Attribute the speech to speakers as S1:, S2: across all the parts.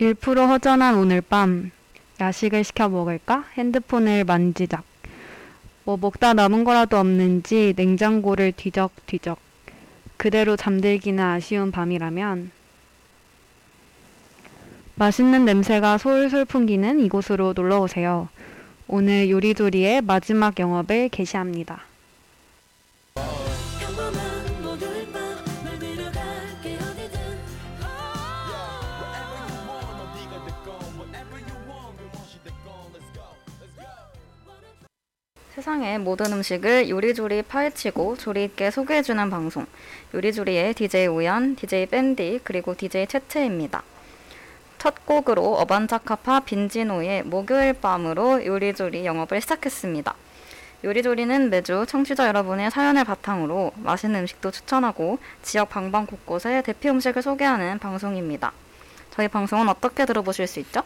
S1: 1% 허전한 오늘 밤 야식을 시켜 먹을까? 핸드폰을 만지작. 뭐 먹다 남은 거라도 없는지 냉장고를 뒤적뒤적. 그대로 잠들기나 아쉬운 밤이라면 맛있는 냄새가 솔솔 풍기는 이곳으로 놀러 오세요. 오늘 요리조리의 마지막 영업을 개시합니다.
S2: 평범한 목요일 밤널 데려갈게 어디든
S3: 세상의 모든 음식을 요리조리 파헤치고 조리 있게 소개해주는 방송 요리조리의 DJ 우연, DJ 밴디 그리고 DJ 채채입니다. 첫 곡으로 어반자카파 빈지노의 목요일 밤으로 요리조리 영업을 시작했습니다. 요리조리는 매주 청취자 여러분의 사연을 바탕으로 맛있는 음식도 추천하고 지역 방방 곳곳의 대표 음식을 소개하는 방송입니다. 저희 방송은 어떻게 들어보실 수 있죠?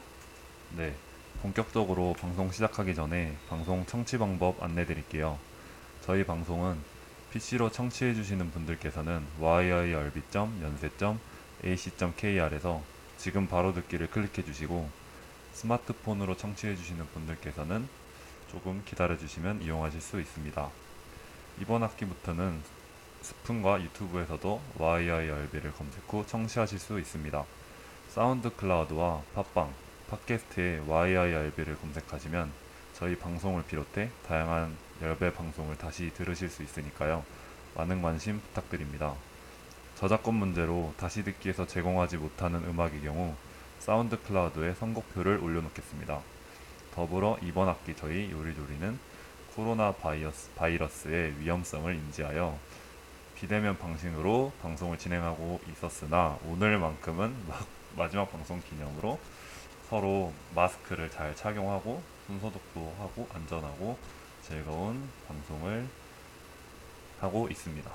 S4: 네, 본격적으로 방송 시작하기 전에 방송 청취 방법 안내드릴게요. 저희 방송은 PC로 청취해주시는 분들께서는 y i r b a c k r 에서 지금 바로 듣기를 클릭해주시고 스마트폰으로 청취해주시는 분들께서는 조금 기다려주시면 이용하실 수 있습니다. 이번 학기부터는 스푼과 유튜브에서도 YIRB를 검색 후 청취하실 수 있습니다. 사운드 클라우드와 팟빵, 팟캐스트에 YIRB를 검색하시면 저희 방송을 비롯해 다양한 열배 방송을 다시 들으실 수 있으니까요. 많은 관심 부탁드립니다. 저작권 문제로 다시 듣기에서 제공하지 못하는 음악의 경우 사운드 클라우드에 선곡표를 올려놓겠습니다. 더불어 이번 학기 저희 요리조리는 코로나 바이러스, 바이러스의 위험성을 인지하여 비대면 방식으로 방송을 진행하고 있었으나 오늘만큼은 막- 마지막 방송 기념으로 서로 마스크를 잘 착용하고 손 소독도 하고 안전하고 즐거운 방송을 하고 있습니다.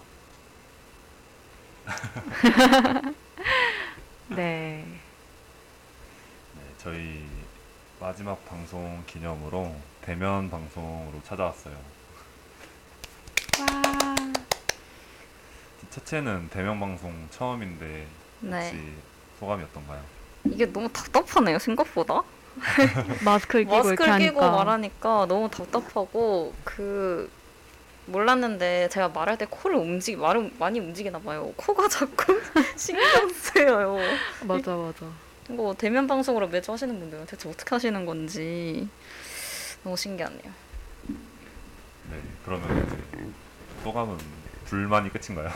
S1: 네.
S4: 네, 저희 마지막 방송 기념으로 대면 방송으로 찾아왔어요.
S1: 와.
S4: 첫째는 대면 방송 처음인데 혹시
S3: 네.
S4: 소감이 어떤가요?
S3: 이게 너무 답답하네요, 생각보다.
S1: 마스크를 끼고 이렇게
S3: 마스크를
S1: 하니까.
S3: 끼고 말하니까 너무 답답하고 그 몰랐는데 제가 말할 때 코를 움직 말을 많이 움직이나 봐요. 코가 자꾸 신경 쓰여요.
S1: 맞아 맞아.
S3: 이거 대면 방송으로 매주 하시는 분들은 대체 어떻게 하시는 건지 너무 신기하네요.
S4: 네, 그러면 이제 소감은 불만이 끝인가요?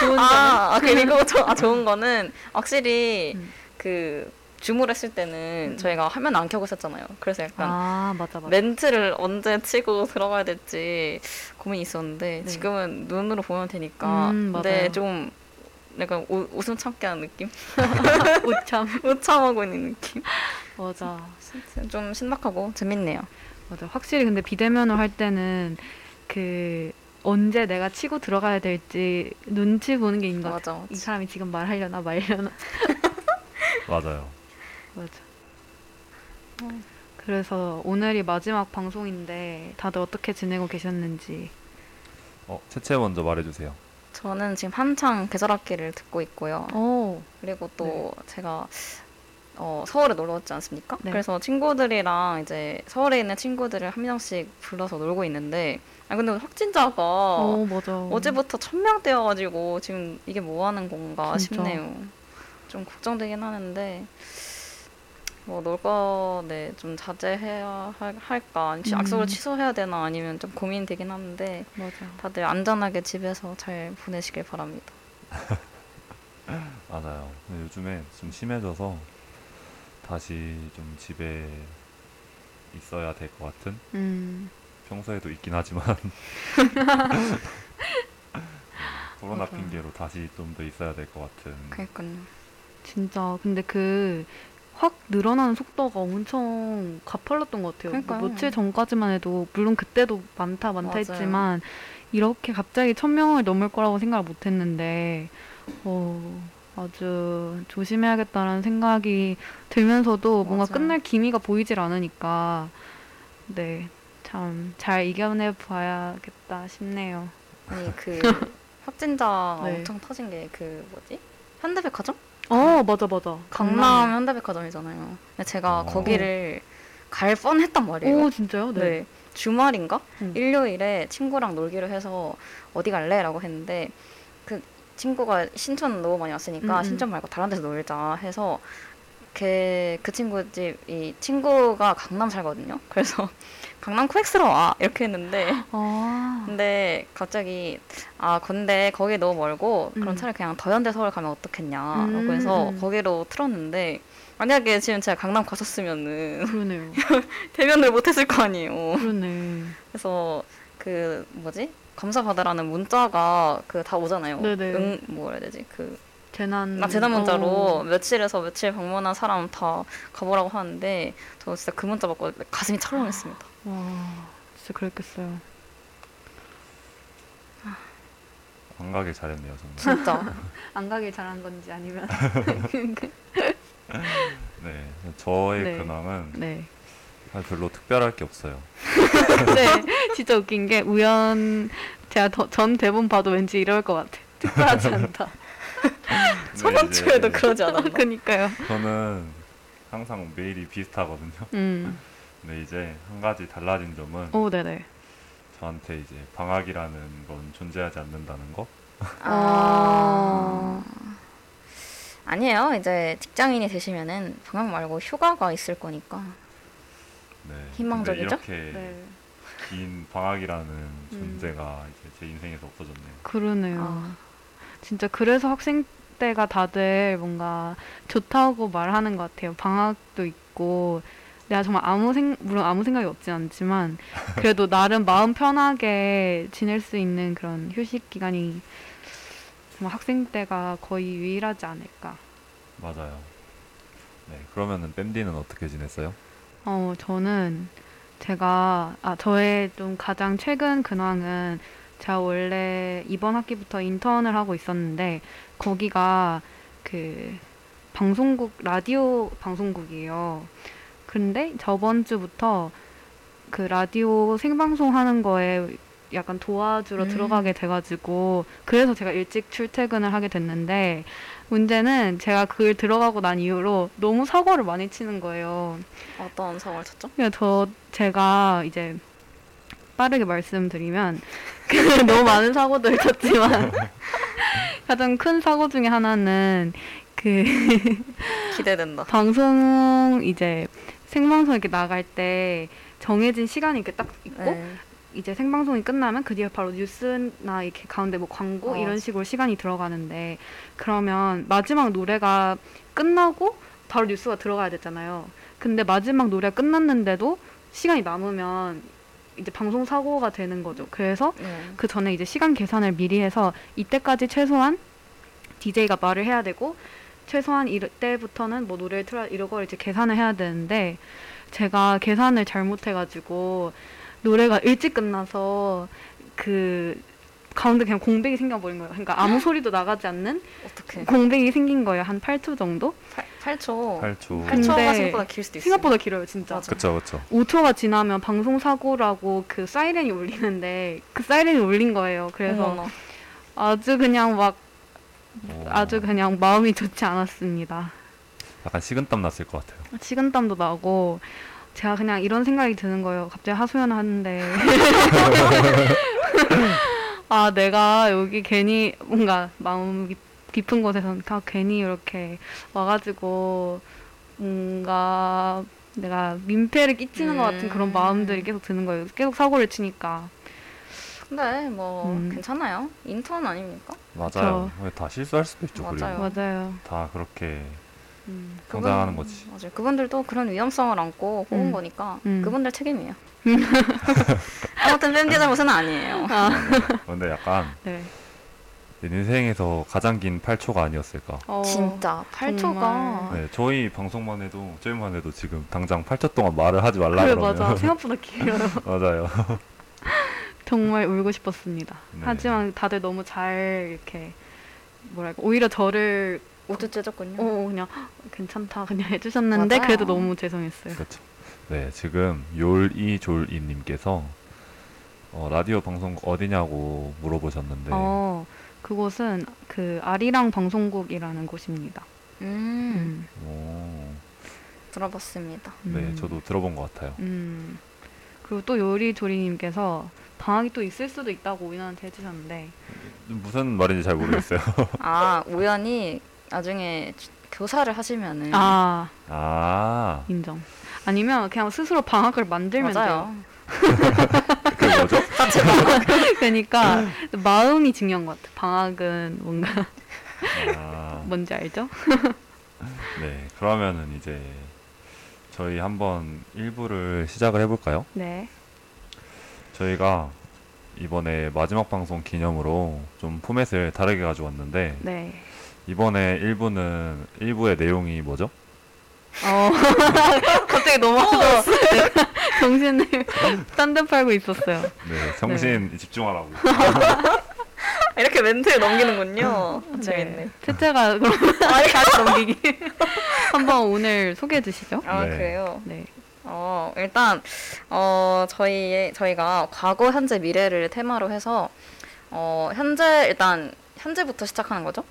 S1: 좋은
S3: 아, 아, 그리고 저, 아, 좋은 거는 확실히
S1: 음.
S3: 그 줌을 했을 때는
S1: 음.
S3: 저희가 화면 안 켜고 있었잖아요. 그래서 약간
S1: 아 맞아 맞아.
S3: 멘트를 언제 치고 들어가야 될지 고민이 있었는데
S1: 네.
S3: 지금은 눈으로 보면 되니까
S1: 음, 맞아요.
S3: 근데 좀 약간 우, 웃음 참게 하는 느낌?
S1: 우참.
S3: 우참하고 있는 느낌?
S1: 맞아.
S3: 좀 신박하고 재밌네요.
S1: 맞아. 확실히 근데 비대면으로 할 때는 그 언제 내가 치고 들어가야 될지 눈치 보는 게 있는 것 같아.
S3: 맞아.
S1: 이 사람이 지금 말하려나 말려나.
S4: 맞아요.
S1: 맞아. 그래서 오늘이 마지막 방송인데 다들 어떻게 지내고 계셨는지.
S4: 어, 채채 먼저 말해주세요.
S3: 저는 지금 한창 계절학기를 듣고 있고요.
S1: 어. 오.
S3: 그리고 또 제가 어, 서울에 놀러 왔지 않습니까?
S1: 네.
S3: 그래서 친구들이랑 이제 서울에 있는 친구들을 한 명씩 불러서 놀고 있는데 아 근데 확진자가
S1: 오 어, 맞아.
S3: 음. 어제부터 천명되어가지고 지금 이게 뭐 하는 건가
S1: 진짜.
S3: 싶네요. 좀 걱정되긴 하는데 뭐 뭐놀거네좀 자제해야 할- 할까 아니면
S1: 음.
S3: 약속을 취소해야 되나 아니면 좀 고민되긴 하는데
S1: 맞아.
S3: 다들 안전하게 집에서 잘 보내시길 바랍니다.
S4: 맞아요. 근데 요즘에 좀 심해져서 다시 좀 집에 있어야 될 것 같은
S1: 음.
S4: 평소에도 있긴 하지만 코로나
S1: 맞아요.
S4: 핑계로 다시 좀 더 있어야 될 것 같은
S3: 그러니까요.
S1: 진짜 근데 그 확 늘어나는 속도가 엄청 가팔랐던 것 같아요. 뭐
S3: 그러니까요.
S1: 며칠 전까지만 해도 물론 그때도 많다 많다
S3: 맞아요.
S1: 했지만 이렇게 갑자기 천 명을 넘을 거라고 생각을 못했는데 어, 아주 조심해야겠다라는 생각이 들면서도 뭔가
S3: 맞아요.
S1: 끝날 기미가 보이질 않으니까 네 참 잘 이겨내 봐야겠다 싶네요.
S3: 아니 그 확진자
S1: 네.
S3: 엄청 터진 게 그 뭐지? 현대백화점?
S1: 어, 맞아, 맞아.
S3: 강남 현대백화점이잖아요. 근데 제가
S4: 어.
S3: 거기를 갈 뻔했단 말이에요.
S1: 오, 진짜요?
S3: 네.
S1: 네.
S3: 주말인가?
S1: 음.
S3: 일요일에 친구랑 놀기로 해서 어디 갈래? 라고 했는데 그 친구가 신촌 너무 많이 왔으니까
S1: 음, 음.
S3: 신촌 말고 다른 데서 놀자 해서 걔, 그 친구 집이 친구가 강남 살거든요. 그래서 강남 코엑스로 와 이렇게 했는데
S1: 아.
S3: 근데 갑자기 아 근데 거기 너무 멀고 그럼
S1: 음.
S3: 차라리 그냥 더현대 서울 가면 어떻겠냐라고
S1: 음,
S3: 해서
S1: 음.
S3: 거기로 틀었는데 만약에 지금 제가 강남 갔었으면은
S1: 그러네요.
S3: 대면을 못했을 거 아니에요.
S1: 그러네.
S3: 그래서 그 뭐지 검사 받으라는 문자가 그 다 오잖아요.
S1: 네네.
S3: 응, 뭐라 해야 되지 그
S1: 재난.
S3: 나 재난 문자로
S1: 어.
S3: 며칠에서 며칠 방문한 사람 다 가보라고 하는데 저 진짜 그 문자 받고 가슴이 철렁했습니다.
S1: 아. 와, 진짜 그랬겠어요.
S4: 안 가길 잘했네요 정말.
S3: 진짜.
S1: 안 가길 잘한 건지 아니면.
S4: 네, 저의
S1: 네.
S4: 근황은
S1: 네.
S4: 사실 별로 특별할 게 없어요.
S1: 네, 진짜 웃긴 게 우연 제가 더- 전 대본 봐도 왠지 이럴 것 같아. 특별하지 않다.
S4: 근데
S3: 저번
S4: 이제
S3: 주에도 그러지 않았나?
S1: 그니까요.
S4: 저는 항상 메일이 비슷하거든요.
S1: 음,
S4: 근데 이제 한 가지 달라진 점은
S1: 오, 네네.
S4: 저한테 이제 방학이라는 건 존재하지 않는다는 거.
S3: 아... 아니에요. 이제 직장인이 되시면은 방학 말고 휴가가 있을 거니까.
S4: 네. 근데
S3: 희망적이죠?
S4: 이렇게
S1: 네.
S4: 긴 방학이라는 존재가 이제 제 인생에서 없어졌네요.
S1: 그러네요.
S3: 아.
S1: 진짜 그래서 학생 때가 다들 뭔가 좋다고 말하는 것 같아요. 방학도 있고 내가 정말 아무 생 물론 아무 생각이 없진 않지만 그래도 나름 마음 편하게 지낼 수 있는 그런 휴식 기간이 정말 학생 때가 거의 유일하지 않을까.
S4: 맞아요. 네, 그러면은 뺨디는 어떻게 지냈어요?
S1: 어, 저는 제가, 아, 저의 좀 가장 최근 근황은 제가 원래 이번 학기부터 인턴을 하고 있었는데, 거기가 그 방송국, 라디오 방송국이에요. 근데 저번 주부터 그 라디오 생방송 하는 거에 약간 도와주러
S3: 음.
S1: 들어가게 돼가지고, 그래서 제가 일찍 출퇴근을 하게 됐는데, 문제는 제가 그걸 들어가고 난 이후로 너무 사고를 많이 치는 거예요.
S3: 어떤 사고를 쳤죠?
S1: 그냥 저 제가 이제 빠르게 말씀드리면 그 너무 많은 사고들 쳤지만 가장 큰 사고 중에 하나는 그
S3: 기대된다.
S1: 어? 방송 이제 생방송 이렇게 나갈 때 정해진 시간이 이렇게 딱 있고
S3: 네.
S1: 이제 생방송이 끝나면 그 뒤에 바로 뉴스나 이렇게 가운데 뭐 광고
S3: 어.
S1: 이런 식으로 시간이 들어가는데 그러면 마지막 노래가 끝나고 바로 뉴스가 들어가야 됐잖아요. 근데 마지막 노래가 끝났는데도 시간이 남으면 이제 방송 사고가 되는 거죠. 그래서
S3: 네.
S1: 그 전에 이제 시간 계산을 미리 해서 이때까지 최소한 DJ가 말을 해야 되고 최소한 이때부터는 뭐 노래를 틀어 이러고 이제 계산을 해야 되는데 제가 계산을 잘못해가지고 노래가 일찍 끝나서 그 가운데 그냥 공백이 생겨버린 거예요. 그러니까 아무 소리도 나가지 않는
S3: 어떻게?
S1: 공백이 생긴 거예요. 한 8초 정도?
S3: 8초.
S4: 8초.
S1: 근데
S3: 8초가 생각보다 길 수도 있어요.
S1: 생각보다 길어요, 진짜.
S3: 맞아.
S4: 그쵸, 그쵸.
S1: 5초가 지나면 방송 사고라고 그 사이렌이 울리는데 그 사이렌이 울린 거예요. 그래서
S3: 어머나.
S1: 아주 그냥 막
S4: 오,
S1: 네, 아주 그냥 마음이 좋지 않았습니다.
S4: 약간 식은땀 났을 것 같아요.
S1: 식은땀도 나고 제가 그냥 이런 생각이 드는 거예요. 갑자기 하소연 하는데 아 내가 여기 괜히 뭔가 마음 깊- 깊은 곳에서 다 괜히 이렇게 와가지고 뭔가 내가 민폐를 끼치는 것 같은 그런
S3: 음.
S1: 마음들이 계속 드는 거예요. 계속 사고를 치니까
S3: 근데 뭐
S1: 음.
S3: 괜찮아요. 인턴 아닙니까?
S4: 맞아요. 다 실수할 수도 있죠, 그리고.
S3: 맞아요.
S1: 맞아요.
S4: 다 그렇게
S1: 음.
S4: 성장하는 거지.
S3: 맞아요. 그분들도 그런 위험성을 안고 뽑은
S1: 음.
S3: 거니까
S1: 음.
S3: 그분들 책임이에요. 아무튼 밴디 잘못은 아니에요.
S4: 어, 근데 약간
S1: 네.
S4: 내 인생에서 가장 긴 8초가 아니었을까.
S1: 어,
S3: 진짜 8초가
S4: 네, 저희 방송만 해도 저희만 해도 지금 당장 8초 동안 말을 하지 말라
S1: 그래
S4: 그러면
S1: 맞아. 생각보다 길어요.
S4: 맞아요.
S1: 정말 울고 싶었습니다.
S4: 네.
S1: 하지만 다들 너무 잘 이렇게 뭐랄까 오히려 저를
S3: 모두 째졌군요.
S1: 어 그냥 괜찮다 그냥 해주셨는데
S3: 맞아요.
S1: 그래도 너무 죄송했어요.
S4: 그렇죠. 네, 지금 요리졸이님께서 어, 라디오 방송 어디냐고 물어보셨는데
S1: 어 그곳은 그 아리랑 방송국이라는 곳입니다.
S3: 음,
S1: 음.
S4: 오,
S3: 들어봤습니다.
S4: 네,
S1: 음.
S4: 저도 들어본 것 같아요.
S1: 음. 그리고 또 요리조리님께서 방학이 또 있을 수도 있다고 우연한테 해주셨는데
S4: 무슨 말인지 잘 모르겠어요.
S3: 아, 우연히 나중에 주- 교사를 하시면은
S1: 아
S4: 아,
S1: 인정. 아니면 그냥 스스로 방학을 만들면 돼요.
S3: 맞아요.
S4: 그게 뭐죠?
S1: 그러니까 마음이 중요한 것 같아. 방학은 뭔가
S4: 아,
S1: 뭔지 알죠?
S4: 네, 그러면은 이제 저희 한번 1부를 시작을 해볼까요?
S1: 네.
S4: 저희가 이번에 마지막 방송 기념으로 좀 포맷을 다르게 가져왔는데
S1: 네.
S4: 이번에 1부는 1부의 내용이 뭐죠?
S1: 어. 갑자기 넘어서
S3: 네.
S1: 네. 정신을 딴 데 팔고 있었어요.
S4: 네, 정신 집중하라고.
S3: 이렇게 멘트를 넘기는군요. 재밌네.
S1: 채채가 그럼 다시 넘기기. 한번 오늘 소개해 주시죠.
S3: 아,
S4: 네.
S3: 그래요.
S1: 네.
S3: 어, 일단 어, 저희 저희가 과거, 현재, 미래를 테마로 해서 어, 현재 일단 현재부터 시작하는 거죠.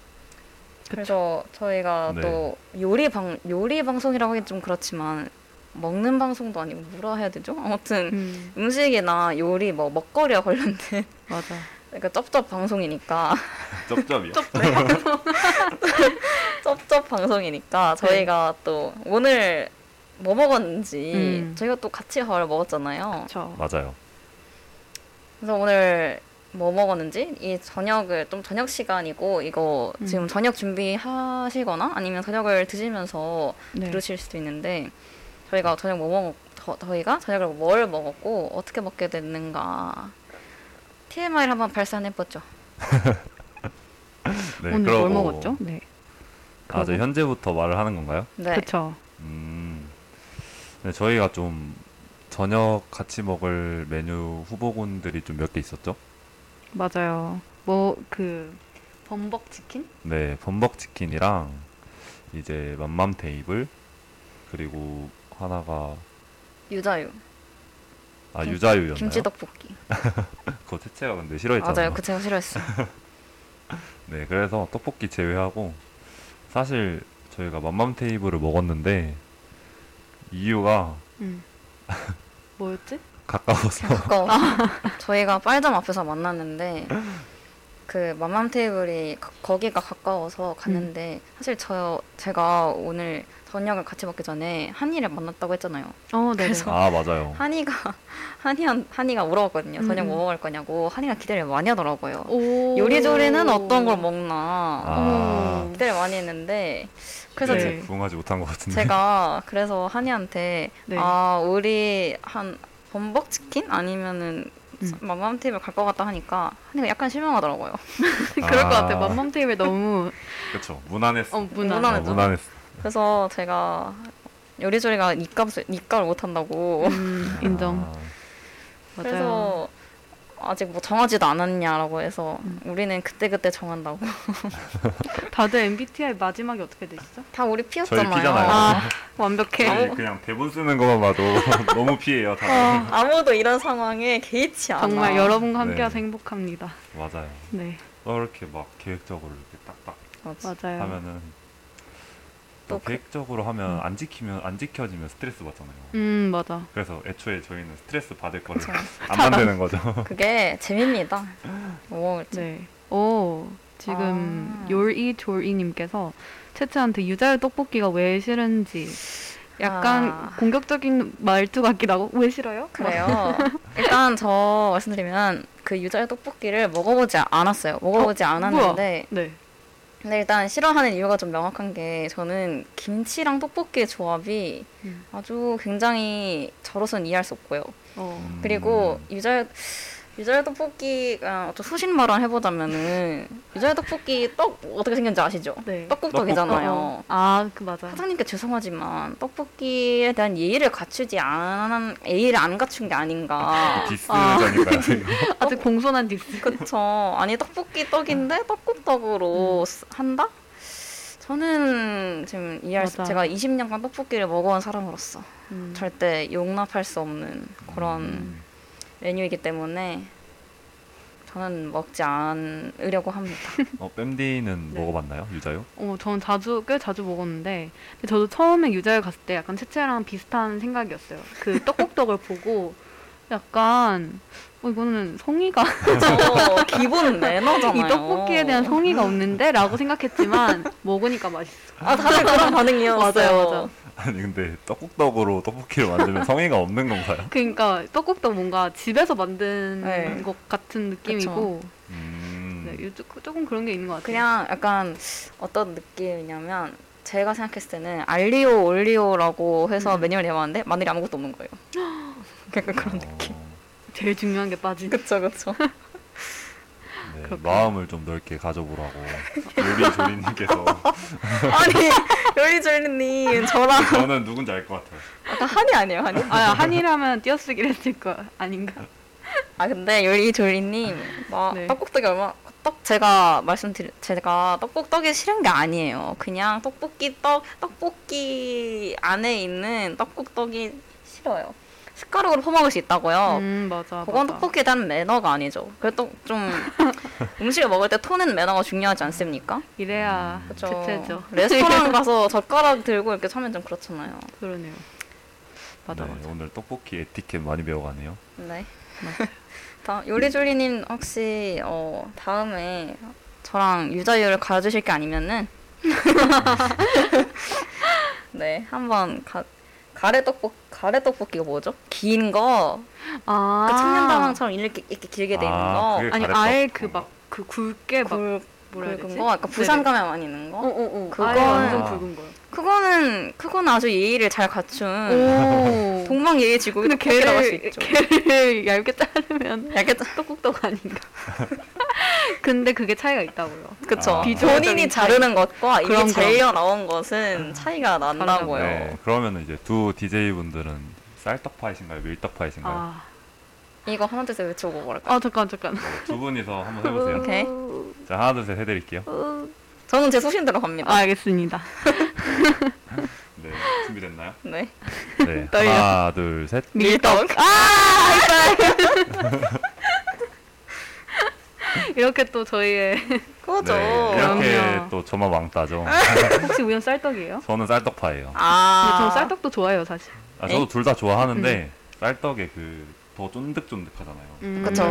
S3: 그래서 저희가
S4: 네.
S3: 또 요리 방 요리 방송이라고 하긴 좀 그렇지만 먹는 방송도 아니고 뭐라 해야 되죠? 아무튼
S1: 음,
S3: 음식이나 요리 뭐 먹거리와 관련된
S1: 맞아.
S3: 그러니까 쩝쩝 방송이니까
S4: 쩝쩝이요.
S3: 쩝쩝 방송이니까
S1: 네.
S3: 저희가 또 오늘 뭐 먹었는지
S1: 음.
S3: 저희가 또 같이 밥을 먹었잖아요.
S1: 저.
S4: 맞아요.
S3: 그래서 오늘 뭐 먹었는지 이 저녁을 좀 저녁 시간이고 이거
S1: 음.
S3: 지금 저녁 준비하시거나 아니면 저녁을 드시면서
S1: 네.
S3: 들으실 수도 있는데 저희가 저녁 뭐 먹었 저, 저희가 저녁을 뭘 먹었고 어떻게 먹게 됐는가 TMI를 한번 발산해보죠.
S4: 네,
S1: 오늘 뭘
S4: 그러고-
S1: 먹었죠? 네.
S4: 아, 저
S1: 그러고-
S4: 현재부터 말을 하는 건가요?
S3: 네.
S1: 그렇죠.
S4: 음, 네, 저희가 좀 저녁 같이 먹을 메뉴 후보군들이 좀 몇 개 있었죠?
S1: 맞아요. 뭐 그 범벅 치킨?
S4: 네, 범벅 치킨이랑 이제 맘맘 테이블 그리고 하나가
S3: 유자유,
S4: 아
S3: 김-
S4: 유자유였나요?
S3: 김치 떡볶이.
S4: 그거 채채가 근데 싫어했잖아요.
S3: 맞아요. 그 제가 싫어했어. 요
S4: 네, 그래서 떡볶이 제외하고 사실 저희가 맘맘 테이블을 먹었는데 이유가
S1: 음. 뭐였지?
S4: 가까워서
S3: 아까워. 저희가 빨점 앞에서 만났는데 그 맘맘 테이블이 가- 거기가 가까워서 갔는데
S1: 음.
S3: 사실 저 제가 오늘 저녁을 같이 먹기 전에 한이를 만났다고 했잖아요.
S1: 어, 네.
S3: 그래서-
S4: 아 맞아요.
S3: 한이가 한이한 한이가 물어봤거든요. 저녁
S1: 음.
S3: 뭐 먹을 거냐고 한이가 기대를 많이 하더라고요.
S1: 오.
S3: 요리조리는 어떤 걸
S4: 아,
S3: 먹나
S1: 어머.
S3: 기대를 많이 했는데 음. 그래서
S1: 네.
S3: 제-
S4: 네, 부응하지 못한 것 같은데.
S3: 제가 그래서 한이한테
S1: 네.
S3: 아 우리 한 범벅 치킨 아니면은
S1: 음.
S3: 맘맘 테이블 갈 것 같다 하니까 한이가 약간 실망하더라고요.
S1: 그럴 것 같아.
S4: 아.
S1: 맘맘 테이블 너무
S4: 그쵸 무난했어.
S1: 어, 무난.
S4: 어,
S3: 무난했죠.
S4: 무난했어.
S3: 그래서 제가 요리조리가 니값을 니값을 못 한다고
S1: 음, 인정.
S4: 아,
S1: 맞아요.
S3: 그래서 아직 뭐 정하지도 않았냐라고 해서
S1: 음.
S3: 우리는 그때 그때 정한다고
S1: 다들 MBTI 마지막이 어떻게 되시죠?
S3: 다 우리
S4: 저희
S3: 피었잖아요.
S4: 피잖아요.
S1: 아, 완벽해.
S3: 네.
S4: 저희 그냥 대본 쓰는 것만 봐도 너무 피해요 다들.
S3: 어. 아무도 이런 상황에 개의치 않아.
S1: 어. 정말 여러분과 함께해서
S4: 네.
S1: 행복합니다.
S4: 맞아요.
S1: 네,
S4: 어, 이렇게 막 계획적으로 이렇게 딱딱
S3: 맞아.
S1: 맞아요.
S4: 하면은
S3: 네. 또
S4: 또
S3: 그-
S4: 계획적으로 하면 안 지키면 안 지켜지면 스트레스 받잖아요.
S1: 음, 맞아.
S4: 그래서 애초에 저희는 스트레스 받을 거를
S3: 그쵸.
S4: 안 만드는 거죠.
S3: 그게 재미입니다. 뭐 오,
S1: 네. 오, 지금
S3: 아.
S1: 요리 조리님께서 채채한테 유자유 떡볶이가 왜 싫은지 약간
S3: 아.
S1: 공격적인 말투 같기도 하고 왜 싫어요?
S3: 그래요. 일단 저 말씀드리면 그 유자의 떡볶이를 먹어보지 않았어요. 먹어보지 않았는데
S1: 네.
S3: 근데 일단 싫어하는 이유가 좀 명확한 게 저는 김치랑 떡볶이의 조합이
S1: 음.
S3: 아주 굉장히 저로서는 이해할 수 없고요. 음.
S1: 어.
S4: 음.
S3: 그리고 유자의 유자의 떡볶이가 좀 소신발언 해보자면은 유자의 떡볶이 떡 어떻게 생겼는지 아시죠?
S1: 네.
S3: 떡국떡이잖아요.
S1: 어. 아, 그 맞아.
S3: 사장님께 죄송하지만 떡볶이에 대한 예의를 갖추지 않은 예의를 안 갖춘 게 아닌가.
S4: 디스자니까요.
S1: 아주 공손한 디스.
S3: 그쵸. 아니 떡볶이 떡인데 떡국떡으로 쓰- 한다? 저는 지금 이해할 수,
S1: 맞아.
S3: 제가 20년간 떡볶이를 먹어온 사람으로서
S1: 음.
S4: 음.
S3: 절대 용납할 수 없는 그런 메뉴이기 때문에 저는 먹지 않으려고 합니다.
S4: 어, 뺨디는
S1: 네.
S4: 먹어봤나요? 유자요?
S1: 어, 저는 자주 꽤 자주 먹었는데 근데 저도 처음에 유자유 갔을 때 약간 채채랑 비슷한 생각이었어요. 그 떡국떡을 보고 약간 어, 이거는 성의가
S3: 저 기본 매너잖아요.
S1: 이 떡볶이에 대한 성의가 없는데라고 생각했지만 먹으니까 맛있어.
S3: 아 다들 그런 반응이었어요.
S1: 맞아요, 맞아요.
S4: 아니 근데 떡국떡으로 떡볶이를 만들면 성의가 없는 건가요?
S1: 그러니까 떡국도 뭔가 집에서 만든
S3: 네.
S1: 것 같은 느낌이고
S4: 음,
S1: 네, 요- 조- 조금 그런 게 있는 것 같아요.
S3: 그냥 약간 어떤 느낌이냐면 제가 생각했을 때는 알리오 올리오라고 해서
S1: 음.
S3: 메뉴를 내봤는데 마늘이 아무것도 없는 거예요. 약간
S1: 아.
S3: 그런 느낌.
S4: 어,
S1: 제일 중요한 게 빠진.
S3: 그쵸 그쵸.
S4: 네,
S1: 그렇군요.
S4: 마음을 좀 넓게 가져보라고 요리 조리님께서
S3: 아니 요리졸리님 저랑
S4: 저는 누군지 알 것 같아요.
S3: 약간 한이 아니에요 한이?
S1: 아 한이라면 띄어쓰기를 했을 거 아닌가?
S3: 아 근데 요리졸리님 막
S1: 네.
S3: 떡국떡이 얼마 떡 제가 말씀드린 제가 떡국떡이 싫은 게 아니에요. 그냥 떡볶이 떡 떡볶이 안에 있는 떡국떡이 싫어요. 숟가락으로 퍼먹을 수 있다고요.
S1: 음 맞아.
S3: 어. 그건
S1: 맞아.
S3: 떡볶이에 대한 매너가 아니죠. 그래도 좀 음식을 먹을 때 톤은 매너가 중요하지 않습니까?
S1: 이래야
S3: 그쵸.
S1: 채채죠.
S3: 레스토랑 가서 젓가락 들고 이렇게 서면 좀 그렇잖아요.
S1: 그러네요. 맞아
S4: 네,
S1: 맞아.
S4: 오늘 떡볶이 에티켓 많이 배워가네요.
S3: 네.
S1: 맞아요.
S3: 다 요리졸리님 혹시 어, 다음에 저랑 유자유를 가주실 게 아니면은 네 한번 가 가래 떡볶 가래 떡볶이가 뭐죠? 긴 거.
S1: 아.
S3: 그 청년다방처럼 이렇게 이렇게 길게 돼 있는
S4: 아,
S3: 거.
S4: 그게
S1: 아니
S4: 가래떡.
S1: 아예 그 막 그 굵게 막
S3: 굵
S1: 뭐라 해야
S3: 굵은
S1: 되지? 네.
S3: 거. 약간 부산 가면 많이 있는 거.
S1: 어어어.
S3: 그거.
S1: 아예 완전
S4: 아.
S1: 굵은 거요.
S3: 그거는 그건 아주 예의를 잘 갖춘
S1: 오.
S3: 동방 예의 지구
S1: 근데
S3: 떡볶이라고 할수
S1: 걔를
S3: 있죠.
S1: 걔를 얇게 자르면
S3: 약간
S1: 떡국떡 아닌가? 근데 그게 차이가 있다고요.
S3: 그쵸.
S4: 아.
S3: 본인이 자르는 것과 이게
S1: 그럼, 그럼.
S3: 제일려 나온 것은 차이가
S1: 아,
S3: 난다고요.
S4: 네, 그러면 이제 두 DJ 분들은 쌀떡파이신가요? 밀떡파이신가요?
S1: 아.
S3: 이거 하나 둘셋 외쳐보고 뭐랄까.
S1: 아 잠깐 잠깐. 음.
S4: 두 분이서 한번 네. 해보세요.
S3: 오케이.
S4: 자 하나 둘 셋 해드릴게요.
S1: 어.
S3: 저는 제 소신대로 갑니다.
S1: 아, 알겠습니다.
S4: 네 준비됐나요?
S3: 네.
S4: 네
S1: 떨려.
S4: 하나 둘 셋.
S3: 밀떡.
S1: 아, 이렇게 또 저희의
S3: 그거죠.
S4: 네, 이렇게
S1: 그럼요. 아.
S4: 또 저만 왕따죠.
S1: 혹시 우연 쌀떡이에요?
S4: 저는 쌀떡파예요.
S1: 근데
S3: 아.
S1: 저는 쌀떡도 좋아해요, 사실.
S4: 아, 저도 둘 다 좋아하는데 쌀떡에 그 더 쫀득쫀득하잖아요.
S1: 음,
S3: 그쵸.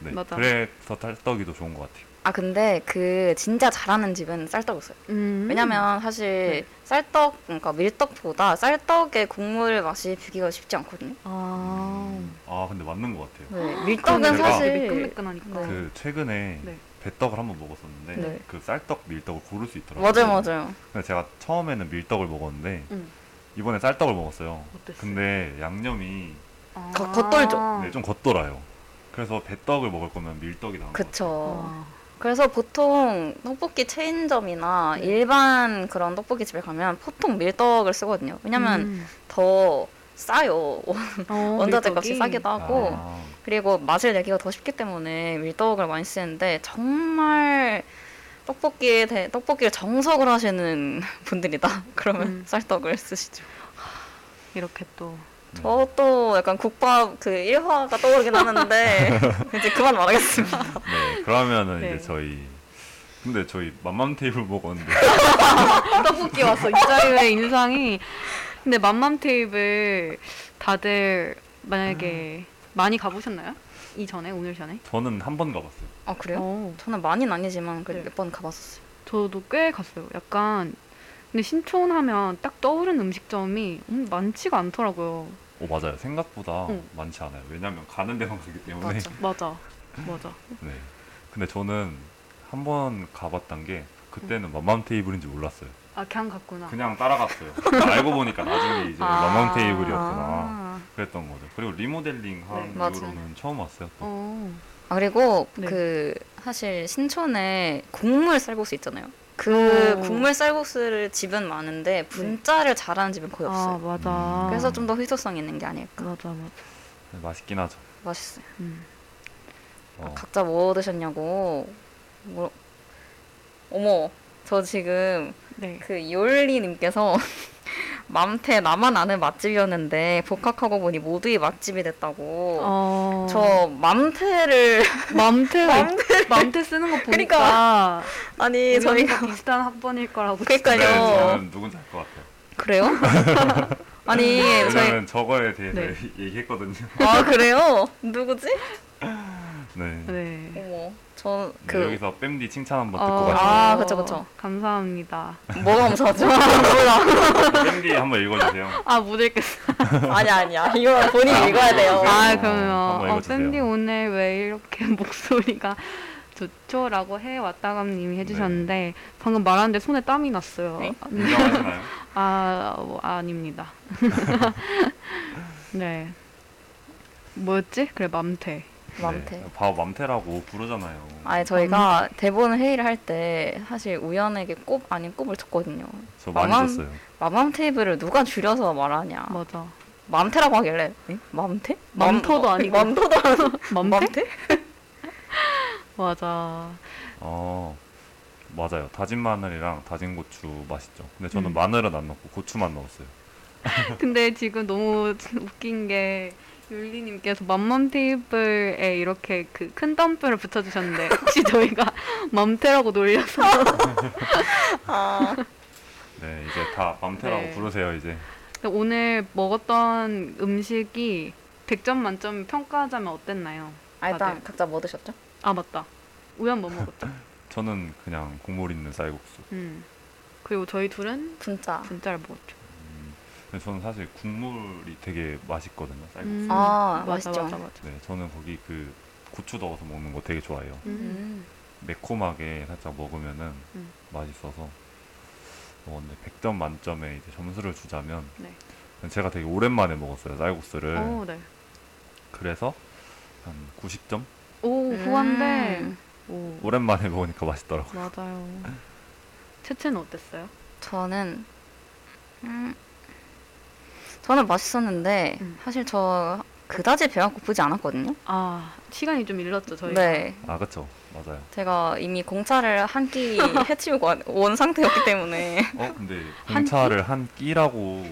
S4: 네,
S1: 맞아.
S4: 그래서 쌀떡이 더 좋은 것 같아요.
S3: 아 근데 그 진짜 잘하는 집은 쌀떡이었어요.
S1: 음.
S3: 왜냐면 사실 쌀떡 그러니까 밀떡보다 쌀떡의 국물 맛이 비기가 쉽지 않거든요.
S1: 아.
S4: 아 근데 맞는 것 같아요.
S3: 네.
S4: 그러네.
S3: 밀떡은 사실
S1: 매끈매끈하니까.
S3: 네.
S4: 그 최근에
S1: 어. 네.
S4: 배떡을 한번 먹었었는데
S3: 네.
S4: 그 쌀떡 밀떡을 고를 수 있더라고요.
S3: 맞아요 맞아요.
S4: 근데 제가 처음에는 밀떡을 먹었는데
S1: 음.
S4: 이번에 쌀떡을 먹었어요.
S1: 어땠어요?
S4: 근데 양념이
S1: 아.
S3: 겉- 겉돌죠.
S4: 네, 좀 겉돌아요. 그래서 배떡을 먹을 거면 밀떡이 나은 것 같아요.
S3: 그쵸.
S1: 아.
S3: 그래서 보통 떡볶이 체인점이나
S1: 네.
S3: 일반 그런 떡볶이 집에 가면 보통 밀떡을 쓰거든요. 왜냐면
S1: 음.
S3: 더 싸요.
S1: 어,
S3: 원자재 값이
S1: 밀떡이.
S3: 싸기도 하고
S4: 아,
S3: 그리고 맛을 내기가 더 쉽기 때문에 밀떡을 많이 쓰는데 정말 떡볶이에 대, 떡볶이를 정석을 하시는 분들이다. 그러면
S1: 음.
S3: 쌀떡을 쓰시죠.
S1: 이렇게 또
S4: 음.
S3: 저 또 약간 국밥 그 일화가 떠오르긴 하는데 이제 그만 말하겠습니다.
S4: 네, 그러면은
S1: 네.
S4: 이제 저희 근데 저희 맘맘 테이블 먹었는데
S1: 떡볶이 왔어. 이자유의 인상이. 근데 맘맘 테이블 다들 만약에 많이 가보셨나요? 이전에 오늘 전에?
S4: 저는 한 번 가봤어요.
S3: 아 그래요?
S1: 어.
S3: 저는 많이는 아니지만 그래도
S1: 네.
S3: 몇 번 가봤었어요.
S1: 저도 꽤 갔어요. 약간 근데 신촌 하면 딱 떠오른 음식점이 음, 많지가 않더라고요.
S4: 오 맞아요. 생각보다
S1: 응.
S4: 많지 않아요. 왜냐면 가는 데만 가기 때문에.
S3: 맞아.
S1: 맞아. 맞아.
S4: 네. 근데 저는 한 번 가봤던 게 그때는 맘맘 테이블인지 몰랐어요.
S1: 아, 그냥 갔구나.
S4: 그냥 따라갔어요. 알고 보니까 나중에 이제
S1: 아.
S4: 맘맘 테이블이었구나.
S3: 아.
S4: 그랬던 거죠. 그리고 리모델링 한
S1: 네,
S3: 맞아요.
S4: 이후로는 처음 왔어요. 또.
S1: 어.
S3: 아 그리고
S1: 네.
S3: 그 사실 신촌에 국물 쌀국수 있잖아요. 그
S1: 오.
S3: 국물 쌀국수를 집은 많은데 분짜를 잘하는 집은 거의
S1: 아,
S3: 없어요.
S4: 음.
S1: 맞아.
S3: 그래서 좀 더 희소성 있는 게 아닐까.
S1: 맞아, 맞아.
S4: 네, 맛있긴 하죠.
S3: 맛있어요.
S1: 음.
S4: 어,
S3: 각자 뭐 드셨냐고. 뭐... 어머, 저 지금
S1: 네.
S3: 그 요리님께서 맘태 나만 아는 맛집이었는데 복학하고 보니 모두의 맛집이 됐다고.
S1: 어.
S3: 저 맘태를
S1: 맘트 맘트 쓰는 거 보니까
S3: 아니
S1: 우리
S3: 그러니까 저희가
S1: 다 비슷한 학번일 거라고.
S3: 그러니까요.
S4: 네,
S3: 아니요.
S4: 저는 누군지 알 것 같아요.
S3: 그래요? 아니 네, 저희
S4: 왜냐면 저거에 대해서
S1: 네.
S4: 얘기했거든요.
S3: 아 그래요? 누구지?
S4: 네. 네,
S1: 네.
S3: 어머 저그
S4: 여기서 뺨디 칭찬 한번
S1: 어,
S4: 듣고 가시죠.
S3: 아, 그쵸, 그쵸.
S1: 감사합니다.
S3: 뭐가 무서웠죠? 몰라.
S4: 뺨디 한번 읽어주세요.
S1: 아, 못 읽겠어.
S3: 아니야 아니야 이거 본인 읽어야 돼요.
S1: 아,
S4: 어,
S1: 그러면
S4: 한번
S1: 어,
S4: 읽어주세요.
S1: 샌디 오늘 왜 이렇게 목소리가 좋죠라고 해 왔다감님이 해주셨는데
S4: 네.
S1: 방금 말하는데 손에 땀이 났어요.
S3: 네?
S4: 인정하시나요?
S1: 아, 뭐, 아닙니다. 네. 뭐였지? 그래, 맘태.
S3: 맘태.
S4: 네. 바 맘태라고 부르잖아요.
S3: 아니 저희가 대본 회의를 할 때 사실 우연에게 꼽 아닌 꼽을 줬거든요.
S4: 저 많이
S3: 망한-
S4: 줬어요.
S3: 맘맘 테이블을 누가 줄여서 말하냐.
S1: 맞아.
S3: 맘태라고 하길래 에? 맘태?
S1: 맘터도
S3: 맘-
S1: 아니고.
S3: 맘터도 아니고
S1: 맘태? 맞아.
S4: 어 맞아요. 다진 마늘이랑 다진 고추 맛있죠. 근데 저는
S1: 음.
S4: 마늘은 안 넣고 고추만 넣었어요.
S1: 근데 지금 너무 웃긴 게 윤리님께서 맘맘 테이블에 이렇게 그 큰 덤불을 붙여주셨는데 혹시 저희가 맘태라고 놀려서
S3: 아,
S4: 네 이제 다 맘태라고
S1: 네.
S4: 부르세요 이제.
S1: 오늘 먹었던 음식이 100점 만점 평가하자면 어땠나요?
S3: 아 일단
S1: 다들.
S3: 각자 뭐 드셨죠?
S1: 아 맞다 우연 뭐 먹었죠?
S4: 저는 그냥 국물 있는 쌀국수.
S1: 음 그리고 저희 둘은
S3: 분짜.
S1: 분짜를 먹었죠.
S4: 음, 근데 저는 사실 국물이 되게 맛있거든요. 쌀국수.
S1: 음,
S3: 아,
S1: 맞아,
S3: 맛있죠.
S1: 맞아 맞아.
S4: 네 저는 거기 그 고추 넣어서 먹는 거 되게 좋아해요.
S1: 음.
S3: 음.
S4: 매콤하게 살짝 먹으면은
S1: 음.
S4: 맛있어서 먹었는데 100점 만점에 이제 점수를 주자면
S1: 네.
S4: 제가 되게 오랜만에 먹었어요 쌀국수를.
S1: 오 네.
S4: 그래서 한 90점?
S1: 오 후한데.
S3: 음.
S1: 오
S4: 오랜만에 먹으니까 맛있더라고요.
S1: 맞아요. 채채는 어땠어요?
S3: 저는 음, 저는 맛있었는데
S1: 음.
S3: 사실 저 그다지 배가 고프지 않았거든요.
S1: 아 시간이 좀 일렀죠 저희가.
S3: 네.
S4: 아 그쵸 맞아요.
S3: 제가 이미 공차를 한 끼 해치우고 와- 온 상태였기 때문에
S4: 어 근데
S1: 한
S4: 공차를 한 끼라고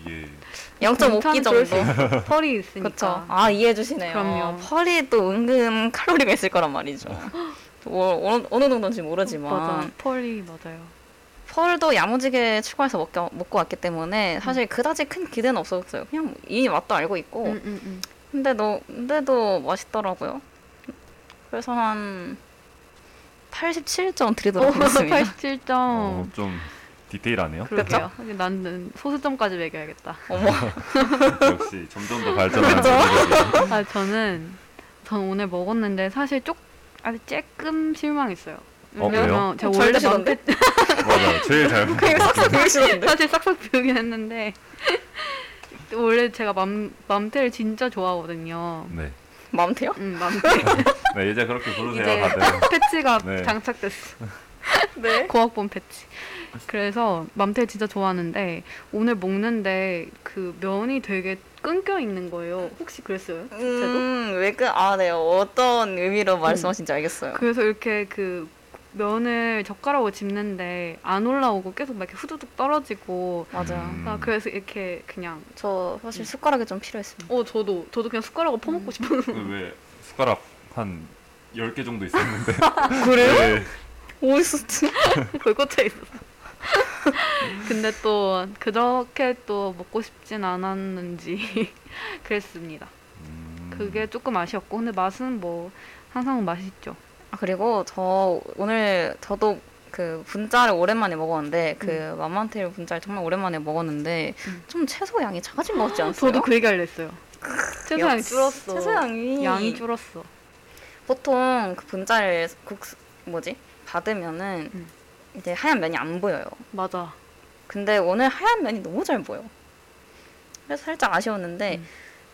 S4: 이게
S3: 0.5끼
S1: 공차는
S3: 정도.
S1: 좋을 수 있어요. 펄이 있으니까.
S3: 그렇죠. 아 이해해 주시네요.
S1: 그럼요.
S3: 펄이 또 은근 칼로리가 있을 거란 말이죠. 뭐, 어느, 어느 정도인지 모르지만
S1: 맞아. 펄이 맞아요.
S3: 펄도 야무지게 추가해서 먹겨, 먹고 왔기 때문에 사실 그다지 큰 기대는 없었어요. 그냥 이 맛도 알고 있고
S1: 음, 음, 음.
S3: 근데 너 근데도 맛있더라고요. 그래서 한 87점
S1: 어,
S3: 드리도록 하겠습니다.
S1: 87점.
S4: 어, 좀 디테일하네요.
S1: 그러게요. 나는 소수점까지 매겨야겠다.
S3: 어머,
S4: 역시 점점 더 발전하는 분들이
S1: 아, 저는 전 오늘 먹었는데 사실 쪽 아주 조금 실망했어요.
S4: 어, 그래요?
S1: 왜냐면 제가
S3: 잘
S1: 원래
S3: 드시던데?
S1: 맘대
S4: 맞아요. 제일 잘 먹는
S3: 그게 싹싹 보이시던데.
S1: 사실 싹싹 비우긴 했는데 원래 제가 맘 맘태를 진짜 좋아하거든요.
S4: 네.
S3: 마음대요?
S1: 음, 맘태
S4: 네 이제 그렇게 부르세요
S1: 이제
S4: 다들.
S1: 패치가
S4: 네.
S1: 장착됐어.
S3: 네.
S1: 고학번 패치. 그래서 맘태 진짜 좋아하는데 오늘 먹는데 그 면이 되게 끊겨 있는 거예요. 혹시 그랬어요? 진짜로?
S3: 음, 왜그아 네. 어떤 의미로 말씀하신지 알겠어요.
S1: 그래서 이렇게 그 면을 젓가락으로 집는데 안 올라오고 계속 막 이렇게 후두둑 떨어지고
S3: 맞아요. 음.
S4: 음.
S1: 아, 그래서 이렇게 그냥
S3: 저 사실 숟가락이 좀 필요했습니다.
S1: 어 저도 저도 그냥 숟가락으로 퍼먹고 싶어서
S4: 그왜 숟가락 한 10개 정도 있었는데
S3: 그래요?
S4: 네.
S3: 어딨었지?
S1: 거의 꽂혀 있었어. 근데 또 그렇게 또 먹고 싶진 않았는지 그랬습니다.
S4: 음,
S1: 그게 조금 아쉬웠고 근데 맛은 뭐 항상 맛있죠.
S3: 아, 그리고 저 오늘 저도 그 분짜를 오랜만에 먹었는데 그 마마테일 분짜를 정말 오랜만에 먹었는데
S1: 음.
S3: 좀 채소 양이 작아진 것 같지 않았어요?
S1: 저도 그 얘기 알렸어요. 채소 양이 줄었어.
S3: 채소 양이
S1: 양이 줄었어.
S3: 보통 그 분짜를 국수 뭐지 받으면은
S1: 음.
S3: 이제 하얀 면이 안 보여요.
S1: 맞아.
S3: 근데 오늘 하얀 면이 너무 잘 보여. 그래서 살짝 아쉬웠는데
S1: 음.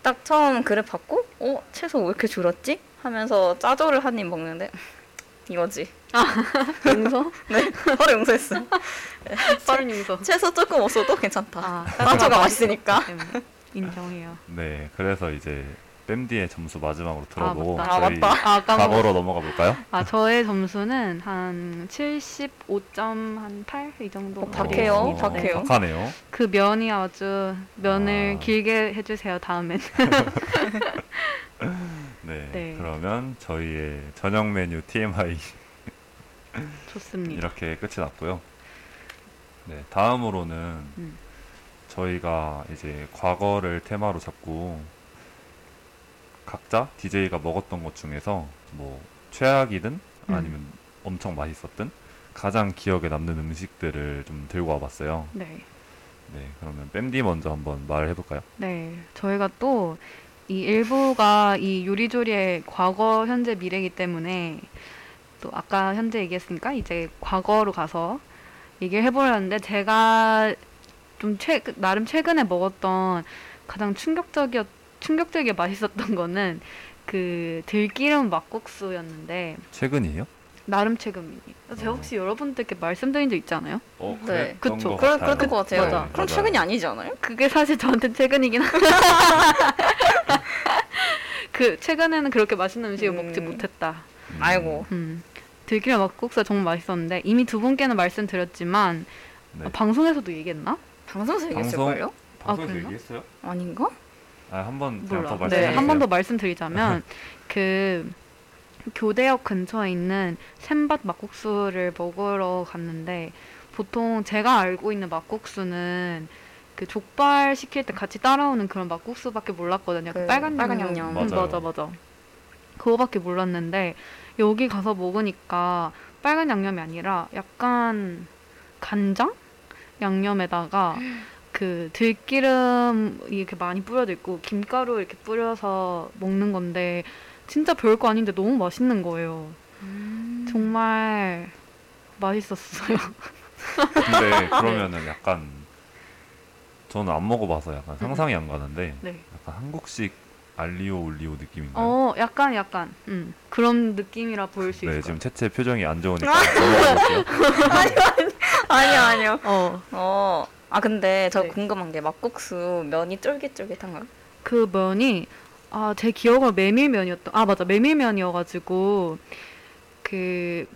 S3: 딱 처음 그릇 받고 어 채소 왜 이렇게 줄었지 하면서 짜조를 한 입 먹는데 이거지.
S1: 용서?
S3: 네 바로 용서했어.
S1: 빠른 용서.
S3: 채소 조금 없어도 괜찮다.
S1: 아,
S3: 짜조가 맛있으니까.
S1: 때문에 인정해요.
S4: 네 그래서 이제 뺨디의 점수 마지막으로 틀어보고
S1: 맞다.
S3: 아,
S4: 저희
S3: 맞다.
S1: 아, 까먹어.
S4: 과거로 넘어가 볼까요?
S1: 아, 저의 점수는 한 75.8? 이 정도. 네.
S3: 어, 박해요,
S4: 오,
S3: 박해요.
S4: 박하네요.
S1: 그 면이 아주 면을
S4: 아.
S1: 길게 해주세요, 다음엔.
S4: 네,
S1: 네.
S4: 그러면 저희의 저녁 메뉴 TMI
S1: 좋습니다.
S4: 이렇게 끝이 났고요. 네, 다음으로는
S1: 음.
S4: 저희가 이제 과거를 테마로 잡고 각자 DJ가 먹었던 것 중에서 뭐 최악이든
S1: 음.
S4: 아니면 엄청 맛있었든 가장 기억에 남는 음식들을 좀 들고 와봤어요.
S1: 네.
S4: 네, 그러면 뺨디 먼저 한번 말을 해볼까요?
S1: 네, 저희가 또 이 일부가 이 요리조리의 과거, 현재, 미래이기 때문에 또 아까 현재 얘기했으니까 이제 과거로 가서 얘기를 해보려는데 제가 좀 최, 나름 최근에 먹었던 가장 충격적이었, 충격적이게 맛있었던 거는 그 들기름 막국수였는데
S4: 최근이에요?
S1: 나름 최근이에요. 제가
S4: 어.
S1: 혹시 여러분들께 말씀드린 적 있지 않아요?
S4: 어,
S3: 네. 그랬던
S1: 그쵸. 것
S3: 그럴 그럴 것
S4: 네,
S3: 같아요.
S1: 맞아.
S3: 그럼 최근이 아니지 않아요?
S1: 그게 사실 저한테 최근이긴 한데 그 최근에는 그렇게 맛있는 음식을
S3: 음.
S1: 먹지 못했다.
S3: 아이고.
S1: 음. 들기름 막국수 정말 맛있었는데 이미 두 분께는 말씀드렸지만
S4: 네.
S1: 아, 방송에서도 얘기했나?
S3: 방송에서 얘기했을
S4: 방송-
S3: 걸요?
S1: 방송에서 그랬나?
S4: 얘기했어요?
S3: 아닌가?
S4: 아, 한번 그냥
S1: 몰라.
S4: 더 말씀해
S1: 네,
S4: 주세요.
S1: 한 번 더 말씀드리자면 그 교대역 근처에 있는 샘밭 막국수를 먹으러 갔는데 보통 제가 알고 있는 막국수는 그 족발 시킬 때 같이 따라오는 그런 막국수밖에 몰랐거든요. 그
S3: 그
S1: 빨간
S3: 빨간
S1: 양념.
S3: 양념.
S1: 음, 맞아
S4: 맞아요.
S1: 맞아. 그거밖에 몰랐는데 여기 가서 먹으니까 빨간 양념이 아니라 약간 간장 양념에다가 그 들기름 이렇게 많이 뿌려져 있고 김가루 이렇게 뿌려서 먹는 건데 진짜 별거 아닌데 너무 맛있는 거예요.
S3: 음.
S1: 정말 맛있었어요.
S4: 근데 그러면은 약간 저는 안 먹어봐서 약간 상상이 안 가는데
S1: 네.
S4: 약간 한국식 알리오 올리오 느낌인가요?
S1: 어, 약간 약간 음, 그런 느낌이라 보일 수
S4: 네,
S1: 있어요.
S4: 지금 채채 표정이 안 좋으니까 넘어가볼게요.
S3: 아니요 아니요.
S1: 어,
S3: 어. 아 근데 저
S1: 네.
S3: 궁금한 게 막국수 면이 쫄깃쫄깃한가요?
S1: 그 면이 아 제 기억은 메밀면이었던 아 맞아 메밀면이어가지고 그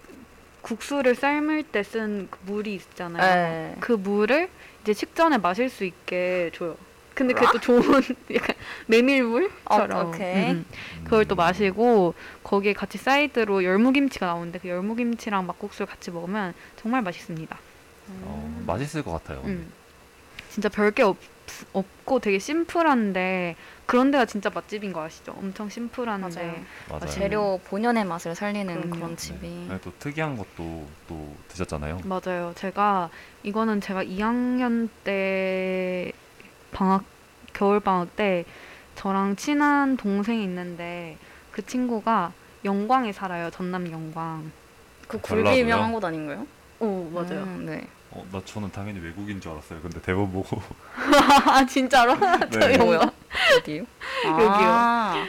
S1: 국수를 삶을 때 쓴그 물이 있잖아요.
S3: 네.
S1: 그 물을 이제 식전에 마실 수 있게 줘요. 근데
S4: 아.
S1: 그게 또 좋은 약간 메밀물처럼
S3: 어, 오케이.
S1: 그걸 또
S4: 음,
S1: 마시고 거기에 같이 사이드로 열무김치가 나오는데 그 열무김치랑 막국수를 같이 먹으면 정말 맛있습니다.
S4: 어, 맛있을 것 같아요.
S1: 음. 진짜 별게 없, 없고 되게 심플한데 그런 데가 진짜 맛집인 거 아시죠? 엄청 심플한데
S3: 맞아요.
S4: 맞아요.
S3: 네. 재료 본연의 맛을 살리는
S1: 그럼요.
S3: 그런 집이.
S4: 네, 또 특이한 것도 또 드셨잖아요.
S1: 맞아요. 제가 이거는 제가 2학년 때 방학 겨울 방학 때 저랑 친한 동생이 있는데 그 친구가 영광에 살아요. 전남 영광.
S3: 그
S4: 전라도요?
S3: 굴기 유명한 곳 아닌가요?
S1: 오
S3: 음, 네.
S4: 어, 나 저는 당연히 외국인 줄 알았어요. 근데 대본 보고
S1: 아 진짜로?
S4: 네,
S1: 영광.
S3: 뭐요? 어디요? 아.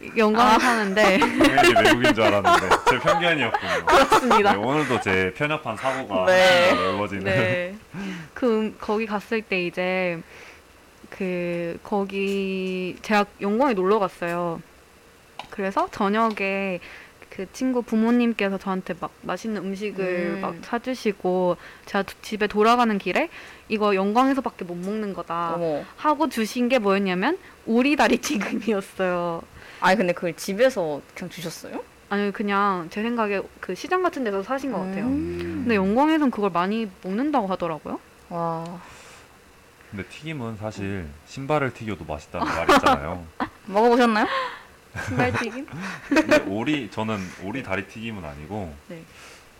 S3: 여기요.
S1: 영광에 사는데
S4: 당연히 외국인 줄 알았는데 제 편견이었군요.
S1: 그렇습니다.
S4: 네, 오늘도 제 편협한 사고가
S3: 네.
S4: 네. 넓어지는
S1: 네. 그 음- 거기 갔을 때 이제 그 거기 제가 영광에 놀러 갔어요. 그래서 저녁에 그 친구 부모님께서 저한테 막 맛있는 음식을
S3: 음.
S1: 막 사주시고 제가 도- 집에 돌아가는 길에 이거 영광에서밖에 못 먹는 거다
S3: 어머.
S1: 하고 주신 게 뭐였냐면 오리다리 튀김이었어요.
S3: 아니 근데 그걸 집에서 그냥 주셨어요?
S1: 아니 그냥 제 생각에 그 시장 같은 데서 사신 것 같아요.
S4: 음.
S1: 근데 영광에선 그걸 많이 먹는다고 하더라고요.
S3: 와.
S4: 근데 튀김은 사실 신발을 튀겨도 맛있다는 말이 있잖아요.
S3: 먹어보셨나요?
S4: 음,
S1: 신발튀김?
S4: 근데 오리 저는 오리 다리 튀김은 아니고
S1: 네.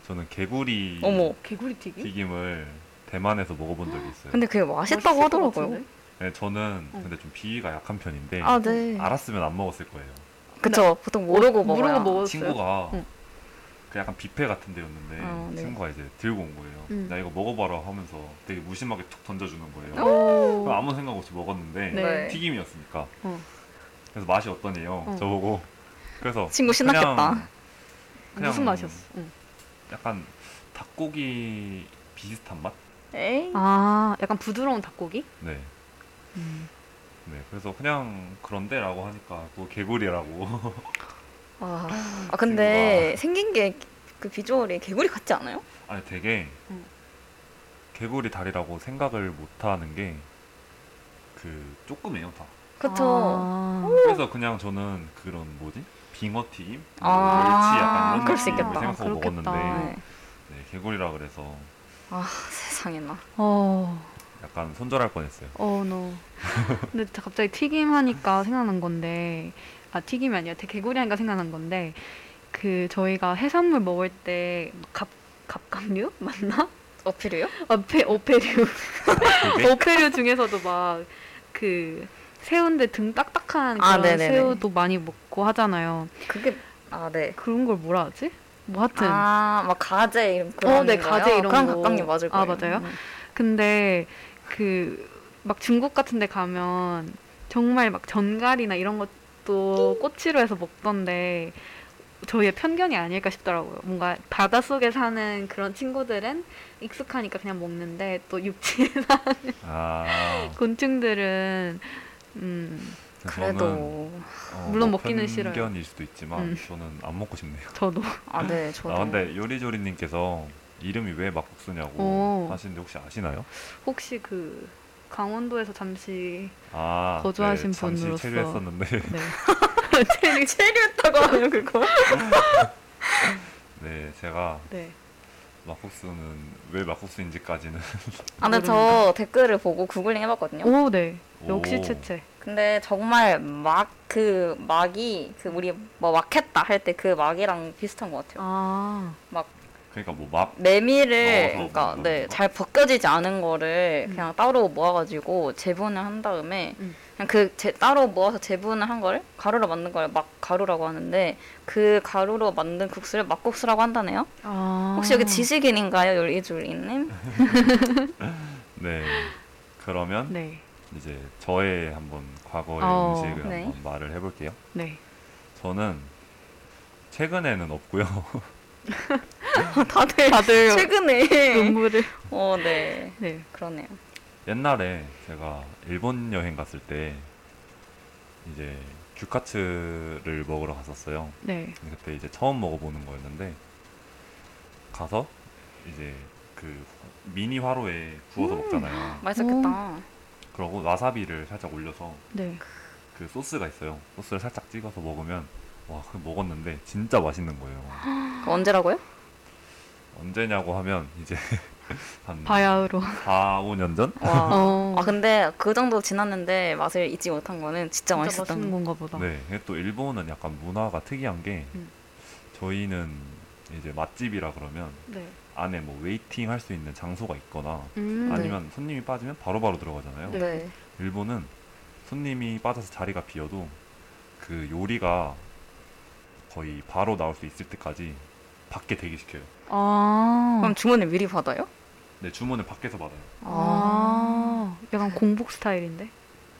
S4: 저는 개구리
S3: 어머.
S1: 개구리 튀김?
S4: 튀김을 대만에서 먹어본 적이 있어요.
S3: 근데 그게 맛있다고
S1: 맛있을 것
S3: 하더라고요.
S1: 같은데?
S4: 네, 저는
S1: 어.
S4: 근데 좀 비위가 약한 편인데
S3: 아 네.
S4: 알았으면 안 먹었을 거예요.
S3: 그쵸. 보통 모르고
S1: 모르고
S3: 먹어요.
S1: 먹었어요.
S4: 친구가
S1: 응. 어,
S4: 그 약간 뷔페 같은 데였는데
S3: 아, 네.
S4: 친구가 이제 들고 온 거예요.
S1: 음.
S4: 나 이거 먹어봐라 하면서 되게 무심하게 툭 던져주는 거예요.
S1: 오.
S4: 그럼 아무 생각 없이 먹었는데
S3: 네.
S4: 튀김이었으니까.
S1: 어.
S4: 그래서 맛이 어떠네요.
S1: 어.
S4: 저보고 그래서
S3: 친구 신났겠다.
S4: 그냥, 그냥
S1: 무슨 맛이었어? 응.
S4: 약간 닭고기 비슷한 맛?
S3: 네. 에이.
S1: 아, 약간 부드러운 닭고기?
S4: 네. 네, 그래서 그냥 그런데라고 하니까 또 개구리라고.
S3: 와. 아 근데 생긴 게 그 비주얼이 개구리 같지 않아요?
S4: 아니 되게
S3: 음.
S4: 개구리 다리라고 생각을 못 하는 게 그 조그매요 다.
S3: 그쵸.
S1: 아,
S4: 그래서 그냥 저는 그런 뭐지? 빙어튀김? 뭐
S3: 아,
S4: 멸치 약간 이런
S3: 그럴 수
S4: 느낌으로
S3: 있겠다.
S4: 생각하고
S1: 그렇겠다.
S4: 먹었는데
S3: 네.
S4: 네, 개구리라 그래서
S3: 아 세상에나.
S1: 어,
S4: 약간 손절할 뻔했어요.
S1: 어, 너. 근데 자- 갑자기 튀김 하니까 생각난 건데, 아, 튀김이 아니라 되- 개구리 하니까 생각난 건데, 그, 저희가 해산물 먹을 때, 뭐 갑, 갑각류? 맞나?
S3: 어필이요?
S1: 어페, 어페류.
S4: 그게
S1: 어패류 중에서도 막 그 새우인데 등 딱딱한
S3: 아,
S1: 그런
S3: 네네네.
S1: 새우도 많이 먹고 하잖아요.
S3: 그게 아 네.
S1: 그런 걸 뭐라 하지? 뭐 하여튼
S3: 아막 가재 이런 그런
S1: 네,
S3: 거요?
S1: 가재 이런
S3: 그런
S1: 거.
S3: 각각님 맞을
S1: 아,
S3: 거예요.
S1: 맞아요?
S3: 음.
S1: 근데 그 막 중국 같은 데 가면 정말 막 전갈이나 이런 것도 꼬치로 해서 먹던데 저희의 편견이 아닐까 싶더라고요. 뭔가 바닷속에 사는 그런 친구들은 익숙하니까 그냥 먹는데 또 육지에
S4: 아
S1: 곤충들은 음
S4: 저는
S3: 그래도
S4: 어,
S1: 물론
S4: 뭐
S1: 먹기는 싫어요.
S4: 편견일 수도 있지만
S1: 음.
S4: 저는 안 먹고 싶네요.
S1: 저도
S3: 아 네 저도
S4: 아 근데 요리조리님께서 이름이 왜 막국수냐고
S1: 오.
S4: 하시는데 혹시 아시나요?
S1: 혹시 그 강원도에서 잠시
S4: 아
S1: 거주하신
S4: 네, 잠시
S1: 분으로서.
S4: 체류했었는데
S1: 네.
S3: 체류 체류했다고 하네요 그거.
S4: 네 제가
S1: 네.
S4: 막국수는 왜 막국수인지까지는
S3: 아 근데 저 댓글을 보고 구글링 해봤거든요.
S1: 음. 오, 네. 역시
S4: 오.
S1: 채채.
S3: 근데 정말 막 그 막이 그 우리 뭐 막했다 할 때 그 막이랑 비슷한 것 같아요.
S1: 아.
S4: 그러니까 뭐막
S3: 메밀을
S4: 넣어서
S3: 그러니까
S4: 먹는
S3: 네,
S4: 거?
S3: 잘 벗겨지지 않은 거를
S1: 음.
S3: 그냥 따로 모아가지고 재분을 한 다음에
S1: 음.
S3: 그냥 그 제, 따로 모아서 재분을 한 거를 가루로 만든 걸 막 가루라고 하는데 그 가루로 만든 국수를 막국수라고 한다네요.
S1: 아.
S3: 혹시 여기 지식인인가요, 요리주리님?
S4: 네 그러면
S1: 네.
S4: 이제 저의 한번 과거의
S1: 어,
S4: 음식을
S3: 네.
S4: 한번 말을 해볼게요.
S1: 네.
S4: 저는 최근에는 없고요.
S3: 다들
S1: 다들
S3: 최근에
S1: 눈물을
S3: 어, 네,
S1: 네.
S3: 그러네요.
S4: 옛날에 제가 일본 여행 갔을 때 이제 규카츠를 먹으러 갔었어요.
S1: 네.
S4: 근데 그때 이제 처음 먹어보는 거였는데 가서 이제 그 미니 화로에 구워서 먹잖아요.
S3: 맛있었겠다.
S4: 그러고 와사비를 살짝 올려서
S1: 네.
S4: 그 소스가 있어요. 소스를 살짝 찍어서 먹으면 와, 그 먹었는데 진짜 맛있는 거예요.
S3: 그 언제라고요?
S4: 언제냐고 하면 이제 한
S1: 바야흐로.
S4: 4, 5년 전?
S3: 와.
S1: 어.
S3: 아 근데 그 정도 지났는데 맛을 잊지 못한 거는 진짜,
S1: 진짜
S3: 맛있었던
S1: 맛있는
S3: 거.
S1: 건가 보다.
S4: 네. 근데 또 일본은 약간 문화가 특이한 게
S1: 어. 음.
S4: 저희는 이제 맛집이라 그러면
S1: 네.
S4: 안에 뭐 웨이팅 할 수 있는 장소가 있거나
S1: 음.
S4: 아니면 손님이 빠지면 바로바로 들어가잖아요.
S1: 네.
S3: 네.
S4: 일본은 손님이 빠져서 자리가 비어도 그 요리가 거의 바로 나올 수 있을 때까지 밖에 대기시켜요.
S1: 아.
S3: 그럼 주문을 미리 받아요?
S4: 네, 주문을 밖에서 받아요.
S1: 아. 약간 공복 스타일인데.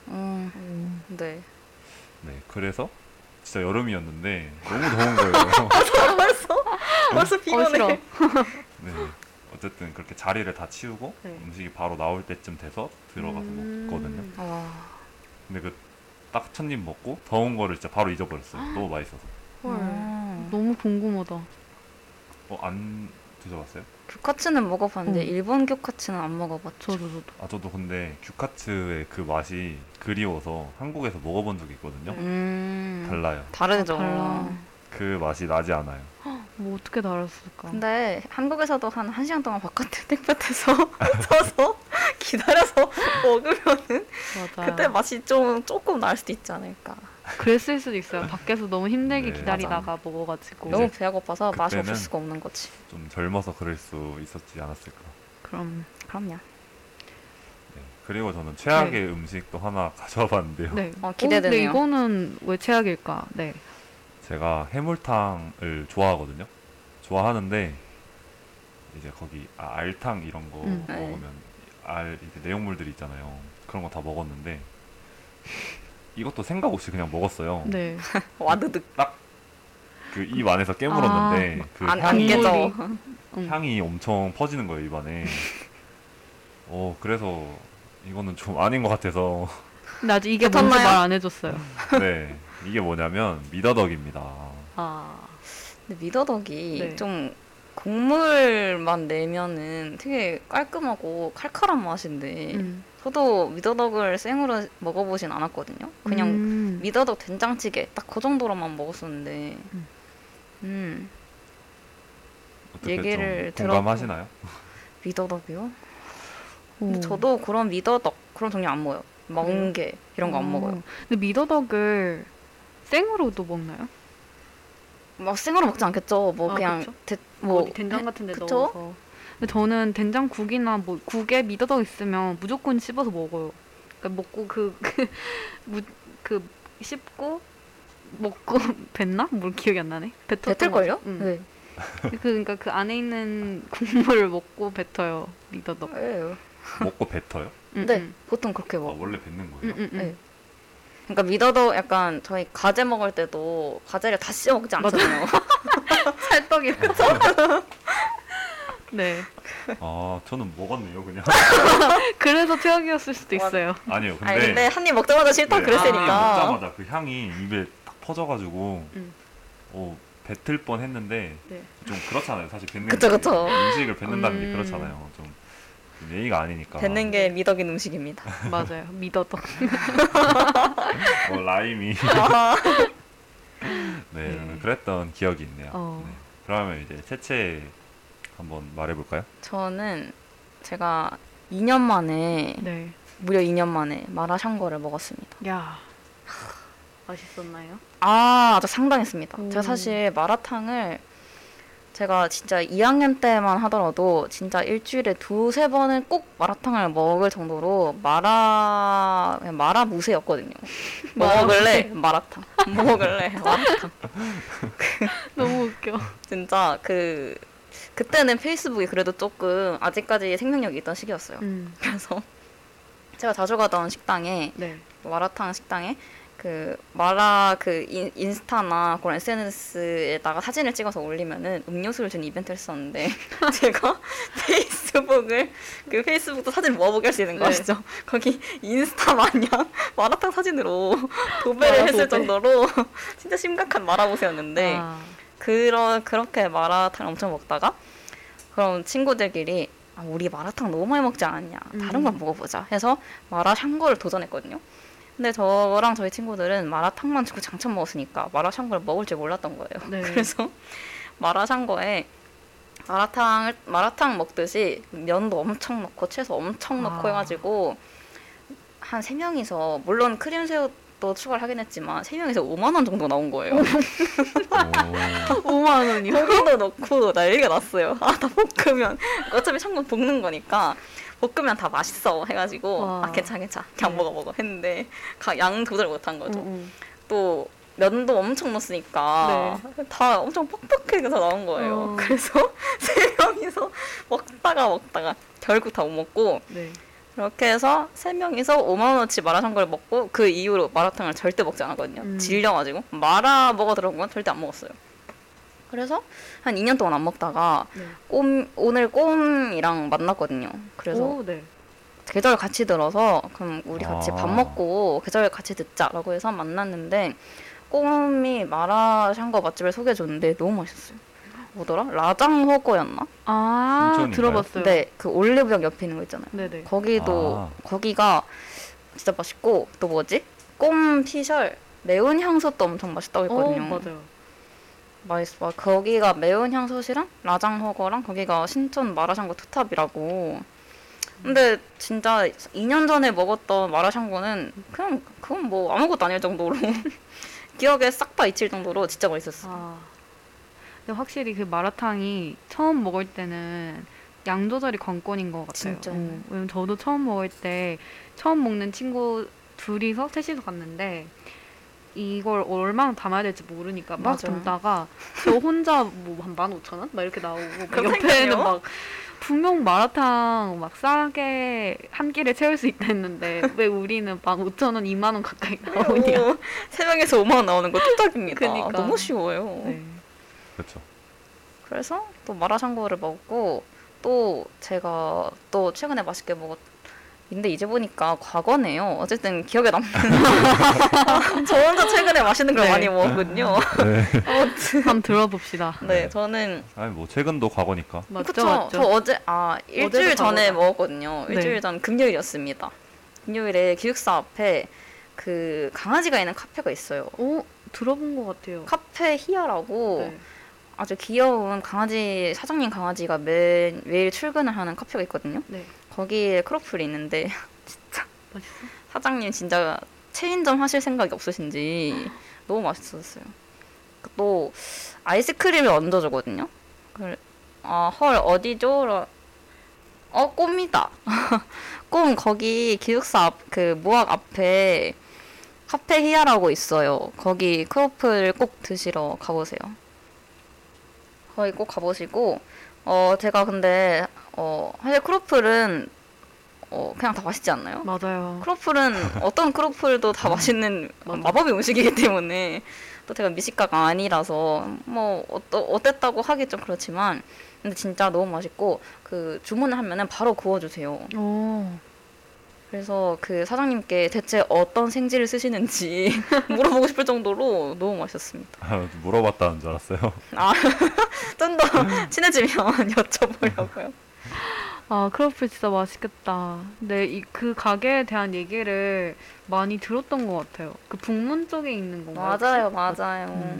S3: 음, 네.
S4: 네, 그래서 진짜 여름이었는데 너무 더운 거예요.
S3: 벌써
S1: 어, 싫어.
S4: 네. 어쨌든 그렇게 자리를 다 치우고
S1: 네.
S4: 음식이 바로 나올 때쯤 돼서 들어가서
S1: 음.
S4: 먹거든요.
S3: 와.
S4: 근데 그 딱 첫 입 먹고 더운 거를 진짜 바로 잊어버렸어요.
S1: 아.
S4: 너무 맛있어서.
S1: 헐.
S3: 음.
S1: 너무 궁금하다.
S4: 어, 안 드셔봤어요?
S3: 그 규카츠는 먹어봤는데
S1: 어.
S3: 일본 규카츠는 안 먹어봤죠.
S1: 저도 저도.
S4: 아, 저도 근데 규카츠의 그 맛이 그리워서 한국에서 먹어본 적이 있거든요.
S3: 음.
S4: 달라요.
S3: 다르죠.
S1: 달라.
S4: 그 맛이 나지 않아요.
S1: 뭐 어떻게 달았을까?
S3: 근데 한국에서도 한 1시간 동안 바깥에 땡볕에서 서서 기다려서 먹으면은
S1: 맞아요.
S3: 그때 맛이 좀 조금 날 수도 있지 않을까.
S1: 그랬을 수도 있어요. 밖에서 너무 힘들게
S4: 네,
S1: 기다리다가 먹어가지고
S4: 그 이제
S3: 너무 배가 고파서 맛이
S4: 그때는-
S3: 없을 수가 없는 거지.
S4: 좀 젊어서 그럴 수 있었지 않았을까.
S1: 그럼
S3: 그럼요.
S4: 네. 그리고 저는 최악의 음식도 하나 가져와 봤는데요.
S1: 네
S3: 어,
S1: 근데
S3: 기대되네요.
S1: 이거는 왜 최악일까? 네.
S4: 제가 해물탕을 좋아하거든요. 좋아하는데 이제 거기 아, 알탕 이런 거
S1: 음.
S3: 네.
S4: 먹으면 알 이제 내용물들 있잖아요. 그런 거 다 먹었는데 이것도 생각 없이 그냥 먹었어요.
S1: 네.
S3: 와드득.
S4: 그 입 안에서 깨물었는데 그
S3: 아, 안, 안
S4: 향이
S1: 깨져.
S3: 깨져.
S1: 음.
S4: 향이 엄청 퍼지는 거예요 입안에. 어 그래서 이거는 좀 아닌 것 같아서
S1: 근데 아직 이게 뭔지
S3: 붙었나요?
S1: 말 안 해줬어요.
S4: 네, 이게 뭐냐면 미더덕입니다.
S1: 아,
S3: 근데 미더덕이
S1: 네.
S3: 좀 국물만 내면은 되게 깔끔하고 칼칼한 맛인데
S1: 음.
S3: 저도 미더덕을 생으로 먹어보진 않았거든요. 그냥
S1: 음.
S3: 미더덕 된장찌개 딱 그 정도로만 먹었었는데
S1: 음.
S3: 음
S4: 어떻게
S3: 얘기를
S4: 좀 공감하시나요?
S3: 미더덕이요?
S1: 오.
S3: 근데 저도 그런 미더덕 그런 종류 안 먹어요. 멍게 이런 거 안
S1: 어.
S3: 먹어요.
S1: 근데 미더덕을 생으로도 먹나요?
S3: 막 생으로 먹지 않겠죠. 뭐
S1: 아,
S3: 그냥
S1: 그쵸?
S3: 데-
S1: 뭐
S3: 뭐
S1: 어디 된장 같은 데
S3: 그쵸?
S1: 넣어서. 근데 저는 된장국이나 뭐 국에 미더덕 있으면 무조건 씹어서 먹어요. 그러니까 먹고 그, 그, 무, 그 씹고 먹고 뱉나? 뭘 기억이 안 나네. 뱉었던
S3: 뱉을걸요?
S1: 것 같- 응.
S3: 네.
S1: 그, 그러니까 그 안에 있는 국물을 먹고 뱉어요. 미더덕. 음,
S3: 네.
S4: 먹고 뱉어요?
S1: 응,
S3: 네,
S1: 응.
S3: 보통 그렇게
S4: 아,
S3: 먹어.
S4: 원래 뱉는 거예요?
S1: 응, 응, 응.
S3: 네. 그러니까 미더덕 약간 저희 과제 먹을 때도 과제를 다 씹어 먹지
S1: 맞아.
S3: 않잖아요.
S1: 찰떡이 네.
S4: 아, 저는 먹었네요, 그냥.
S1: 그래서 최악이었을 수도 있어요.
S4: 아니요,
S3: 아니 근데
S4: 근데
S3: 한 입 먹자마자 싫다
S4: 네,
S1: 아.
S3: 그랬으니까.
S4: 먹자마자 그 향이 입에 딱 퍼져가지고
S1: 음.
S4: 어, 뱉을 뻔했는데
S1: 네.
S4: 좀 그렇잖아요. 사실 뱉는
S3: 그쵸,
S4: 게
S3: 그쵸.
S4: 음식을 뱉는다는 게
S1: 음.
S4: 그렇잖아요. 좀 예의가 아니니까.
S3: 뱉는 게 미덕인 음식입니다.
S1: 맞아요. 미더덕.
S4: 어, 라임이.
S3: 아.
S4: 네,
S1: 네.
S4: 그랬던 기억이 있네요.
S1: 어.
S4: 네. 그러면 이제 채채 한번 말해볼까요?
S3: 저는 제가 2년 만에
S1: 네.
S3: 무려 2년 만에 마라샹궈를 먹었습니다.
S1: 야. 맛있었나요?
S3: 아, 저 상당했습니다.
S1: 오.
S3: 제가 사실 마라탕을 제가 진짜 2학년 때만 하더라도 진짜 일주일에 두세 번은 꼭 마라탕을 먹을 정도로 마라 그냥 마라 무쇠였거든요. 먹을래 마라탕. 먹을래 마라탕.
S1: 너무 웃겨.
S3: 진짜 그 그때는 페이스북이 그래도 조금 아직까지 생명력이 있던 시기였어요.
S1: 음.
S3: 그래서 제가 자주 가던 식당에
S1: 네.
S3: 마라탕 식당에 그 마라 그 인, 인스타나 그런 SNS에다가 사진을 찍어서 올리면은 음료수를 주는 이벤트를 했었는데 제가 페이스북을 그 페이스북도 사진을 모아보게 할 수 있는 거
S1: 네.
S3: 아시죠? 거기 인스타 마냥 마라탕 사진으로 도배를
S1: 마라
S3: 했을
S1: 도배.
S3: 정도로 진짜 심각한 마라보세였는데
S1: 아.
S3: 그런 그렇게 마라탕 엄청 먹다가 그럼 친구들끼리 아, 우리 마라탕 너무 많이 먹지 않았냐 다른
S1: 음.
S3: 걸 먹어보자 해서 마라샹궈를 도전했거든요. 근데 저랑 저희 친구들은 마라탕만 주고 장참 먹었으니까 마라샹궈를 먹을 줄 몰랐던 거예요.
S1: 네.
S3: 그래서 마라샹궈에 마라탕을 마라탕 먹듯이 면도 엄청 넣고 채소 엄청 넣고
S1: 아.
S3: 해가지고 한 세 명이서 물론 크림새우도 추가를 하긴 했지만 세 명이서 5만 원 정도 나온 거예요.
S4: 오.
S1: 5만 원이요?
S3: 고기도 넣고 난리가 났어요. 아, 다 볶으면 어차피 참고 볶는 거니까 볶으면 다 맛있어 해가지고
S1: 와.
S3: 아 괜찮 괜찮 그냥
S1: 네. 음.
S3: 먹어 먹어 했는데 가- 양 조절 못한 거죠.
S1: 응,
S3: 또 면도 엄청 넣었으니까 다 엄청 뻑뻑해서 나온 거예요.
S1: 네. 어.
S3: 그래서 세 명이서 먹다가 먹다가 결국 다 못 먹고
S1: 응. 네.
S3: 이렇게 해서 세 명이서 5만 원어치 마라샹궈를 먹고 그 이후로 마라탕을 절대 먹지 않았거든요.
S1: 음.
S3: 질려가지고 마라 먹어 들어간 건 절대 안 먹었어요. 그래서 한 2년 동안 안 먹다가
S1: 네.
S3: 꼼, 오늘 꼼이랑 만났거든요. 그래서
S1: 오, 네.
S3: 계절 같이 들어서 그럼 우리 같이
S4: 아.
S3: 밥 먹고 계절 같이 듣자라고 해서 만났는데 꼼이 마라샹궈 맛집을 소개해줬는데 너무 맛있었어요. 뭐더라? 라장허거였나?
S1: 아,
S4: 신촌인가요?
S1: 들어봤어요.
S3: 네, 그 올리브영 옆에 있는 거 있잖아요.
S1: 네네.
S3: 거기도
S4: 아.
S3: 거기가 진짜 맛있고 또 뭐지? 꼼 피셜 매운 향수도 엄청 맛있다고
S1: 오,
S3: 했거든요.
S1: 어, 맞아요.
S3: 맛있어. 거기가 매운 향수시랑 라장허거랑 거기가 신촌 마라샹궈 투탑이라고. 근데 진짜 2년 전에 먹었던 마라샹궈는 그냥 그건 뭐 아무것도 아닐 정도로 기억에 싹 다 잊힐 정도로 진짜 맛있었어.
S1: 아. 근데 확실히 그 마라탕이 처음 먹을 때는 양 조절이 관건인 것 같아요.
S3: 진짜.
S1: 어, 왜냐면 저도 처음 먹을 때 처음 먹는 친구 둘이서 셋이서 갔는데 이걸 얼마나 담아야 될지 모르니까 막
S3: 맞아요.
S1: 담다가 저 혼자 뭐한 15,000원? 막 이렇게 나오고 그
S3: 그러니까요.
S1: 옆에는 막 분명 마라탕 막 싸게 한 끼를 채울 수 있다 했는데 왜 우리는 막 5,000원, 2만 원 가까이 나오냐.
S3: 오, 세 명에서 5만 원 나오는 거 투탁입니다.
S1: 아, 그니까.
S3: 너무 쉬워요.
S1: 네.
S4: 그렇죠.
S3: 그래서 또 마라샹궈를 먹고 또 제가 또 최근에 맛있게 먹었 근데 이제 보니까 과거네요. 어쨌든 기억에 남는. 저 혼자 최근에 맛있는 걸
S1: 네.
S3: 많이 먹었군요.
S4: 네.
S3: 아무튼
S1: 한번 들어봅시다.
S3: 네, 저는
S4: 아니 뭐 최근도 과거니까.
S1: 맞죠?
S3: 그쵸.
S1: 맞죠?
S3: 저 어제 아 일주일
S1: 어제도
S3: 전에
S1: 가보다.
S3: 먹었거든요.
S1: 네.
S3: 일주일 전 금요일이었습니다. 금요일에 기숙사 앞에 그 강아지가 있는 카페가 있어요.
S1: 오, 들어본 것 같아요.
S3: 카페 히어라고
S1: 네.
S3: 아주 귀여운 강아지 사장님 강아지가 매, 매일 출근을 하는 카페가 있거든요.
S1: 네.
S3: 거기에 크로플이 있는데
S1: 맛있어?
S3: 사장님 진짜 체인점 하실 생각이 없으신지 너무 맛있었어요. 또 아이스크림을 얹어주거든요. 그걸 아헐 어디죠? 라- 어 꿈이다. 꿈 거기 기숙사 앞 그 모학 앞에 카페 히아라고 있어요. 거기 크로플 꼭 드시러 가보세요. 거기 꼭 가보시고 어 제가 근데 어 사실 크로플은 어 그냥 다 맛있지 않나요?
S1: 맞아요.
S3: 크로플은 어떤 크로플도 다 맛있는
S1: 음. 맞아.
S3: 마법의 음식이기 때문에 또 제가 미식가가 아니라서 뭐 어떠, 어땠다고 하기 좀 그렇지만 근데 진짜 너무 맛있고 그 주문을 하면은 바로 구워주세요.
S1: 오,
S3: 그래서 그 사장님께 대체 어떤 생지를 쓰시는지 물어보고 싶을 정도로 너무 맛있었습니다.
S4: 아, 물어봤다는 줄 알았어요.
S3: 좀 더
S1: 음.
S3: 친해지면 여쭤보려고요.
S1: 아 크로플 진짜 맛있겠다. 근데 이 그 가게에 대한 얘기를 많이 들었던 것 같아요. 그 북문 쪽에 있는 건가요?
S3: 맞아요,
S1: 혹시?
S3: 맞아요.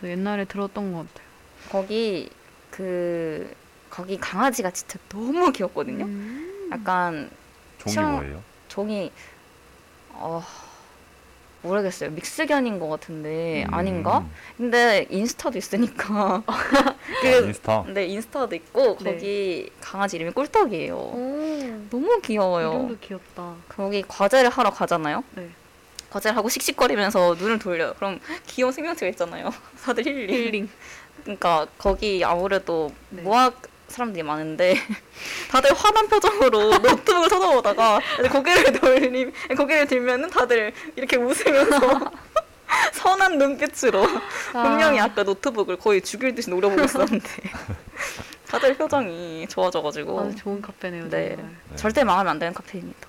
S1: 네, 옛날에 들었던 것 같아요.
S3: 거기 그 거기 강아지가 진짜 너무 귀엽거든요.
S1: 음.
S3: 약간
S4: 종이
S3: 시험-
S4: 뭐예요?
S3: 종이 어 모르겠어요 믹스견인 것 같은데
S4: 음.
S3: 네, 아닌가? 근데 인스타도 있으니까
S4: 아,
S3: 그
S4: 인스타.
S3: 네 인스타도 있고
S1: 네.
S3: 거기 강아지 이름이 꿀떡이에요.
S1: 오,
S3: 너무 귀여워요.
S1: 이름도 귀엽다.
S3: 거기 과제를 하러 가잖아요.
S1: 네.
S3: 과제를 하고 씩씩거리면서 눈을 돌려요. 그럼 귀여운 생명체가 있잖아요. 다들 힐링.
S1: 힐링.
S3: 그러니까 거기 아무래도
S1: 네.
S3: 모학 사람들이 많은데 다들 화난 표정으로 노트북을 쳐다보다가 이제 고개를 돌림 고개를 들면은 다들 이렇게 웃으면서 선한 눈빛으로 분명히 아까 노트북을 거의 죽일 듯이 노려보고 있었는데 다들 표정이 좋아져가지고
S1: 아주 좋은 카페네요.
S3: 네.
S1: 정말.
S4: 네.
S3: 절대 망하면 안 되는 카페입니다.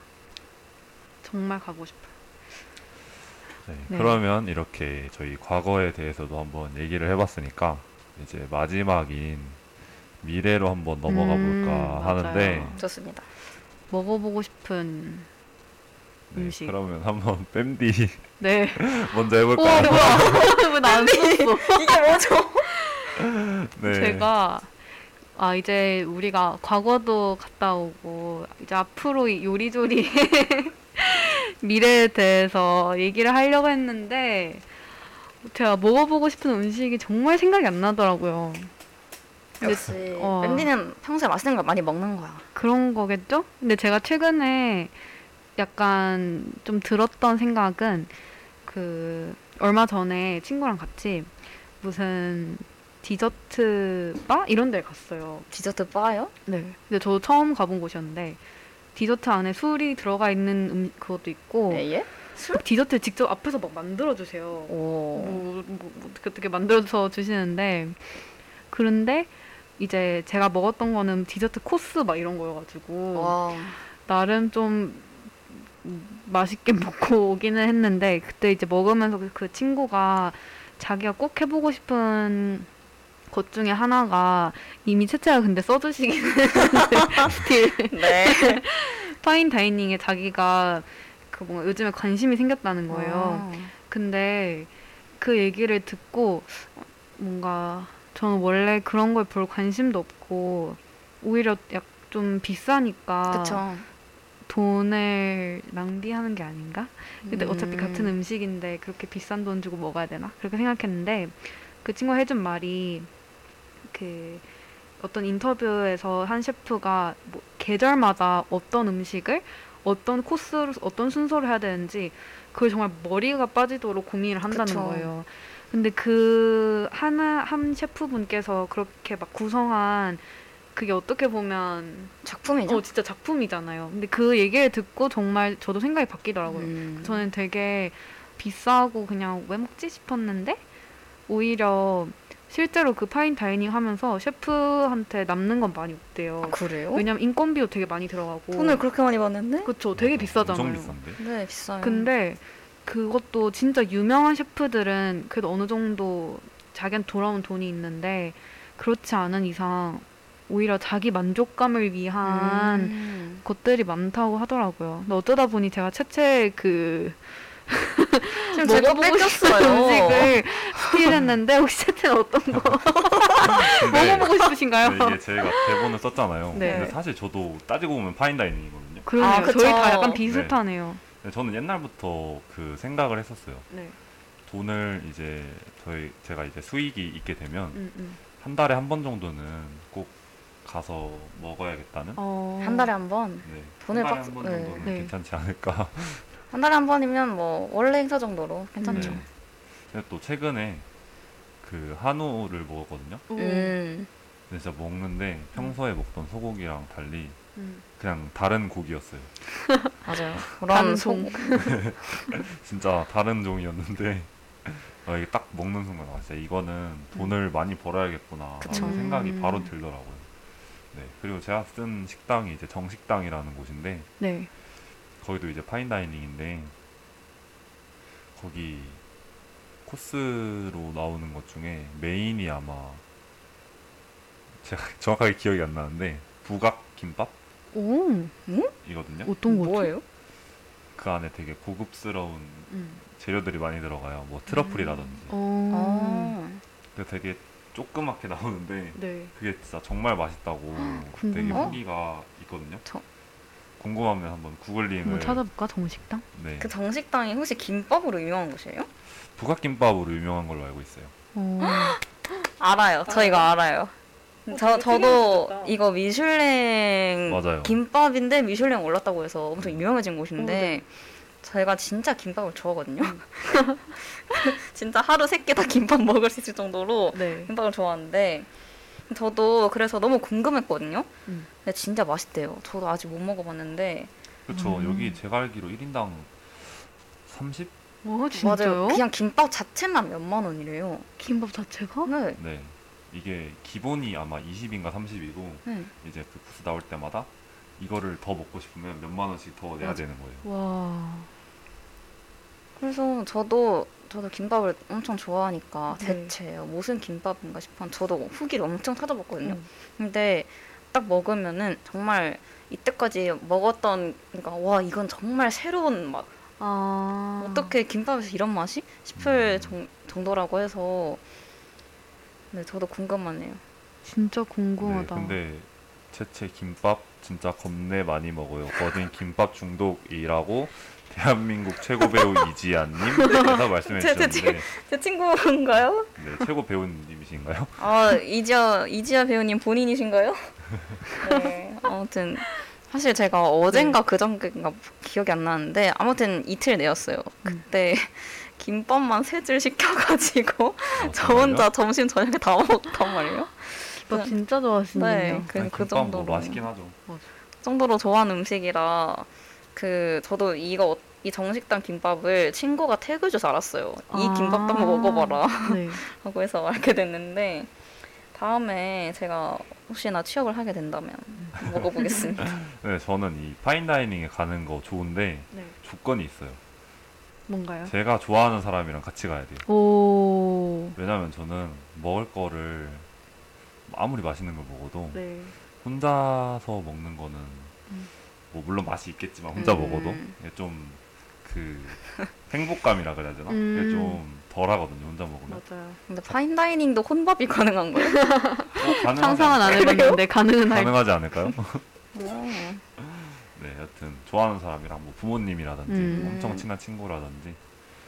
S1: 정말 가고 싶어요.
S4: 네,
S1: 네.
S4: 그러면 이렇게 저희 과거에 대해서도 한번 얘기를 해봤으니까 이제 마지막인 미래로 한번 넘어가
S1: 음,
S4: 볼까 하는데
S1: 맞아요.
S3: 좋습니다.
S1: 먹어보고 싶은
S4: 네,
S1: 음식.
S4: 그러면 한번 뺨디
S1: 네.
S4: 먼저
S1: 오,
S4: 해볼까요?
S1: 뭐야? 왜나안 썼어?
S3: 이게 뭐죠?
S4: 네.
S1: 제가 아 이제 우리가 과거도 갔다 오고 이제 앞으로 이 요리조리 미래에 대해서 얘기를 하려고 했는데 제가 먹어보고 싶은 음식이 정말 생각이 안 나더라고요. 근데-
S3: 역시
S1: 어.
S3: 웬디는 평소에 맛있는 걸 많이 먹는 거야.
S1: 그런 거겠죠? 근데 제가 최근에 약간 좀 들었던 생각은 그 얼마 전에 친구랑 같이 무슨 디저트 바 이런 데 갔어요.
S3: 디저트 바요?
S1: 네. 근데 저 처음 가본 곳이었는데 디저트 안에 술이 들어가 있는 음, 그것도 있고
S3: 예, 예?
S1: 디저트 직접 앞에서 막 만들어 주세요.
S3: 오.
S1: 뭐, 뭐, 뭐 어떻게 어떻게 만들어서 주시는데 그런데 이제 제가 먹었던 거는 디저트 코스 막 이런 거여가지고
S3: 와.
S1: 나름 좀 맛있게 먹고 오기는 했는데 그때 이제 먹으면서 그- 그 친구가 자기가 꼭 해보고 싶은 것 중에 하나가 이미 채채가 근데 써주시긴 했는데 스틸
S3: 네.
S1: 파인 다이닝에 자기가 그 뭔가 요즘에 관심이 생겼다는 거예요.
S3: 아.
S1: 근데 그 얘기를 듣고 뭔가 저는 원래 그런 걸 볼 관심도 없고 오히려 약 좀 비싸니까
S3: 그쵸.
S1: 돈을 낭비하는 게 아닌가? 근데 어차피
S3: 음.
S1: 같은 음식인데 그렇게 비싼 돈 주고 먹어야 되나? 그렇게 생각했는데 그 친구가 해준 말이 그 어떤 인터뷰에서 한 셰프가 뭐 계절마다 어떤 음식을 어떤 코스로 어떤 순서로 해야 되는지 그걸 정말 머리가 빠지도록 고민을 한다는
S3: 그쵸.
S1: 거예요. 근데 그 하나 한 셰프분께서 그렇게 막 구성한 그게 어떻게 보면
S3: 작품이죠.
S1: 어, 진짜 작품이잖아요. 근데 그 얘기를 듣고 정말 저도 생각이 바뀌더라고요.
S3: 음.
S1: 저는 되게 비싸고 그냥 왜 먹지 싶었는데 오히려 실제로 그 파인 다이닝 하면서 셰프한테 남는 건 많이 없대요.
S3: 아, 그래요?
S1: 왜냐면 인건비도 되게 많이 들어가고
S3: 돈을 그렇게 많이 받는데?
S1: 그쵸 어, 되게 비싸잖아요.
S4: 어, 엄청 비싼데.
S3: 네, 비싸요.
S1: 그- 근데 그것도 진짜 유명한 셰프들은 그래도 어느 정도 자기한테 돌아온 돈이 있는데 그렇지 않은 이상 오히려 자기 만족감을 위한
S3: 음.
S1: 것들이 많다고 하더라고요. 근데 어쩌다 보니 제가 채채 그
S3: 지금 제가
S1: 먹어보고 싶은 음식을 스틸했는데 혹시 채채는 어떤 거
S4: 근데
S1: 먹어보고 싶으신가요?
S4: 근데 네. 이게 제가 대본을 썼잖아요.
S1: 네.
S4: 근데 사실 저도 따지고 보면 파인다이닝이거든요.
S1: 그러네요.
S3: 아, 그쵸.
S1: 저희 다 약간 비슷하네요.
S4: 근데 저는 옛날부터 그 생각을 했었어요.
S1: 네.
S4: 돈을 이제 저희 제가 이제 수익이 있게 되면
S1: 음, 음.
S4: 한 달에 한 번 정도는 꼭 가서 먹어야겠다는.
S1: 어...
S3: 한 달에 한 번.
S4: 네.
S3: 돈을
S4: 한 달에
S3: 빡-
S4: 한 번
S3: 네.
S4: 정도는
S1: 네.
S4: 괜찮지 않을까.
S3: 한 달에 한 번이면 뭐 원래 행사 정도로 괜찮죠.
S1: 음.
S4: 네. 근데 또 최근에 그 한우를 먹었거든요.
S1: 오.
S3: 음.
S4: 근데 진짜 먹는데 평소에 먹던 소고기랑 달리
S1: 음.
S4: 그냥 다른 고기였어요.
S3: 맞아요.
S1: 다른
S3: 그런
S1: 음.
S3: 소
S4: 진짜 다른 종이었는데 아, 이게 딱 먹는 순간 아 진짜 이거는 돈을 많이 벌어야겠구나
S3: 음. 그쵸.
S4: 라는 생각이
S1: 음.
S4: 바로 들더라고요. 네 그리고 제가 쓴 식당이 이제 정식당이라는 곳인데
S1: 네.
S4: 거기도 이제 파인다이닝인데 거기 코스로 나오는 것 중에 메인이 아마 제가 정확하게 기억이 안 나는데 부각 김밥이거든요.
S1: 오. 어떤 거죠?
S3: 뭐예요?
S4: 그 안에 되게 고급스러운
S1: 음.
S4: 재료들이 많이 들어가요. 뭐 트러플이라든지.
S1: 어.
S3: 어.
S4: 근데 되게 조그맣게 나오는데
S1: 네.
S4: 그게 진짜 정말 맛있다고
S1: 아, 궁금해.
S4: 되게
S3: 어?
S4: 후기가 있거든요.
S3: 저-
S4: 궁금하면 한번 구글링을
S1: 뭐 찾아볼까 정식당?
S4: 네
S3: 그 정식당이 혹시 김밥으로 유명한 곳이에요?
S4: 부각김밥으로 유명한 걸로 알고 있어요.
S1: 어.
S3: 알아요. 저 이거 알아요. 저
S1: 되게
S3: 저도
S1: 맛있겠다.
S3: 이거 미슐랭
S4: 맞아요.
S3: 김밥인데 미슐랭 올랐다고 해서 엄청 유명해진 곳인데
S1: 어, 네. 음.
S3: 제가 진짜 김밥을 좋아하거든요. 진짜 하루 세 개 다 김밥 먹을 수 있을 정도로
S1: 네.
S3: 김밥을 좋아하는데 저도 그래서 너무 궁금했거든요.
S1: 음.
S3: 근데 진짜 맛있대요. 저도 아직 못 먹어봤는데
S4: 그렇죠.
S1: 음.
S4: 여기 제가 알기로 1인당 30?
S1: 어 진짜요?
S3: 맞아요. 그냥 김밥 자체만 몇만 원이래요.
S1: 김밥 자체가?
S3: 네.
S4: 네 이게 기본이 아마 20인가 30이고
S3: 네.
S4: 이제 그 코스 나올 때마다 이거를 더 먹고 싶으면 몇만 원씩 더 내야
S3: 맞아.
S4: 되는 거예요.
S1: 와.
S3: 그래서 저도 저도 김밥을 엄청 좋아하니까
S1: 네.
S3: 대체 무슨 김밥인가 싶어 저도 후기를 엄청 찾아봤거든요.
S1: 음.
S3: 근데 딱 먹으면은 정말 이때까지 먹었던 그러니까 와 이건 정말 새로운 맛.
S1: 아.
S3: 어떻게 김밥에서 이런 맛이 싶을
S4: 음.
S3: 정, 정도라고 해서 네 저도 궁금하네요.
S1: 진짜
S4: 네,
S1: 궁금하다.
S4: 근데 채채 김밥 진짜 겁내 많이 먹어요. 거진 김밥 중독이라고 대한민국 최고 배우 이지아님께서 말씀해
S3: 제- 제
S4: 주셨는데
S3: 제 친구인가요?
S4: 네, 최고 배우님이신가요?
S3: 아 이지아 이지아 배우님 본인이신가요? 네. 아무튼 사실 제가
S4: 네.
S3: 어젠가 그전가 기억이 안 나는데 아무튼 이틀 내였어요. 그때
S4: 음.
S3: 김밥만 세 줄 시켜가지고
S4: 어,
S3: 저 혼자 점심 저녁에 다 먹었단 말이에요.
S1: 김밥 진짜 좋아하시는군요.
S3: 네, 그래서 그
S4: 음. 김밥
S3: 정도로
S4: 뭐 맛있긴 하죠.
S3: 정도로 좋아하는 음식이라 그 저도 이거 어- 이 정식당 김밥을 친구가 태그 줘서 알았어요. 이
S1: 아.
S3: 김밥도 한번 먹어봐라.
S1: 네.
S3: 하고 해서 알게 됐는데 다음에 제가 혹시나 취업을 하게 된다면 먹어보겠습니다.
S4: 네, 저는 이 파인다이닝에 가는 거 좋은데
S1: 네.
S4: 조건이 있어요.
S1: 뭔가요?
S4: 제가 좋아하는 사람이랑 같이 가야 돼요.
S1: 오.
S4: 왜냐면 저는 먹을 거를 아무리 맛있는 걸 먹어도
S1: 네.
S4: 혼자서 먹는 거는
S1: 음.
S4: 뭐 물론 맛이 있겠지만 혼자
S3: 음.
S4: 먹어도 좀 그 행복감이라 그래야 되나? 그게
S1: 음.
S4: 좀 덜하거든요. 혼자 먹으면.
S1: 맞아요.
S3: 근데 파인다이닝도 혼밥이 가능한 거예요?
S4: 어, 가능하지
S1: 뭐 상상은 안
S4: 않을까요?
S1: 해봤는데 가능은 할.
S4: 가능하지 않을까요?
S3: 네.
S4: 네, 여튼 좋아하는 사람이랑 뭐 부모님이라든지
S1: 음.
S4: 뭐 엄청 친한 친구라든지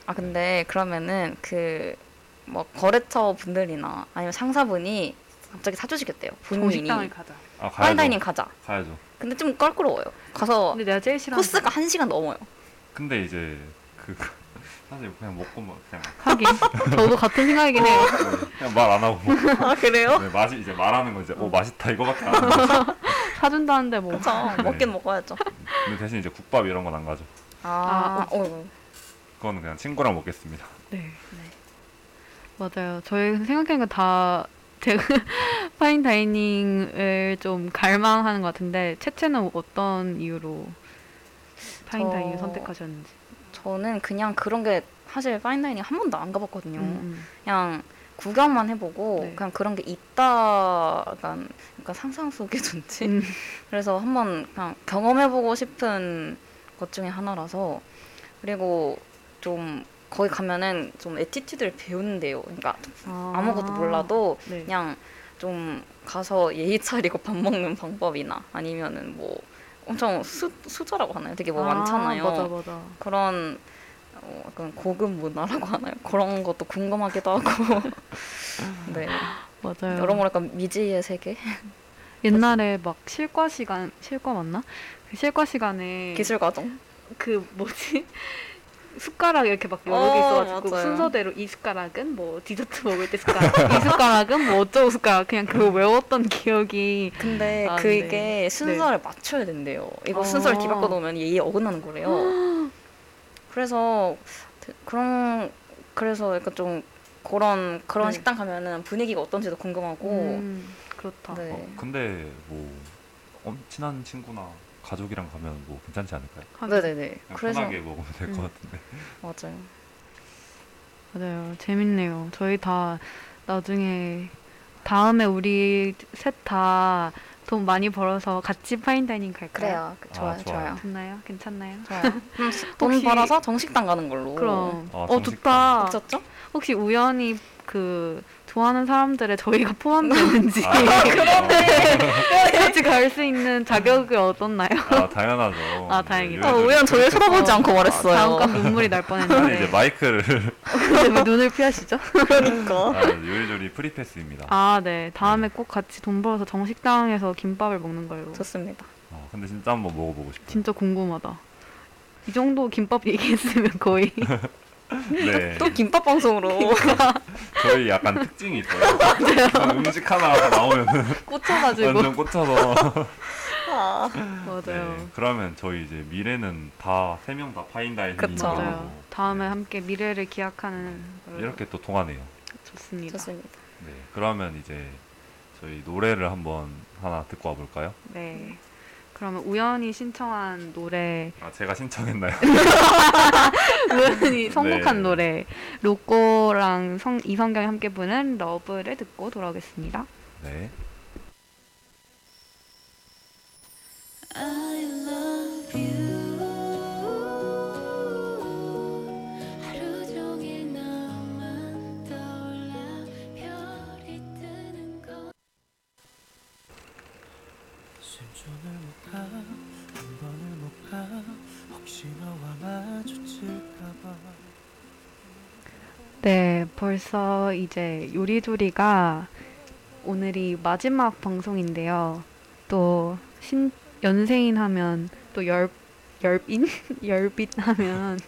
S3: 아 근데 그러면은 그 뭐 거래처 분들이나 아니면 상사분이 갑자기 사주시겠대요. 본인이
S1: 정식당을 가자.
S4: 아 가야죠.
S3: 파인다이닝 가자.
S4: 가야죠.
S3: 근데 좀 껄끄러워요. 가서
S1: 근데 내가 제일 싫어하는
S3: 코스가 한 시간 넘어요.
S4: 근데 이제 그 사실 그냥 먹고 막 그냥
S1: 하긴. 저도 같은 생각이긴 해요.
S4: 그냥 말 안 하고 먹고.
S3: 아 그래요?
S4: 네, 맛이 이제 말하는 거 이제 어 맛있다 이거밖에 안 하는 거.
S1: 사준다는데 뭐.
S3: 그쵸. 먹긴 먹어야죠.
S4: 근데 대신 이제 국밥 이런 건 안 가죠.
S3: 아,
S1: 아,
S3: 어.
S4: 그거는 그냥 친구랑 먹겠습니다.
S1: 네. 맞아요. 저희 생각하는 거다 제가 파인 다이닝을 좀 갈망하는 것 같은데 채채는 어떤 이유로 파인
S3: 저-
S1: 다이닝 선택하셨는지.
S3: 저는 그냥 그런 게 사실 파인다이닝 한 번도 안 가봤거든요.
S1: 음,
S3: 그냥 구경만 해보고
S1: 네.
S3: 그냥 그런 게 있다간 약간 상상 속의 존재.
S1: 음.
S3: 그래서 한번 그냥 경험해보고 싶은 것 중에 하나라서 그리고 좀 거기 가면은 좀 에티튜드를 배운대요. 그러니까
S1: 아.
S3: 아무것도 몰라도
S1: 네.
S3: 그냥 좀 가서 예의 차리고 밥 먹는 방법이나 아니면은 뭐 엄청 수, 수저라고 하나요? 되게 뭐
S1: 아,
S3: 많잖아요.
S1: 맞아 맞아.
S3: 그런 어, 약간 고급 문화라고 하나요? 그런 것도 궁금하기도 하고 네
S1: 맞아요.
S3: 여러모로 약간 미지의 세계
S1: 옛날에 막 실과 시간 실과 맞나? 그 실과 시간에
S3: 기술 과정
S1: 그 뭐지? 숟가락 이렇게 막 여러
S3: 어,
S1: 개 있어가지고
S3: 맞아요.
S1: 순서대로 이 숟가락은 뭐 디저트 먹을 때 숟가락, 이 숟가락은 뭐 어쩌고 숟가락 그냥 그거 외웠던 기억이
S3: 근데
S1: 아,
S3: 그게
S1: 네.
S3: 순서를 맞춰야 된대요 이거
S1: 어.
S3: 순서를 뒤바꿔 놓으면 예의에 어긋나는 거래요 그래서 그- 그런 그래서 약간 좀 그런 그런
S1: 네.
S3: 식당 가면은 분위기가 어떤지도 궁금하고
S1: 음, 그렇다.
S3: 네.
S4: 어, 근데 뭐 엄- 친한 친구나 가족이랑 가면 뭐 괜찮지 않을까요?
S1: 하긴.
S3: 아, 네네네
S4: 그냥
S3: 그래서
S4: 아, 편하게 먹으면 될 것
S1: 음.
S4: 같은데.
S3: 맞아요
S1: 맞아요. 재밌네요. 저희 다 나중에 다음에 우리 셋 다 돈 많이 벌어서 같이 파인다이닝 갈까요?
S3: 그래요 좋아요
S4: 좋아요.
S3: 좋아요
S1: 좋나요? 괜찮나요?
S3: 좋아요 그럼 네. 돈
S1: 혹시-
S3: 벌어서 정식당 가는 걸로
S1: 그럼.
S4: 아,
S1: 어
S4: 정식당.
S1: 좋다.
S3: 미쳤죠?
S1: 혹시 우연히 그 좋아하는 사람들의 저희가 포함되는지
S4: 아,
S1: 네, 같이 갈 수 있는 자격을 얻었나요?
S4: 아, 당연하죠. 네,
S1: 아, 다행이다.
S3: 아,
S4: 요즘
S3: 우연 저를 쳐다보지
S1: 어,
S3: 않고 말했어요.
S4: 아,
S1: 잠깐 눈물이 날
S4: 아니, 이제
S1: 뻔했는데
S4: 마이크를
S1: 근데 왜뭐 눈을 피하시죠?
S3: 그러니까.
S4: 아, 요리조리 프리패스입니다.
S1: 어. 아 네 다음에 꼭 같이 돈 벌어서 정식당에서 김밥을 먹는 걸로
S3: 좋습니다.
S4: 어, 근데 진짜 한번 먹어보고 싶어요.
S1: 진짜 궁금하다 이 정도 김밥 얘기했으면 거의
S4: 네.
S3: 또 김밥 방송으로
S4: 저희 약간 특징이 있어요. 음식 하나 나오면
S1: 아, 꽂혀가지고
S4: 완전 꽂혀서.
S3: 아,
S1: 맞아요
S4: 네, 그러면 저희 이제 미래는 다 세 명 다 파인다이닝 네,
S3: 그쵸.
S1: 맞아요 다음에 함께 미래를 기약하는 걸로
S4: 이렇게 또 통하네요.
S1: 좋습니다
S3: 음, 좋습니다.
S4: 네. 그러면 이제 저희 노래를 한번 하나 듣고 와볼까요?
S1: 네 그러면 우연히 신청한 노래
S4: 아 제가 신청했나요?
S1: 우연히 선곡한
S4: 네.
S1: 노래 로꼬랑 성, 이성경이 함께 부른 러브를 듣고 돌아오겠습니다
S4: 네.
S2: I love you 하루 종일 너만 떠올라 별이 뜨는 것
S5: 신촌을 못 가, 한 번을 못 가, 혹시 너와 마주칠까봐.
S1: 네, 벌써 이제 요리조리가 오늘이 마지막 방송인데요. 또 신, 연세인 하면 또 열, 열인? 열빛 하면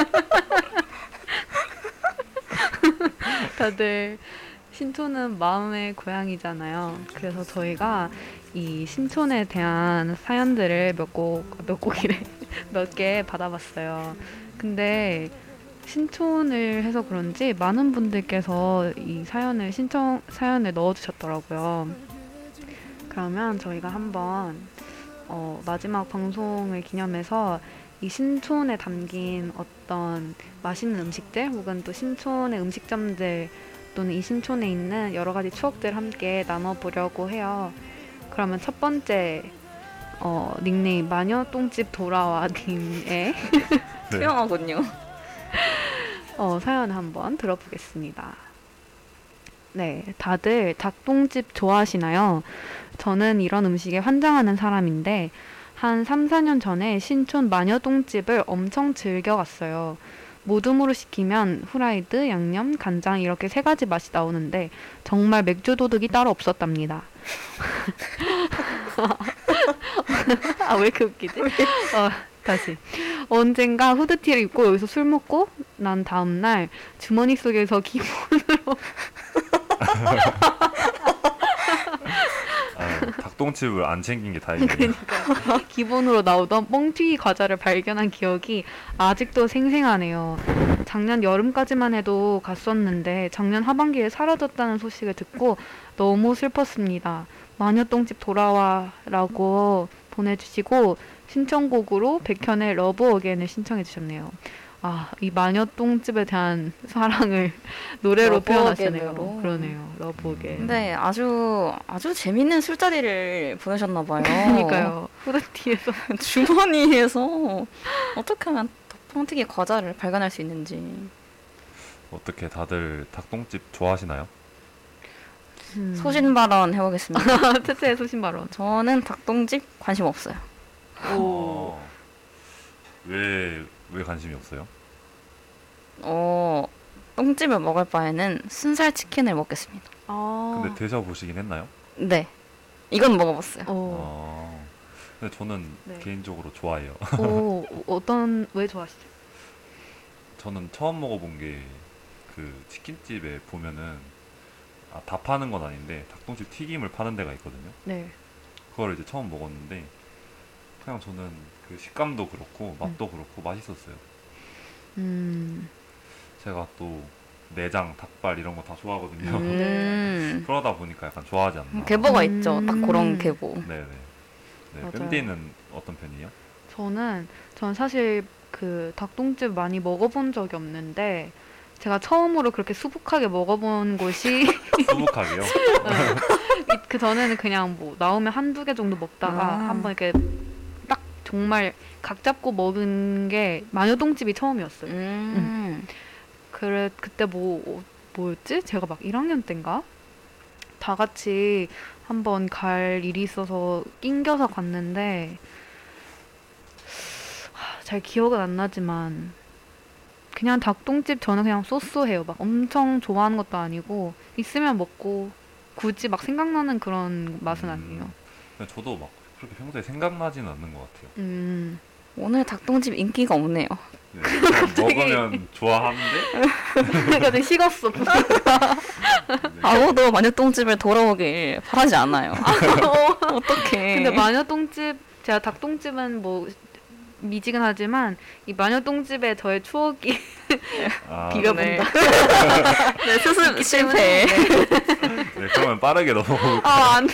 S1: 다들 신촌은 마음의 고향이잖아요. 그래서 저희가 이 신촌에 대한 사연들을 몇 곡, 몇 곡이래, 몇 개 받아봤어요. 근데 신촌을 해서 그런지 많은 분들께서 이 사연을 신청 사연을 넣어주셨더라고요. 그러면 저희가 한번 어, 마지막 방송을 기념해서 이 신촌에 담긴 어떤 맛있는 음식들 혹은 또 신촌의 음식점들 또는 이 신촌에 있는 여러 가지 추억들 함께 나눠보려고 해요. 그러면 첫 번째 어, 닉네임 마녀 똥집 돌아와 님의
S4: 네.
S3: 투명하군요.
S1: 어, 사연 한번 들어보겠습니다. 네, 다들 닭똥집 좋아하시나요? 저는 이런 음식에 환장하는 사람인데 한 3, 4년 전에 신촌 마녀똥집을 엄청 즐겨갔어요. 모둠으로 시키면 후라이드, 양념, 간장 이렇게 세 가지 맛이 나오는데 정말 맥주 도둑이 따로 없었답니다. 아, 왜 이렇게 웃기지? 어, 다시. 언젠가 후드티를 입고 여기서 술 먹고 난 다음 날 주머니 속에서 기본
S4: 아, 닭 닭똥집을 안 챙긴 게 다행이네요.
S1: 그러니까 기본으로 나오던 뻥튀기 과자를 발견한 기억이 아직도 생생하네요. 작년 여름까지만 해도 갔었는데 작년 하반기에 사라졌다는 소식을 듣고 너무 슬펐습니다. 마녀똥집 돌아와라고 보내주시고 신청곡으로 백현의 러브 어게인을 신청해 주셨네요. 아, 이 마녀똥집에 대한 사랑을 노래로
S3: 러브
S1: 표현하시네요.
S3: 어게인으로.
S1: 그러네요. 러브 어게인.
S3: 근데 아주 아주 재밌는 술자리를 보내셨나 봐요.
S1: 그러니까요. 어, 후드티에서
S3: 주머니에서 어떻게 하면 음. 펑튀기 과자를 발견할 수 있는지
S4: 어떻게 다들 닭똥집 좋아하시나요?
S1: 음.
S3: 소신 발언 해보겠습니다.
S1: 채채의 소신 발언.
S3: 저는 닭똥집 관심 없어요.
S4: 어, 왜, 왜 관심이 없어요?
S3: 어, 똥집을 먹을 바에는 순살 치킨을 먹겠습니다.
S1: 아.
S4: 근데 드셔보시긴 했나요?
S3: 네, 이건 먹어봤어요.
S1: 어.
S4: 어, 근데 저는
S1: 네.
S4: 개인적으로 좋아해요.
S1: 오, 어, 어떤 왜 좋아하시죠?
S4: 저는 처음 먹어본 게 그 치킨집에 보면은 아, 다 파는 건 아닌데 닭똥집 튀김을 파는 데가 있거든요.
S1: 네.
S4: 그걸 이제 처음 먹었는데 그냥 저는 그 식감도 그렇고 맛도 그렇고 맛있었어요.
S1: 음.
S4: 제가 또 내장, 닭발 이런 거 다 좋아하거든요.
S3: 음,
S4: 그러다 보니까 약간 좋아하지 않나.
S3: 개보가
S1: 음.
S3: 있죠. 딱 그런 개보. 음.
S4: 네네. 네,
S1: 맞아요.
S4: 밴디는 어떤 편이에요?
S1: 저는 전 사실 그 닭똥집 많이 먹어본 적이 없는데 제가 처음으로 그렇게 수북하게 먹어본 곳이
S4: 수북하게요.
S1: 네. 이- 그 전에는 그냥 뭐 나오면 한두 개 정도 먹다가
S3: 아.
S1: 한번 이렇게 딱 정말 각 잡고 먹은 게 마녀동집이 처음이었어요.
S3: 음,
S1: 그래 그때 뭐 어, 뭐였지? 제가 막 1학년 때인가 다 같이 한번 갈 일이 있어서 낑겨서 갔는데 하, 잘 기억은 안 나지만 그냥 닭똥집 저는 그냥 소소해요. 막 엄청 좋아하는 것도 아니고 있으면 먹고 굳이 막 생각나는 그런 맛은
S4: 음.
S1: 아니에요.
S4: 근데 저도 막 그렇게 평소에 생각나지는 않는 것 같아요.
S1: 음.
S3: 오늘 닭똥집 인기가 없네요.
S4: 네, 그냥 먹으면 좋아하는데
S1: 그러니까 되게 식었어.
S4: 네.
S3: 아무도 마녀똥집을 돌아오길 바라지 않아요. 어떡해.
S1: 근데 마녀똥집 제가 닭똥집은 뭐 미지근하지만 이 마녀똥집에 저의 추억이
S4: 아,
S1: 비벼- 비벼본다.
S3: 네, 수습 실패.
S4: 네, 그러면 빠르게 넘어가고
S1: 아안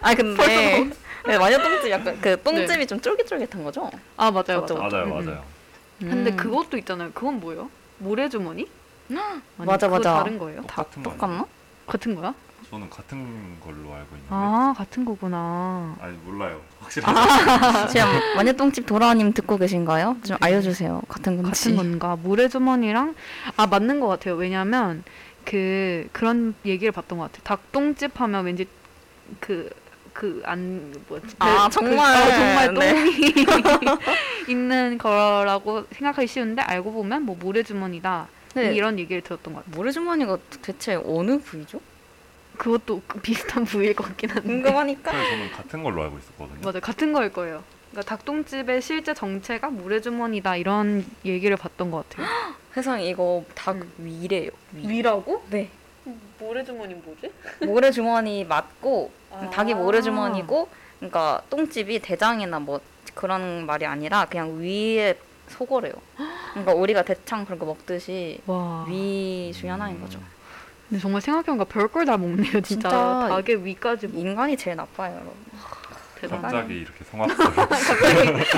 S3: 아 근데 네, 마녀 똥집 약간 그 똥집이 좀 쫄깃쫄깃한 거죠?
S1: 아 맞아요
S3: 저쪽.
S1: 맞아요.
S4: 맞아요,
S1: 음, 음.
S4: 맞아요.
S1: 근데
S3: 음.
S1: 그것도 있잖아요. 그건 뭐예요? 모래주머니? 아니,
S3: 맞아,
S1: 그거
S3: 맞아.
S1: 다른 거예요?
S4: 똑같은 거 아니에요?
S3: 음, 똑같나?
S1: 같은 거야?
S4: 저는 같은 걸로 알고 있는데
S1: 아 같은 거구나.
S4: 아니 몰라요. 확실하게
S3: 아. 지금 마녀 똥집 도라님 듣고 계신가요?
S4: 네.
S3: 좀 알려주세요. 같은 건지.
S1: 같은 건가? 모래주머니랑 아 맞는 것 같아요. 왜냐면 그 그런 얘기를 봤던 것 같아요. 닭똥집 하면 왠지 그 그 안 뭐지?
S3: 아, 정말.
S1: 어, 정말
S3: 네.
S1: 똥이 있는 거라고 생각하기 쉬운데 알고 보면 뭐 모래주머니다
S3: 네.
S1: 이런 얘기를 들었던 것 같아요.
S3: 모래주머니가 대체 어느 부위죠?
S1: 그것도 그 비슷한 부위일 것 같긴 한데.
S3: 궁금하니까.
S4: 저는 같은 걸로 알고 있었거든요.
S3: 뭐,
S1: 맞아 같은 거일 거예요. 그러니까 닭똥집의 실제 정체가 모래주머니다 이런 얘기를 봤던 것 같아요.
S3: 세상 이거 닭 음. 위래요.
S1: 위라고?
S3: 네.
S1: 모래주머니 뭐지?
S3: 모래주머니 맞고 닭이
S1: 아.
S3: 모래주머니고 그러니까 똥집이 대장이나 뭐 그런 말이 아니라 그냥 위에 속어래요. 그러니까 우리가 대창 그런 거 먹듯이
S1: 와.
S3: 위 중에 하나인
S4: 음,
S3: 거죠.
S1: 근데 정말 생각해보니까 별걸 다 먹네요. 진짜.
S3: 진짜.
S1: 닭의 위까지 뭐
S3: 인간이 제일 나빠요, 여러분.
S1: 대단.
S4: 갑자기 이렇게 성악설.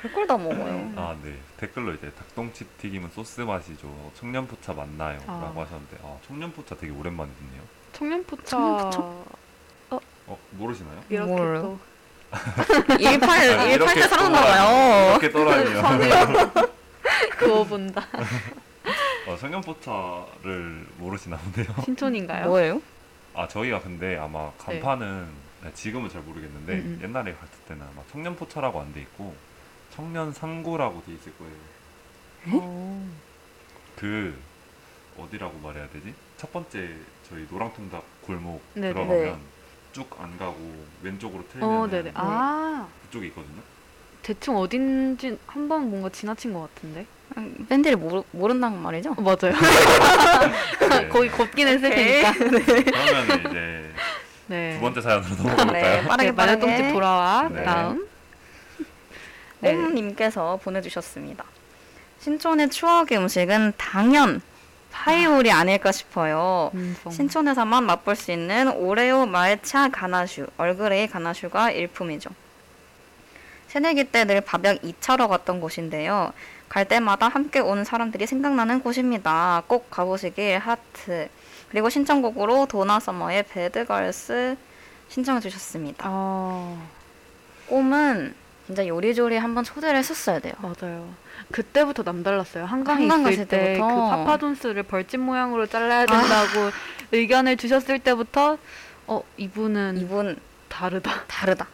S3: 별걸 다 먹어요.
S4: 아, 네. 댓글로 이제 닭똥집 튀김은 소스 맛이죠. 청년포차 맞나요?
S1: 아.
S4: 라고 하셨는데 아, 청년포차 되게 오랜만에 듣네요.
S1: 청년포차.
S3: 청년포차?
S4: 어, 모르시나요?
S1: 이렇게
S3: 뭐예요?
S1: 또
S3: 18,
S4: 아니,
S3: 18대
S4: 이렇게
S3: 살았나
S4: 떠나요.
S3: 봐요.
S4: 이렇게 떨어지면
S1: 선을 그어본다.
S4: 어, 청년포차를 모르시나 보네요.
S1: 신촌인가요?
S3: 뭐예요?
S4: 아 저희가 근데 아마 간판은 네, 지금은 잘 모르겠는데
S1: 음, 음.
S4: 옛날에 갔을 때는 아마 청년포차라고 안 돼 있고 청년 상구라고 돼 있을 거예요.
S1: 어.
S4: 그 어디라고 말해야 되지? 첫 번째 저희 노랑통닭 골목
S1: 네네.
S4: 들어가면 쭉 안 가고 왼쪽으로
S1: 어,
S4: 틀면
S1: 네네. 아,
S4: 그쪽에 있거든요.
S1: 대충 어딘지 한 번 뭔가 지나친 것 같은데.
S3: 음, 밴드를 모르, 모른다는 말이죠?
S1: 어, 맞아요.
S4: 네.
S1: 거의 걷긴 했을 테니까.
S4: 그러면 이제
S1: 네.
S4: 두 번째 사연으로 넘어볼까요?
S3: 네, 빠르게
S1: 네, 마녀
S3: 빠르게.
S1: 똥집 돌아와.
S4: 네.
S1: 다음. 네.
S3: 옴님께서 보내주셨습니다. 신촌의 추억의 음식은 당연 파이올이 아닐까 싶어요.
S1: 음성.
S3: 신촌에서만 맛볼 수 있는 오레오 말차 가나슈, 얼그레이 가나슈가 일품이죠. 새내기 때 늘 밥약 2차로 갔던 곳인데요. 갈 때마다 함께 온 사람들이 생각나는 곳입니다. 꼭 가보시길 하트. 그리고 신청곡으로 도나서머의 배드걸스 신청해 주셨습니다.
S1: 어,
S3: 꿈은 진짜 요리조리 한번 초대를 했었어야 돼요.
S1: 맞아요. 그때부터 남달랐어요. 한강에
S3: 한강
S1: 있을
S3: 갔을
S1: 때 그
S3: 때부터.
S1: 파파존스를 벌집 모양으로 잘라야 된다고 의견을 주셨을 때부터 어 이분은
S3: 이분
S1: 다르다.
S3: 다르다.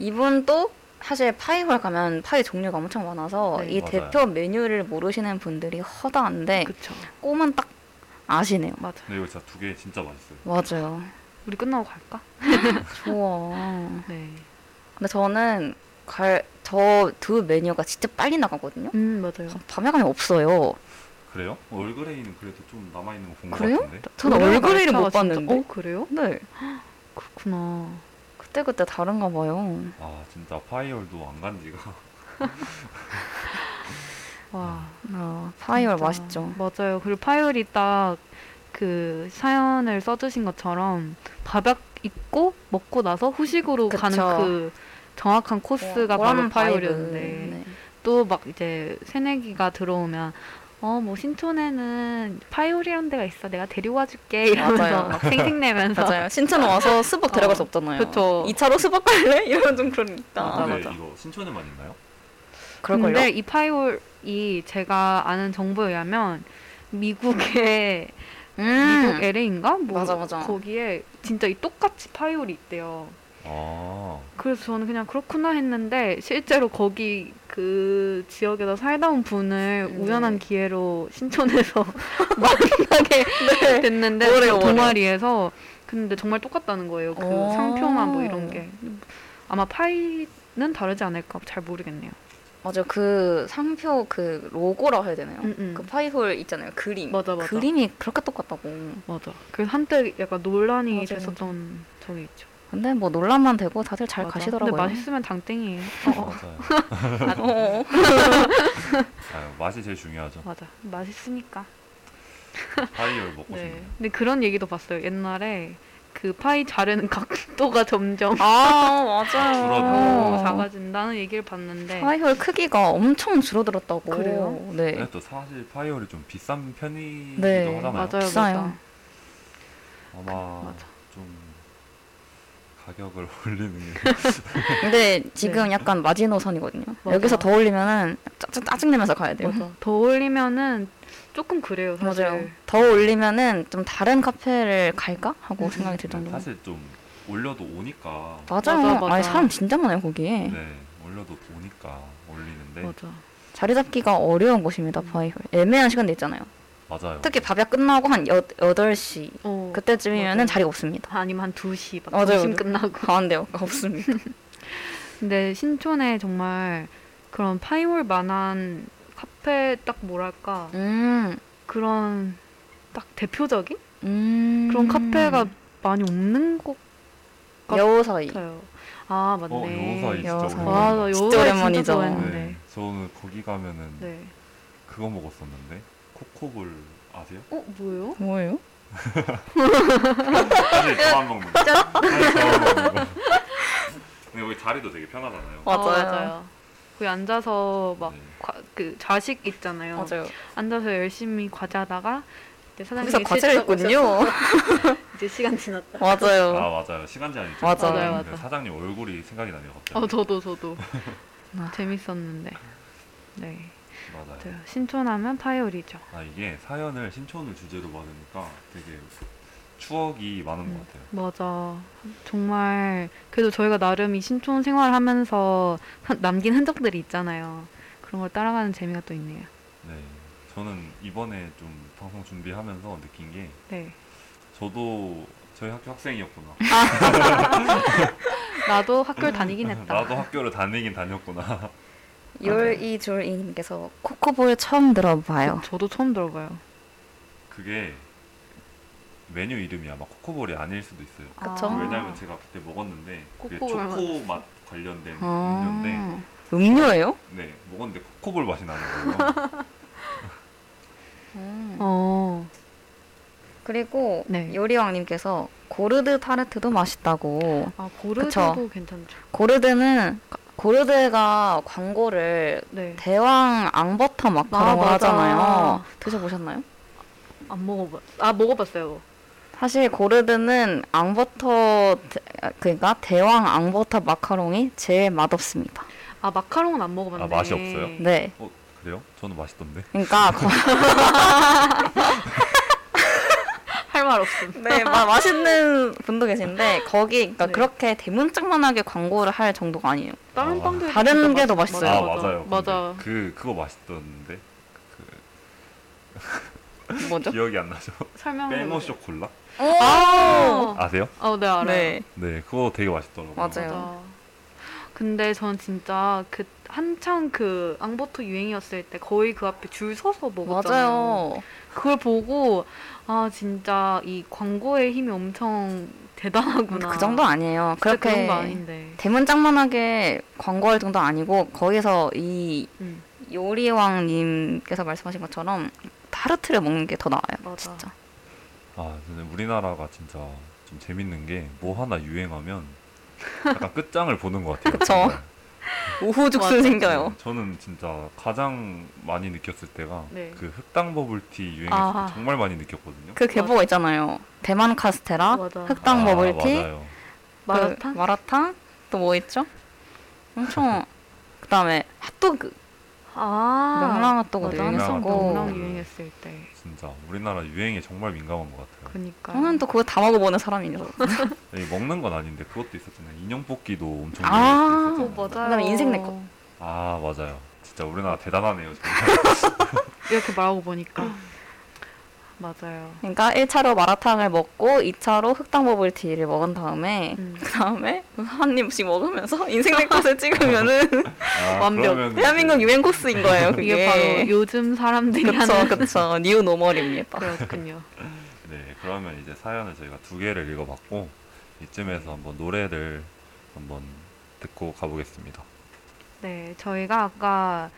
S3: 이분도 사실 파이홀 가면 파이 종류가 엄청 많아서
S1: 네.
S3: 이
S4: 맞아요.
S3: 대표 메뉴를 모르시는 분들이 허다한데
S1: 그쵸.
S3: 꿈은 딱 아시네요.
S1: 네. 맞아.
S4: 근데 이거 진짜 두 개 진짜 맛있어요.
S3: 맞아요.
S1: 우리 끝나고 갈까?
S3: 좋아.
S1: 네.
S3: 근데 저는 갈 저 두 메뉴가 진짜 빨리 나가거든요.
S1: 음 맞아요.
S3: 밤에 가면 없어요.
S4: 그래요? 얼그레이는 그래도 좀 남아 있는 거 본 것
S3: 그래요?
S4: 같은데.
S3: 저는
S1: 노래가
S3: 얼그레이를
S1: 많다,
S3: 못
S1: 진짜.
S3: 봤는데.
S1: 어 그래요?
S3: 네.
S1: 그렇구나.
S3: 그때 그때 다른가 봐요.
S4: 아 진짜 파이얼도 안 간 지가.
S1: 와.
S3: 아, 파이홀
S1: 진짜.
S3: 맛있죠.
S1: 맞아요. 그리고 파이올이 딱 그 사연을 써주신 것처럼 밥약 입고 먹고 나서 후식으로
S3: 그쵸.
S1: 가는 그 정확한 코스가 바로
S3: 오라는
S1: 파이올이었는데
S3: 바이브. 네.
S1: 또 막 이제 새내기가 들어오면 어 뭐 신촌에는 파이올이라는 데가 있어 내가 데리고 와줄게 이러면서
S3: 맞아요.
S1: 막 생색내면서
S3: 맞아요. 신촌 와서 수박 데려갈 수 없잖아요.
S1: 그쵸.
S3: 2차로 수박 갈래? 이러면 좀 그러니까.
S1: 맞아,
S4: 근데
S1: 맞아.
S4: 이거 신촌에만 있나요?
S1: 근데 이 파이올이 제가 아는 정보에 의하면 미국의
S3: 음.
S1: 미국 LA인가 뭐
S3: 맞아, 맞아.
S1: 거기에 진짜 이 똑같이 파이올이 있대요.
S4: 아
S1: 그래서 저는 그냥 그렇구나 했는데 실제로 거기 그 지역에서 살다 온 분을
S3: 네.
S1: 우연한 기회로 신촌에서 만나게
S3: 네.
S1: 됐는데
S3: 오래,
S1: 그
S3: 오래.
S1: 동아리에서 근데 정말 똑같다는 거예요. 그
S3: 오.
S1: 상표만 뭐 이런 게 아마 파이는 다르지 않을까 잘 모르겠네요.
S3: 맞아 그 상표 그 로고라 해야 되나요?
S1: 음, 음.
S3: 그 파이홀 있잖아요 그림.
S1: 맞아, 맞아.
S3: 그림이 그렇게 똑같다고.
S1: 맞아. 그래서 한때 약간 논란이
S3: 맞아,
S1: 됐었던 적이 있죠.
S3: 근데 뭐 논란만 되고 다들 잘
S1: 맞아.
S3: 가시더라고요.
S1: 근데 맛있으면 당땡이에요.
S4: 맞아요.
S3: 어.
S4: 아유, 맛이 제일 중요하죠.
S1: 맞아. 맛있으니까.
S4: 파이얼 먹고
S1: 네.
S4: 싶네요.
S1: 근데 그런 얘기도 봤어요. 옛날에 그 파이 자르는 각도가 점점
S3: 아 맞아요.
S4: 줄어들어.
S1: 어, 작아진다는 얘기를 봤는데
S3: 파이홀 크기가 엄청 줄어들었다고.
S1: 그래요?
S3: 네.
S4: 근데 또 사실 파이얼이 좀 비싼 편이기도
S3: 네,
S4: 하잖아요.
S1: 맞아요,
S3: 비싸요.
S1: 맞아.
S4: 아마
S1: 맞아.
S4: 좀 가격을 올리는 게
S3: 근데 지금 약간 마지노선이거든요.
S1: 맞아.
S3: 여기서 더 올리면은 짜, 짜, 짜증내면서 가야 돼요.
S1: 맞아. 더 올리면은 조금 그래요, 사실.
S3: 맞아요. 네. 더 올리면은 좀 다른 카페를 갈까 하고 생각이 들 정도로.
S4: 네, 사실 좀 올려도 오니까.
S3: 맞아요.
S1: 맞아, 맞아.
S3: 아니 사람 진짜 많아요 거기에.
S4: 네, 올려도 오니까 올리는데
S1: 맞아.
S3: 자리 잡기가 어려운 곳입니다. 파이홀. 애매한 시간대 있잖아요.
S4: 맞아요.
S3: 특히 밥약 끝나고 한 여, 8시
S1: 어,
S3: 그때쯤이면은
S1: 맞아요.
S3: 자리가 없습니다.
S1: 아니면 한 2시 막
S3: 맞아요,
S1: 점심
S3: 맞아요.
S1: 끝나고
S3: 가운데가 없습니다.
S1: 근데 신촌에 정말 그런 파이올 만한 카페 딱 뭐랄까
S3: 음.
S1: 그런 딱 대표적인
S3: 음.
S1: 그런 카페가 많이 없는 것
S3: 여우서이.
S1: 같아요. 아 맞네.
S4: 어, 요사이 진짜
S3: 여우사이.
S4: 오랜만이다.
S1: 와, 나 요사이
S3: 진짜
S1: 진짜
S3: 오랜만이죠.
S1: 좋아했는데.
S4: 네, 저는 거기 가면은
S1: 네.
S4: 그거 먹었었는데 코코볼 아세요?
S1: 어 뭐예요?
S3: 뭐예요?
S4: 사실 저만 먹는 거. 사실 저만 먹는 거. 근데 여기 자리도 되게 편하잖아요.
S3: 맞아요.
S1: 어, 맞아요. 거기 앉아서 막
S4: 네.
S1: 과, 그 좌식 있잖아요.
S3: 맞아요.
S1: 앉아서 열심히 과제하다가 이제
S3: 거기서
S1: 사장님이
S3: 과제를
S1: 실적
S3: 했군요.
S1: 오셔서 이제 시간 지났다.
S3: 맞아요.
S4: 아 맞아요. 시간 제한이 좀
S3: 맞아요,
S4: 있어요.
S1: 맞아요.
S4: 그 사장님 얼굴이 생각이 나네요. 갑자기.
S1: 어 저도 저도
S3: 아.
S1: 재밌었는데. 네.
S4: 맞아요.
S1: 네, 신촌하면 파이올이죠.
S4: 아 이게 사연을 신촌을 주제로 받으니까 되게 추억이 많은
S1: 음.
S4: 것 같아요.
S1: 맞아. 정말 그래도 저희가 나름 이 신촌 생활하면서 남긴 흔적들이 있잖아요. 그런 걸 따라가는 재미가 또 있네요.
S4: 네, 저는 이번에 좀 방송 준비하면서 느낀 게
S1: 네.
S4: 저도 저희 학교 학생이었구나.
S1: 나도 학교를 다니긴 했다.
S4: 음. 나도 학교를 다니긴 다녔구나. 아, 네.
S3: 열이졸이님께서 코코볼 처음 들어봐요.
S1: 저도 처음 들어봐요.
S4: 그게 메뉴 이름이 아마 코코볼이 아닐 수도 있어요.
S3: 그쵸?
S1: 아.
S4: 왜냐면 제가 그때 먹었는데 그게
S1: 코코볼 맛.
S4: 초코 맛 관련된 음료인데
S3: 아, 음료예요?
S4: 네 먹었는데 코코볼 맛이 나는 거예요.
S3: 음.
S1: 어,
S3: 그리고
S1: 네.
S3: 요리왕님께서 고르드 타르트도 맛있다고.
S1: 아
S3: 그쵸.
S1: 고르도도 괜찮죠.
S3: 고르드는 고르드가 광고를
S1: 네,
S3: 대왕 앙버터 마카롱을
S1: 맞아.
S3: 하잖아요. 드셔보셨나요?
S1: 안 먹어봤. 아 먹어봤어요.
S3: 사실 고르드는 앙버터 대- 그러니까 대왕 앙버터 마카롱이 제일 맛없습니다.
S1: 아 마카롱은 안 먹어봤네.
S4: 아, 맛이 없어요?
S3: 네.
S4: 어 그래요? 저는 맛있던데.
S3: 그러니까 거-
S1: 할 말 없음.
S3: 네, 마, 맛있는 분도 계신데 거기 그러니까
S1: 네.
S3: 그렇게 대문짝만하게 광고를 할 정도가 아니에요.
S1: 다른
S4: 아,
S1: 빵도
S3: 다른
S1: 진짜
S3: 게더
S1: 맛있-
S3: 맛있어요.
S4: 아 맞아요. 근데
S1: 맞아.
S4: 그 그거 맛있던데. 그
S3: 뭐죠?
S4: 기억이 안 나죠?
S1: 설명.
S4: 빼모 쇼콜라
S3: 아,
S1: 아,
S4: 아세요?
S1: 어, 네 알아요.
S3: 네.
S4: 네 그거 되게 맛있더라고요.
S3: 맞아요.
S1: 맞아. 근데 전 진짜 그 한창 그 앙버터 유행이었을 때 거의 그 앞에 줄 서서 먹었잖아요.
S3: 맞아요.
S1: 그걸 보고 아 진짜 이 광고의 힘이 엄청 대단하구나.
S3: 그 정도 아니에요.
S1: 그렇게
S3: 그렇게
S1: 그런 거 아닌데.
S3: 대문짝만하게 광고할 정도 아니고 거기서 이
S1: 음.
S3: 요리왕님께서 말씀하신 것처럼 타르트를 먹는 게 더 나아요.
S1: 맞아.
S3: 진짜.
S4: 아, 근데 우리나라가 진짜 좀 재밌는 게 뭐 하나 유행하면 약간 끝장을 보는 것 같아요.
S3: 그쵸.
S4: 정말.
S3: 우후죽순
S1: 맞아.
S3: 생겨요.
S4: 네, 저는 진짜 가장 많이 느꼈을 때가
S1: 네.
S4: 그 흑당 버블티 유행했을
S1: 아하.
S4: 때 정말 많이 느꼈거든요.
S3: 그 계보가 있잖아요. 대만 카스테라,
S1: 맞아.
S3: 흑당 버블티,
S4: 맞아요.
S3: 그
S1: 마라탕?
S3: 마라탕 또 뭐 있죠? 엄청 그다음에 핫도그,
S1: 아.
S3: 명랑 핫도그도
S1: 맞아.
S4: 유행했었고.
S1: 명랑
S3: 유행했었고
S4: 핫도그.
S1: 유행했을 때. 그러니까.
S4: 진짜 우리나라 유행에 정말 민감한 것 같아요.
S1: 그니까.
S3: 저는 또 그거 다 먹어보는 사람이죠.
S4: 아니, 먹는 건 아닌데 그것도 있었잖아요. 인형 뽑기도 엄청
S3: 아,
S4: 유행했었잖아요.
S1: 어, 맞아요.
S3: 그다음에 인생 내 거.
S4: 아 맞아요. 진짜 우리나라 대단하네요. 정말.
S1: 이렇게 말하고
S3: 음.
S1: 보니까. 맞아요.
S3: 그러니까 1차로 마라탕을 먹고 2차로 흑당 버블티를 먹은 다음에
S1: 음.
S3: 그다음에 한 입씩 먹으면서 인생 내 것을 찍으면은
S4: 아,
S1: 완벽.
S4: 그러면
S3: 대한민국
S4: 이제
S3: 유행 코스인 거예요. 그게.
S1: 이게 바로 요즘 사람들이
S3: 그쵸
S1: 하는
S3: 그쵸 뉴 노멀입니다.
S1: 그렇군요.
S4: 네, 그러면 이제 사연을 저희가 두 개를 읽어봤고 이쯤에서 한번 노래를 한번 듣고 가보겠습니다.
S1: 네, 저희가 아까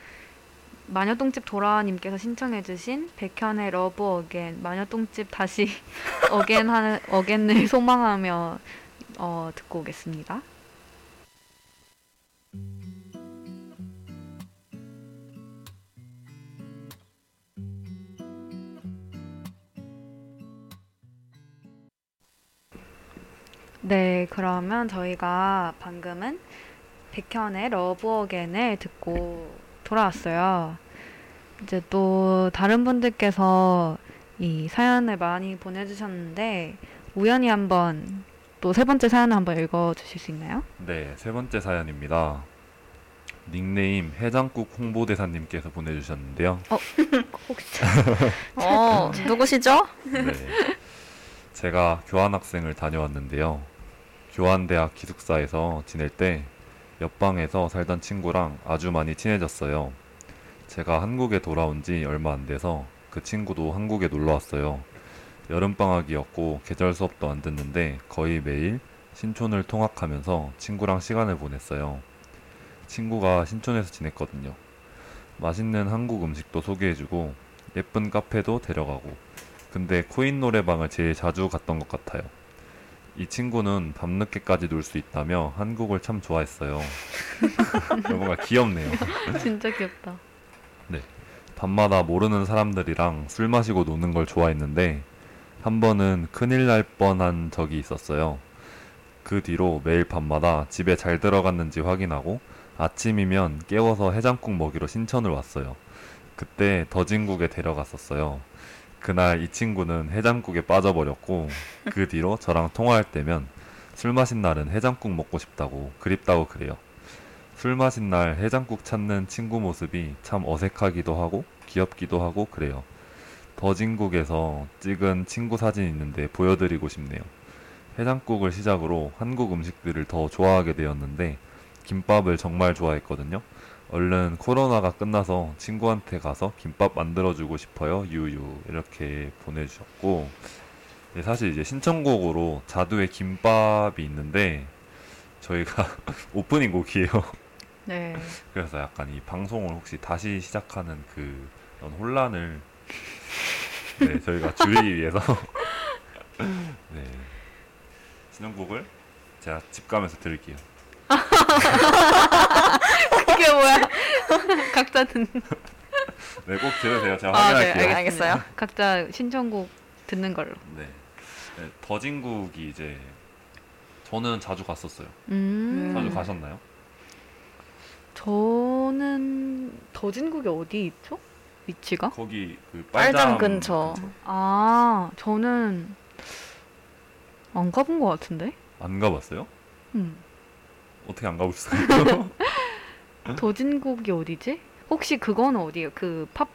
S1: 마녀똥집 도라님께서 신청해주신 백현의 러브 어겐, 마녀똥집 다시 어겐 하는 어겐을 소망하며 어, 듣고 오겠습니다. 네, 그러면 저희가 방금은 백현의 러브 어겐을 듣고 돌아왔어요. 이제 또 다른 분들께서 이 사연을 많이 보내주셨는데 우연히 한번 또 세 번째 사연을 한번 읽어주실 수 있나요?
S4: 네, 세 번째 사연입니다. 닉네임 해장국 홍보대사님께서 보내주셨는데요.
S1: 혹시
S3: 어 누구시죠?
S4: 네, 제가 교환학생을 다녀왔는데요. 교환대학 기숙사에서 지낼 때 옆방에서 살던 친구랑 아주 많이 친해졌어요. 제가 한국에 돌아온 지 얼마 안 돼서 그 친구도 한국에 놀러 왔어요. 여름방학이었고 계절 수업도 안 듣는데 거의 매일 신촌을 통학하면서 친구랑 시간을 보냈어요. 친구가 신촌에서 지냈거든요. 맛있는 한국 음식도 소개해주고 예쁜 카페도 데려가고 근데 코인 노래방을 제일 자주 갔던 것 같아요. 이 친구는 밤늦게까지 놀 수 있다며 한국을 참 좋아했어요. 뭔가 귀엽네요.
S1: 진짜 귀엽다.
S4: 밤마다 모르는 사람들이랑 술 마시고 노는 걸 좋아했는데 한 번은 큰일 날 뻔한 적이 있었어요. 그 뒤로 매일 밤마다 집에 잘 들어갔는지 확인하고 아침이면 깨워서 해장국 먹이러 신천을 왔어요. 그때 더진국에 데려갔었어요. 그날 이 친구는 해장국에 빠져버렸고 그 뒤로 저랑 통화할 때면 술 마신 날은 해장국 먹고 싶다고 그립다고 그래요. 술 마신 날 해장국 찾는 친구 모습이 참 어색하기도 하고 귀엽기도 하고 그래요. 더진국에서 찍은 친구 사진 있는데 보여드리고 싶네요. 해장국을 시작으로 한국 음식들을 더 좋아하게 되었는데 김밥을 정말 좋아했거든요. 얼른 코로나가 끝나서 친구한테 가서 김밥 만들어주고 싶어요. 유유 이렇게 보내주셨고 예, 사실 이제 신청곡으로 자두의 김밥이 있는데 저희가 오프닝 곡이에요.
S3: 네.
S4: 그래서 약간 이 방송을 혹시 다시 시작하는 그 그런 혼란을 네, 저희가 줄이기 위해서 네. 신청곡을 제가 집 가면서 들을게요.
S3: 그게 뭐야? 각자 듣는.
S4: 네, 꼭 들으세요. 제가
S3: 아, 네,
S4: 확인할게요.
S3: 알- 알겠어요.
S1: 각자 신청곡 듣는 걸로.
S4: 네. 네, 더진국이 이제 저는 자주 갔었어요.
S1: 음.
S4: 자주 가셨나요?
S1: 저는 더진국이 어디 있죠? 위치가?
S4: 거기 그
S3: 어? 빨장
S4: 빨장
S3: 근처.
S1: 아, 저는 안 가본 것 같은데?
S4: 안 가봤어요?
S1: 음.
S4: 어떻게 안 가보셨어요?
S1: 더진국이 어디지? 혹시 그거는 어디예요? 그 팝,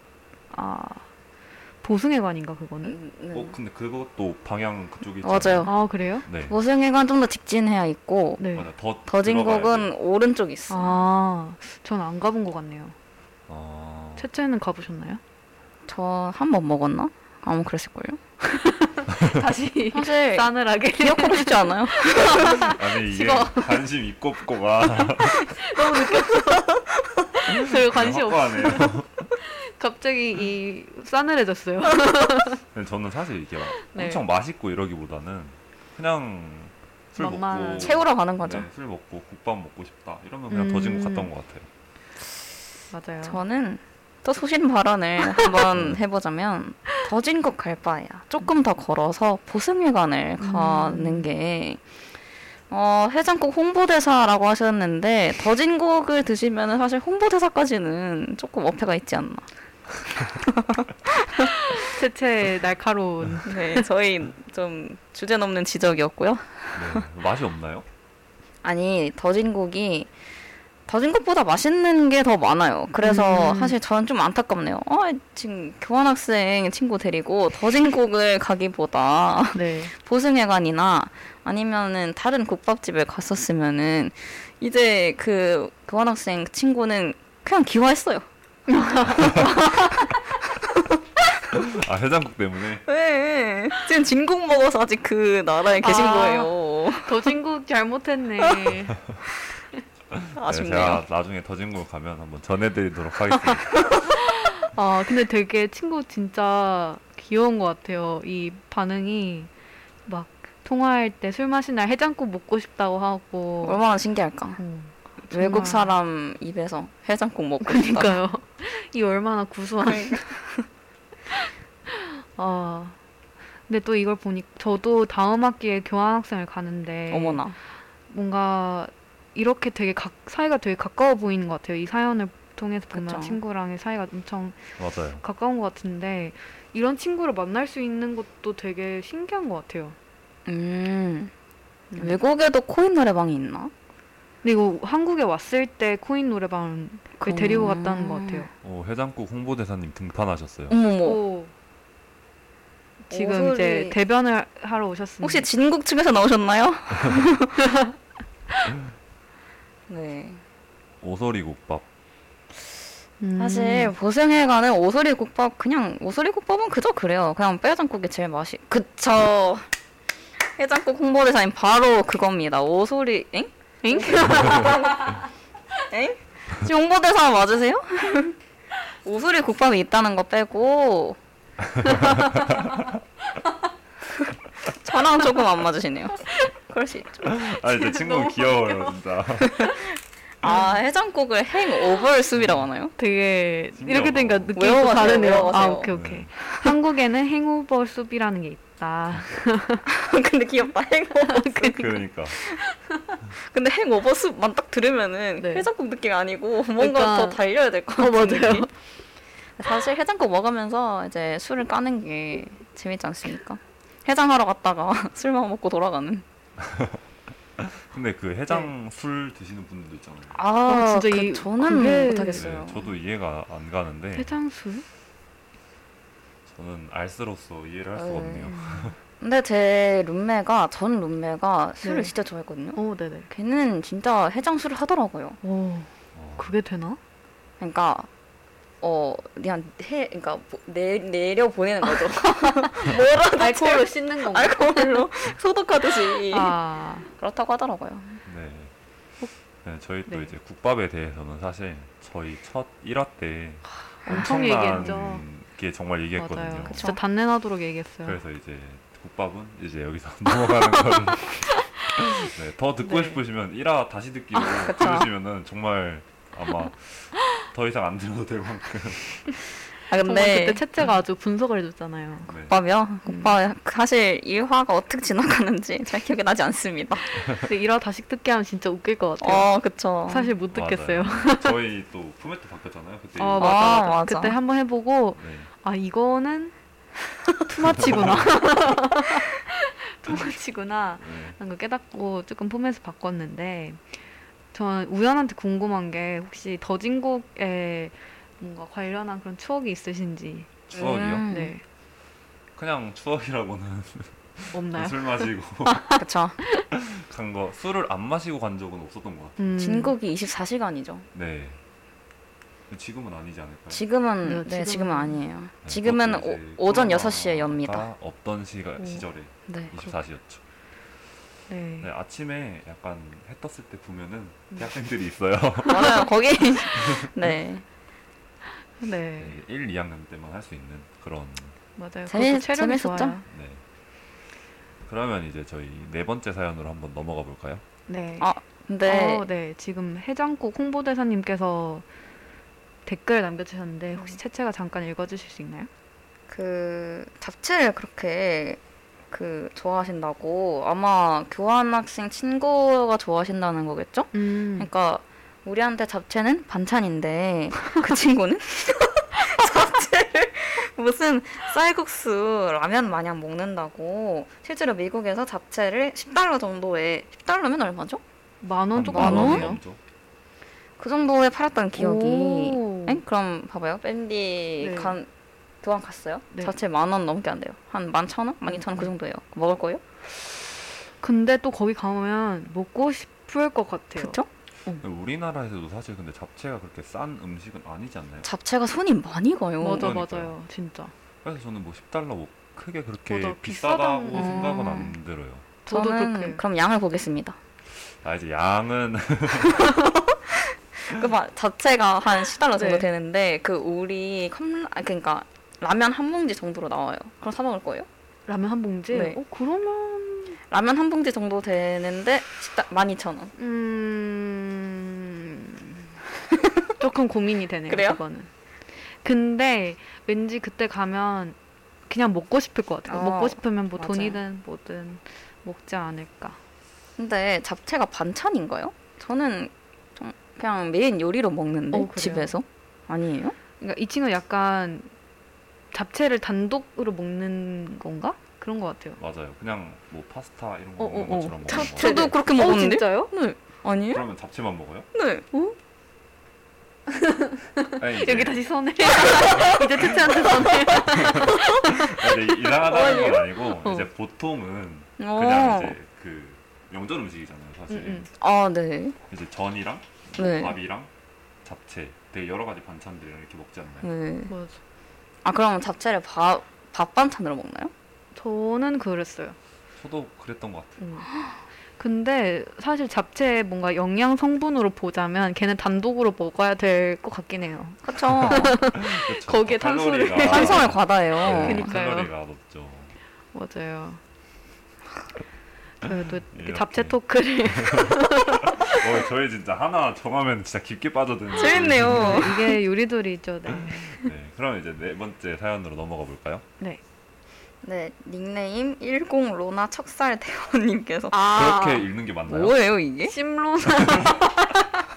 S1: 아, 보승회관인가 그거는?
S3: 음, 네.
S4: 어, 근데 그것도 방향 그쪽이
S3: 맞아요.
S1: 아, 그래요?
S4: 네.
S3: 보승회관 좀 더 직진해야 있고
S1: 네.
S4: 맞아. 더 들어가야
S3: 더진곡은
S4: 돼요.
S3: 오른쪽 있어.
S1: 아, 전 안 가본 것 같네요.
S4: 어...
S1: 채채는 가보셨나요?
S3: 저 한 번 먹었나? 아무 그랬을걸요.
S1: 다시
S3: 사실
S1: 네. 싸늘하게.
S3: 기억하고 싶지 않아요.
S4: 아니 이게
S1: 식어.
S4: 관심 있고 없고가
S1: 너무 느꼈어. 별 관심 없.
S4: 확고하네요.
S1: 갑자기 이 싸늘해졌어요.
S4: 근데 저는 사실 이게 막
S1: 네.
S4: 엄청 맛있고 이러기보다는 그냥 술
S1: 만만.
S4: 먹고
S3: 채우러 가는 거죠.
S4: 네, 술 먹고 국밥 먹고 싶다 이러면 그냥 더진국
S1: 음.
S4: 갔던 것 같아요.
S1: 맞아요.
S3: 저는 또 소신 발언을 한번 해보자면 더진국 갈 바에야 조금 더 걸어서 보승회관을 가는 게 어, 해장국 홍보대사라고 하셨는데 더진국을 드시면 사실 홍보대사까지는 조금 어폐가 있지 않나.
S1: 채채 날카로운.
S3: 네, 저희 좀 주제 넘는 지적이었고요.
S4: 네. 맛이 없나요?
S3: 아니 더진국이 더진국보다 맛있는 게 더 많아요. 그래서
S1: 음.
S3: 사실 저는 좀 안타깝네요. 아, 지금 교환학생 친구 데리고 더진국을 가기보다
S1: 네.
S3: 보승회관이나 아니면은 다른 국밥집에 갔었으면은 이제 그 교환학생 친구는 그냥 기화했어요.
S4: 아 해장국 때문에
S3: 네, 지금 진국 먹어서 아직 그 나라에 계신
S1: 아.
S3: 거예요.
S1: 더진국 잘못했네.
S4: 네,
S3: 아쉽네요.
S4: 제가 나중에 더진국 가면 한번 전해드리도록 하겠습니다.
S1: 아 근데 되게 친구 진짜 귀여운 것 같아요. 이 반응이 막 통화할 때 술 마시나 해장국 먹고 싶다고 하고.
S3: 얼마나 신기할까.
S1: 어, 정말.
S3: 음. 외국 사람 입에서 해장국 먹고 있다.
S1: 그러니까요. 이 얼마나 구수한.
S3: 그러니까.
S1: 아. 근데 또 이걸 보니 저도 다음 학기에 교환학생을 가는데
S3: 어머나.
S1: 뭔가 이렇게 되게 각, 사이가 되게 가까워 보이는 것 같아요. 이 사연을 통해서 보면
S3: 그쵸.
S1: 친구랑의 사이가 엄청
S4: 맞아요.
S1: 가까운 것 같은데 이런 친구를 만날 수 있는 것도 되게 신기한 것 같아요.
S3: 음. 외국에도 코인 노래방이 있나?
S1: 근데 이거 한국에 왔을 때 코인 노래방을
S3: 그럼.
S1: 데리고 갔다는 것 같아요.
S4: 어, 해장국 홍보대사님 등판하셨어요.
S3: 어머머.
S1: 오. 지금 이제
S3: 오소리.
S1: 대변을 하러 오셨습니다.
S3: 혹시 진국 측에서 나오셨나요? 네.
S4: 오소리 국밥.
S1: 음.
S3: 사실 보성에 가는 오소리 국밥 그냥 오소리 국밥은 그저 그래요. 그냥 빼장국이 제일 맛이. 그쵸. 해장국 홍보대사님 바로 그겁니다. 오소리 엥?
S1: 엥?
S3: 엥? 지금 홍보대사 맞으세요? 오소리 국밥이 있다는 거 빼고 저랑 조금 안 맞으시네요. 그럴 수 있죠.
S4: 아 이제 친구 귀여워요 진짜.
S3: 아 해장국을 행오벌숲이라고 하나요?
S1: 되게
S4: 신기하다.
S1: 이렇게 되니까 느낌이 또
S3: 외워가세요,
S1: 다르네요. 아
S3: 외워가세요.
S1: 오케이 오케이.
S4: 네. 아,
S1: 한국에는 행오버 숲이라는 게 있다.
S3: 근데 귀엽다 행오벌숲.
S4: 그러니까.
S3: 근데 행오버숲만 딱 들으면은
S1: 네.
S3: 해장국 느낌 아니고 뭔가
S1: 그러니까.
S3: 더 달려야 될 것
S1: 어,
S3: 같은
S1: 맞아요.
S3: 느낌. 사실 해장국 먹으면서 이제 술을 까는 게 재밌지 않습니까? 해장하러 갔다가 술만 먹고 돌아가는.
S4: 근데 그 해장 술 드시는 분들도 있잖아요. 네,
S3: 아,
S1: 아, 진짜
S3: 그
S1: 이-
S3: 저는
S1: 그게-
S3: 못하겠어요.
S4: 저도 이해가 안 가는데
S1: 해장술?
S4: 저는 알쓰로서 이해를 할 수가
S3: 네.
S4: 없네요.
S3: 근데 제 룸메가 전 룸메가 술을
S1: 네.
S3: 진짜 좋아했거든요.
S1: 오 네네.
S3: 걔는 진짜 해장술을 하더라고요.
S1: 오
S4: 어,
S1: 그게 되나?
S3: 그러니까 어 그냥 해 그러니까 보- 내 내려 보내는 거죠. 뭐라도
S1: 알코올로 씻는 건가?
S3: 알코올로 아, 소독하듯이
S1: 아,
S3: 음. 그렇다고 하더라고요.
S4: 네. 네, 저희 또
S1: 네.
S4: 이제 국밥에 대해서는 사실 저희 첫 1화 때
S1: 아, 엄청 얘기했죠.
S4: 게 정말 얘기했거든요. 네.
S1: 맞아요.
S3: 그쵸.
S1: 진짜 단내 나도록 얘기했어요.
S4: 그래서 이제 국밥은 이제 여기서 넘어가는 거를 네, 더 듣고
S1: 네. 아,
S4: 싶으시면 1화 다시 듣기로
S3: 그쵸.
S4: 들으시면은 정말 아마 더 이상 안 들어도 될 만큼
S3: 아
S1: 정말
S3: 근데
S1: 그때 채채가 아주 분석을 해줬잖아요.
S4: 네.
S3: 국밥이요? 국밥 사실 일화가 어떻게 지나가는지 잘 기억이 나지 않습니다.
S1: 근데 이러 다시 듣게 하면 진짜 웃길 것 같아요.
S3: 어 그쵸.
S1: 사실 못 듣겠어요.
S4: 맞아요. 네. 저희 또 포맷도 바뀌었잖아요. 그때
S1: 어,
S3: 맞-
S1: 맞아,
S3: 아,
S1: 맞아.
S3: 맞아.
S1: 그때 한번 해보고
S4: 네.
S1: 아 이거는 투마치구나. 투마치구나.
S4: 네.
S1: 한거 깨닫고 조금 포맷을 바꿨는데 전 우연한테 궁금한 게 혹시 더진곡에 뭔가 관련한 그런 추억이 있으신지
S4: 추억이요?
S3: 음.
S1: 네
S4: 그냥 추억이라고는
S1: 없나요?
S4: 술 마시고
S3: 그쵸.
S4: 간 거 술을 안 마시고 간 적은 없었던 것 같아요.
S1: 음,
S3: 진국이 24시간이죠.
S4: 네. 근데 지금은 아니지 않을까요?
S3: 지금은
S1: 네,
S3: 네, 지금은
S1: 지금은
S3: 아니에요.
S4: 네,
S3: 지금은
S4: 그것도 이제
S3: 오, 오전
S4: 코로나가
S3: 6시에 엽니다.
S4: 없던 시가,
S1: 오.
S4: 시절에
S3: 네.
S4: 24시였죠.
S1: 네.
S4: 네, 아침에 약간 해 떴을 때 보면은 대학생들이 있어요.
S3: 맞아요. 거기 네.
S1: 네.
S4: 네, 1, 2학년 때만 할 수 있는 그런
S1: 맞아요.
S3: 재밌-
S1: 그것도 체력이
S3: 재밌었죠?
S1: 좋아요.
S4: 네. 그러면 이제 저희 네 번째 사연으로 한번 넘어가 볼까요?
S1: 네.
S3: 아, 근데
S1: 어, 네. 지금 해장국 홍보대사님께서 댓글 남겨주셨는데
S3: 음.
S1: 혹시 채채가 잠깐 읽어주실 수 있나요?
S3: 그 잡채를 그렇게 그 좋아하신다고 아마 교환학생 친구가 좋아하신다는 거겠죠?
S1: 음.
S3: 그러니까 우리한테 잡채는 반찬인데 그 친구는 잡채를 무슨 쌀국수 라면 마냥 먹는다고 실제로 미국에서 잡채를 10달러 정도에 10달러면 얼마죠?
S1: 만원 조금
S3: 만 원?
S1: 넘네요.
S4: 넘죠.
S3: 그 정도에 팔았던 기억이
S1: 오.
S3: 엥? 그럼 봐봐요 밴디
S1: 네.
S3: 간 교환 갔어요?
S1: 네.
S3: 잡채 만 원 넘게 안 돼요 한 만 천 원? 만 이천 원 그 정도예요 먹을 거예요?
S1: 근데 또 거기 가면 먹고 싶을 것 같아요.
S3: 그쵸?
S4: 근데 우리나라에서도 사실 근데 잡채가 그렇게 싼 음식은 아니지 않나요?
S3: 잡채가 손이 많이 가요
S1: 맞아
S4: 그러니까요.
S1: 맞아요 진짜
S4: 그래서 저는 뭐 10달러 뭐 크게 그렇게
S1: 맞아,
S4: 비싸다고
S1: 어, 비싸다는-
S4: 생각은
S3: 어.
S1: 음.
S4: 안 들어요.
S1: 저도
S3: 저는
S1: 그렇게.
S3: 그럼 양을 보겠습니다
S4: 아 이제 양은
S3: 그 봐, 자체가 한 10달러 정도
S1: 네.
S3: 되는데 그 우리 컵라 아, 그러니까 라면 한 봉지 정도로 나와요. 그럼 사 먹을 거예요?
S1: 라면 한 봉지
S3: 네.
S1: 어 그러면
S3: 라면 한 봉지 정도 되는데 10달 12,000원.
S1: 음 조금 고민이 되네요
S3: 그래요?
S1: 그거는 근데 왠지 그때 가면 그냥 먹고 싶을 것 같아요
S3: 어,
S1: 먹고 싶으면 뭐
S3: 맞아요.
S1: 돈이든 뭐든 먹지 않을까
S3: 근데 잡채가 반찬인가요? 저는 좀 그냥 메인 요리로 먹는데
S1: 어, 그래요?
S3: 집에서 아니에요?
S1: 그러니까 이 친구 약간 잡채를 단독으로 먹는 건가 그런 것 같아요
S4: 맞아요. 그냥 뭐 파스타 이런 거
S1: 어,
S4: 먹는
S1: 어, 어.
S4: 것처럼 먹는 거.
S3: 저도 그렇게 먹었는데?
S1: 진짜요?
S3: 네. 아니에요?
S4: 그러면 잡채만 먹어요?
S3: 네.
S4: 아니, 이제-
S1: 여기 다시 선해 이제 채채한테 선해
S4: 아니, 이제 이상하다는 건 아니고
S1: 어. 아.
S4: 이제 보통은
S3: 어.
S4: 그냥 이제 그 명절 음식이잖아요, 사실.
S1: 음, 음.
S3: 아, 네.
S4: 이제 전이랑
S3: 네.
S4: 밥이랑 잡채 되게 여러 가지 반찬들이랑 이렇게 먹지
S1: 음.
S4: 않나요?
S3: 네.
S1: 맞아
S3: 아, 그럼 잡채를 밥, 밥 반찬으로 먹나요?
S1: 저는 그랬어요
S4: 저도 그랬던 것 같아요.
S1: 음. 근데 사실 잡채 뭔가 영양 성분으로 보자면 걔는 단독으로 먹어야 될 것 같긴 해요.
S3: 그쵸.
S4: 그쵸?
S1: 거기에 네,
S4: 칼로리가-
S1: 탄수를-
S3: 탄수화물 과다예요.
S4: 네,
S1: 그니까요.
S4: 칼로리가 높죠.
S1: 맞아요. 저희도 그
S4: 이렇게.
S1: 잡채 토크를
S4: 어, 저희 진짜 하나 정하면 진짜 깊게 빠져드는.
S3: 재밌네요.
S1: 이게 요리조리죠. 네.
S4: 네, 그럼 이제 네 번째 사연으로 넘어가 볼까요?
S3: 네, 닉네임 10 로나 척살 대원님께서
S4: 그렇게 읽는 게 맞나요?
S3: 아. 뭐예요 이게?
S1: 심로나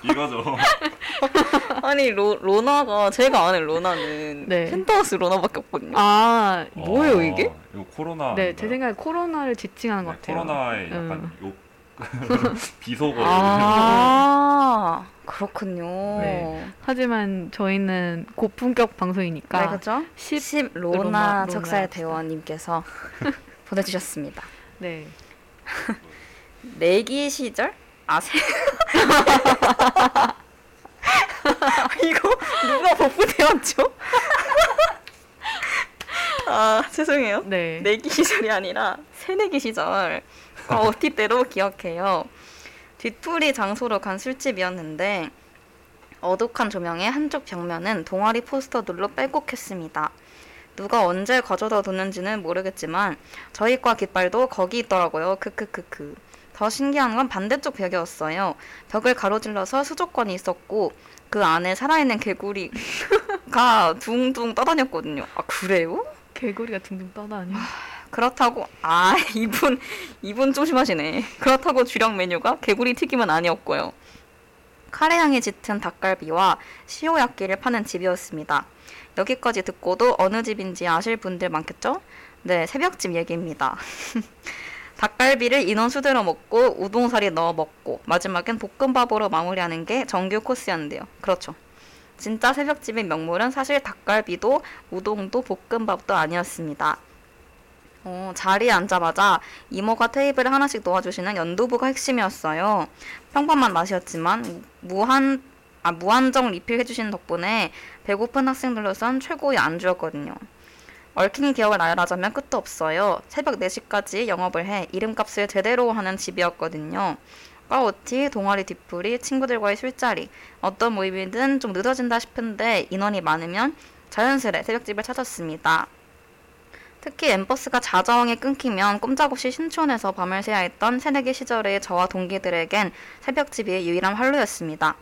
S4: 이거죠. 어,
S3: 아니 로, 로나가 제가 아는 로나는
S1: 네.
S3: 펜트하우스 로나밖에 없거든요.
S1: 아
S3: 뭐예요,
S4: 어,
S3: 이게?
S4: 이거 코로나. 네,
S1: 네, 제 생각에 코로나를 지칭하는 것 같아요.
S4: 아, 코로나에 약간 욕 비속어.
S3: 아 그렇군요.
S4: 네.
S3: 네,
S1: 하지만 저희는 고품격 방송이니까
S3: 그죠?
S1: 10
S3: 10 그러니까 그렇죠? 로나,
S1: 로나
S3: 척살
S1: 척살.
S3: 대원님께서 보내주셨습니다.
S1: 네.
S3: 내기 시절? 아 세. 이거 누가 복구되었죠? 아 죄송해요.
S6: 네.
S3: 내기 시절이 아니라 새내기 시절 어티때로 기억해요. 뒤풀이 장소로 간 술집이었는데 어둑한 조명의 한쪽 벽면은 동아리 포스터들로 빼곡했습니다. 누가 언제 가져다 뒀는지는 모르겠지만 저희과 깃발도 거기 있더라고요. 크크크크. 더 신기한 건 반대쪽 벽이었어요. 벽을 가로질러서 수족관이 있었고 그 안에 살아있는 개구리가 둥둥 떠다녔거든요. 아 그래요?
S6: 개구리가 둥둥 떠다니.
S3: 그렇다고 아 이분 이분 조심하시네. 그렇다고 주력 메뉴가 개구리 튀김은 아니었고요. 카레 향이 짙은 닭갈비와 시오야끼를 파는 집이었습니다. 여기까지 듣고도 어느 집인지 아실 분들 많겠죠? 네, 새벽집 얘기입니다. 닭갈비를 인원 수대로 먹고 우동사리 넣어 먹고 마지막엔 볶음밥으로 마무리하는 게 정규 코스였는데요. 그렇죠. 진짜 새벽집의 명물은 사실 닭갈비도 우동도 볶음밥도 아니었습니다. 어, 자리에 앉자마자 이모가 테이블에 하나씩 놓아주시는 연두부가 핵심이었어요. 평범한 맛이었지만 무한 아, 무한정 리필해주신 덕분에 배고픈 학생들로선 최고의 안주였거든요. 얽힌 기억을 나열하자면 끝도 없어요. 새벽 4시까지 영업을 해 이름값을 제대로 하는 집이었거든요. 과오티, 동아리 뒷풀이, 친구들과의 술자리, 어떤 모임이든 좀 늦어진다 싶은데 인원이 많으면 자연스레 새벽집을 찾았습니다. 특히 엠버스가 자자왕이 끊기면 꼼짝없이 신촌에서 밤을 새야 했던 새내기 시절의 저와 동기들에겐 새벽집이 유일한 활로였습니다.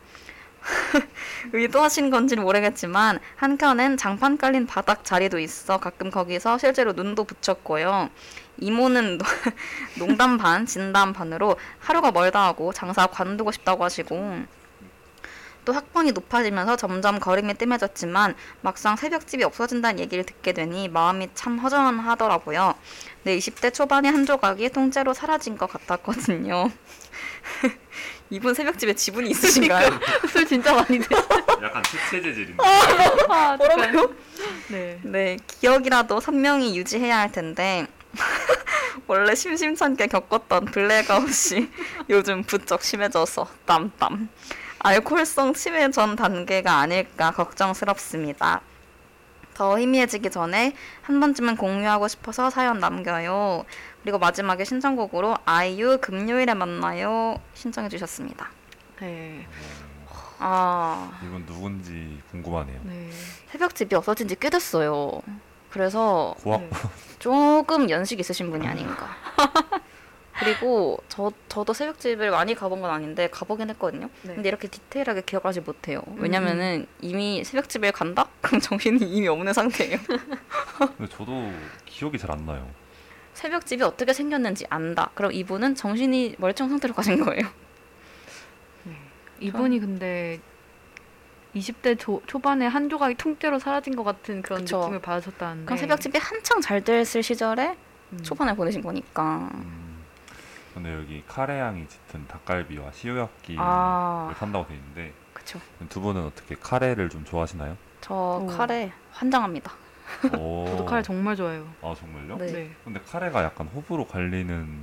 S3: 의도하신 건지는 모르겠지만 한켠엔 장판 깔린 바닥 자리도 있어 가끔 거기서 실제로 눈도 붙였고요. 이모는 노- 농담 반 진담 반으로 하루가 멀다 하고 장사 관두고 싶다고 하시고 또 학번이 높아지면서 점점 걸음이 뜸해졌지만 막상 새벽집이 없어진다는 얘기를 듣게 되니 마음이 참 허전하더라고요. 내 20대 초반의 한 조각이 통째로 사라진 것 같았거든요. 이분 새벽집에 지분이 있으신가요?
S6: 술 진짜 많이 드.
S4: 약간 특채 재질인데.
S6: 아,
S3: 뭐라고요?
S6: 네.
S3: 네, 기억이라도 선명히 유지해야 할 텐데 원래 심심찮게 겪었던 블랙아웃이 요즘 부쩍 심해져서 땀땀 알코올성 치매 전 단계가 아닐까 걱정스럽습니다. 더 희미해지기 전에 한 번쯤은 공유하고 싶어서 사연 남겨요. 그리고 마지막에 신청곡으로 아이유 금요일에 만나요 신청해 주셨습니다.
S6: 네.
S3: 아
S4: 이분 누군지 궁금하네요.
S6: 네.
S3: 새벽집이 없어진 지 꽤 됐어요. 그래서
S1: 네.
S4: 고학
S3: 조금 연식 있으신 분이 아닌가. 그리고 저 저도 새벽집을 많이 가본 건 아닌데 가보긴 했거든요.
S6: 네. 음.
S3: 근데 이렇게 디테일하게 기억하지 못해요. 왜냐면은 이미 새벽집에 간다? 그럼 정신이 이미 없는 상태예요.
S4: 근데 저도 기억이 잘 안 나요.
S3: 새벽집이 어떻게 생겼는지 안다. 그럼 이분은 정신이 멀쩡 상태로 가신 거예요.
S6: 네. 이분이 근데 20대 조, 초반에 한 조각이 통째로 사라진 것 같은 그런
S3: 그쵸.
S6: 느낌을 받으셨다는데.
S3: 그럼 새벽집이 한창 잘 됐을 시절에
S6: 음.
S3: 초반에 보내신 거니까.
S4: 음, 근데 여기 카레향이 짙은 닭갈비와 시오야끼를
S3: 아.
S4: 판다고 돼 있는데
S3: 그쵸.
S4: 두 분은 어떻게 카레를 좀 좋아하시나요?
S3: 저
S6: 오.
S3: 카레 환장합니다.
S4: 오.
S6: 저도 칼 정말 좋아해요.
S4: 아 정말요?
S3: 네.
S4: 근데 카레가 약간 호불호 갈리는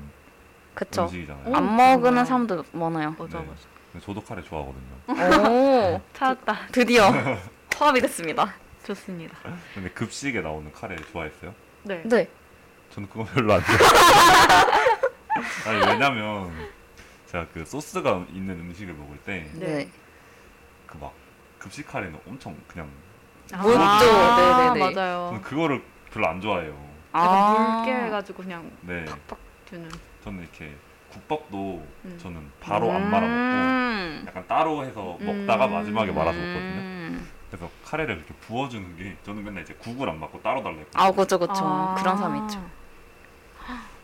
S3: 그쵸. 어?
S4: 음식이잖아요.
S6: 오.
S3: 안
S6: 그런가요?
S3: 먹는 사람도 많아요.
S6: 맞아
S4: 네.
S6: 맞아.
S4: 근데 저도 카레 좋아하거든요.
S3: 어? 오.
S6: 찾았다.
S3: 드디어 화합이 됐습니다.
S6: 좋습니다.
S4: 근데 급식에 나오는 카레 좋아했어요?
S6: 네.
S3: 네.
S4: 저는 그거 별로 안 좋아해요. 아니 왜냐면 제가 그 소스가 있는 음식을 먹을 때 그 막
S6: 네.
S4: 급식 카레는 엄청 그냥
S3: 네. 물도,
S6: 아,
S3: 네네네.
S6: 맞아요.
S4: 저는 그거를 별로 안 좋아해요.
S6: 약간 묽게 해가지고 그냥
S4: 네,
S6: 주는.
S4: 저는 이렇게 국밥도
S6: 음.
S4: 저는 바로 안 말아
S3: 음.
S4: 먹고 약간 따로 해서 먹다가 마지막에 말아서 먹거든요.
S3: 음.
S4: 그래서 카레를 이렇게 부어주는 게 저는 맨날 이제 국을 안 맞고 따로 달래고
S3: 아, 그죠, 그죠.
S6: 아.
S3: 그런 사람 있죠.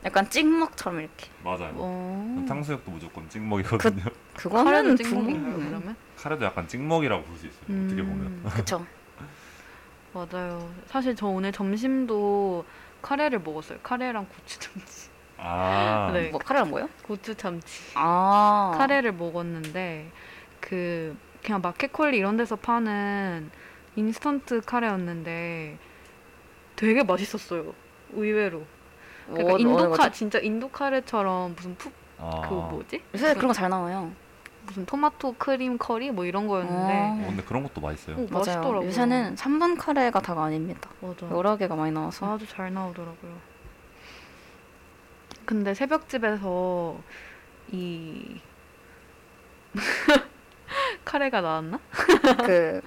S3: 약간 찍먹처럼 이렇게.
S4: 맞아요.
S6: 어.
S4: 음, 탕수육도 무조건 찍먹이거든요.
S3: 그거는
S6: 카레도
S3: 부모. 음.
S6: 찍먹인가요 그러면?
S4: 카레도 약간 찍먹이라고 볼 수 있어요. 어떻게 보면.
S6: 음,
S3: 그쵸.
S6: 맞아요. 사실 저 오늘 점심도 카레를 먹었어요. 카레랑 고추 참치.
S4: 아,
S6: 네.
S3: 뭐, 카레는 뭐예요?
S6: 고추 참치.
S3: 아.
S6: 어. 카레를 먹었는데 그 그냥 마켓컬리 이런 데서 파는 인스턴트 카레였는데 되게 맛있었어요. 의외로. 그러니까
S3: 뭐,
S6: 인도
S3: 뭐예요?
S6: 카 진짜 인도 카레처럼 무슨 푹 그
S4: 아,
S6: 뭐지?
S3: 요새 그런 거 잘 나와요.
S1: 무슨 토마토 크림 커리 뭐 이런 거였는데
S4: 어, 근데 그런 것도 맛있어요.
S1: 오,
S3: 맞아요.
S1: 맛있더라고요.
S3: 요새는 3분 카레가 다가 아닙니다.
S1: 맞아.
S3: 여러 개가 많이 나와서
S1: 아주 잘 나오더라고요. 근데 새벽집에서 이 카레가 나왔나?
S3: 그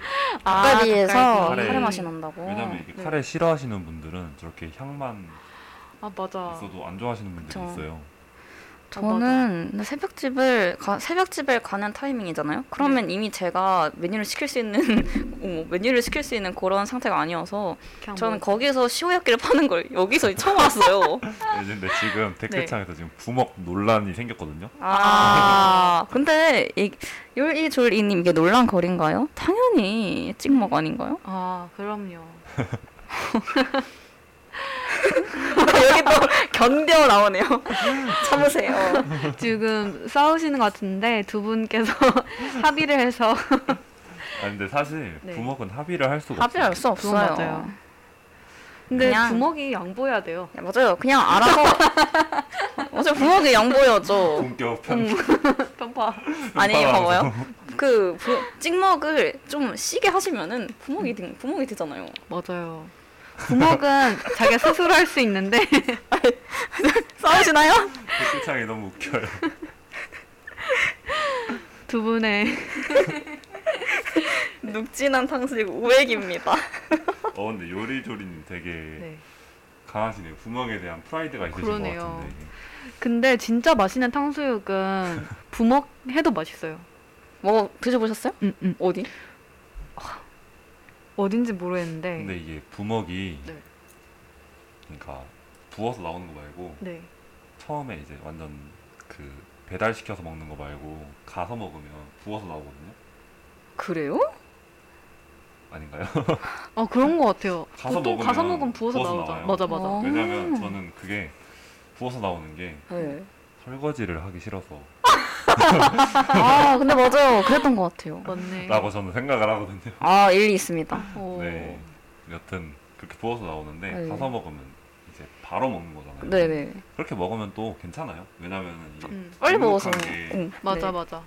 S1: 아,
S3: 닭갈비에서
S1: 닭갈비.
S4: 카레.
S3: 카레 맛이 난다고.
S4: 왜냐면 이게
S1: 네.
S4: 카레 싫어하시는 분들은 저렇게 향만
S1: 아 맞아.
S4: 있어도 안 좋아하시는 분들이
S3: 그쵸.
S4: 있어요.
S3: 저는 새벽집을 가, 새벽집을 가는 타이밍이잖아요. 그러면 이미 제가 메뉴를 시킬 수 있는 어, 메뉴를 시킬 수 있는 그런 상태가 아니어서
S1: 그냥
S3: 저는
S1: 뭐-
S3: 거기서 시오야끼를 파는 걸 여기서 처음 알았어요.
S4: 네, 근데 지금 댓글창에서 지금 부먹 논란이 생겼거든요.
S3: 아, 근데 이 율이졸이님 이게 논란 거리인가요? 당연히 찍먹 아닌가요?
S1: 아 그럼요.
S3: 여기 또 견뎌 나오네요. 참으세요.
S1: 지금 싸우시는 것 같은데 두 분께서 합의를 해서
S4: 아 근데 사실
S1: 네.
S4: 부먹은 합의를 할 수가 없어요.
S3: 합의할 수
S1: 그건
S3: 없어요.
S1: 맞아요. 근데
S3: 그냥-
S1: 부먹이 양보해야 돼요.
S3: 야, 맞아요. 그냥 알아서 어제 부엌에 양보여줘.
S4: 본격 편
S1: 편파.
S3: 아니
S4: 빵
S3: 음, 봐봐요. 그 부, 찍먹을 좀 시게 하시면은 부먹이 되, 부먹이 되잖아요.
S1: 맞아요. 부먹은 자기가 스스로 할 수 있는데
S3: 싸우시나요?
S4: 댓글창이 너무 웃겨요.
S1: 두 분의
S3: 눅진한 탕수육 우액입니다.
S4: 어 근데 요리조리님 되게
S1: 네.
S4: 강하시네요. 부먹에 대한 프라이드가 있으신
S1: 그러네요.
S4: 것 같은데.
S1: 근데 진짜 맛있는 탕수육은 부먹 해도 맛있어요.
S3: 뭐 드셔보셨어요?
S1: 음, 음.
S3: 어디?
S1: 어딘지 모르겠는데.
S4: 근데 이게 부먹이
S1: 네.
S4: 그러니까 부어서 나오는 거 말고
S1: 네.
S4: 처음에 이제 완전 그 배달 시켜서 먹는 거 말고 가서 먹으면 부어서 나오거든요.
S3: 그래요?
S4: 아닌가요?
S1: 어 그런 것 같아요.
S4: 가서
S1: 보통
S4: 먹으면
S1: 가서 먹으면 부어서,
S4: 부어서
S1: 나오죠.
S4: 나와요.
S1: 맞아 맞아.
S3: 어.
S4: 왜냐면 저는 그게 부어서 나오는 게
S3: 네.
S4: 설거지를 하기 싫어서
S3: 아 근데 맞아요. 그랬던 것 같아요.
S1: 맞네.
S4: 라고 저는 생각을 하거든요.
S3: 아 일리 있습니다.
S1: 어.
S4: 네. 여튼 그렇게 부어서 나오는데
S3: 네.
S4: 가서 먹으면 이제 바로 먹는 거잖아요.
S3: 네네.
S4: 그렇게 먹으면 또 괜찮아요. 왜냐면은 이게
S1: 음.
S3: 빨리 먹어서.
S4: 눅눅한 게
S3: 응.
S1: 맞아
S3: 네.
S1: 맞아.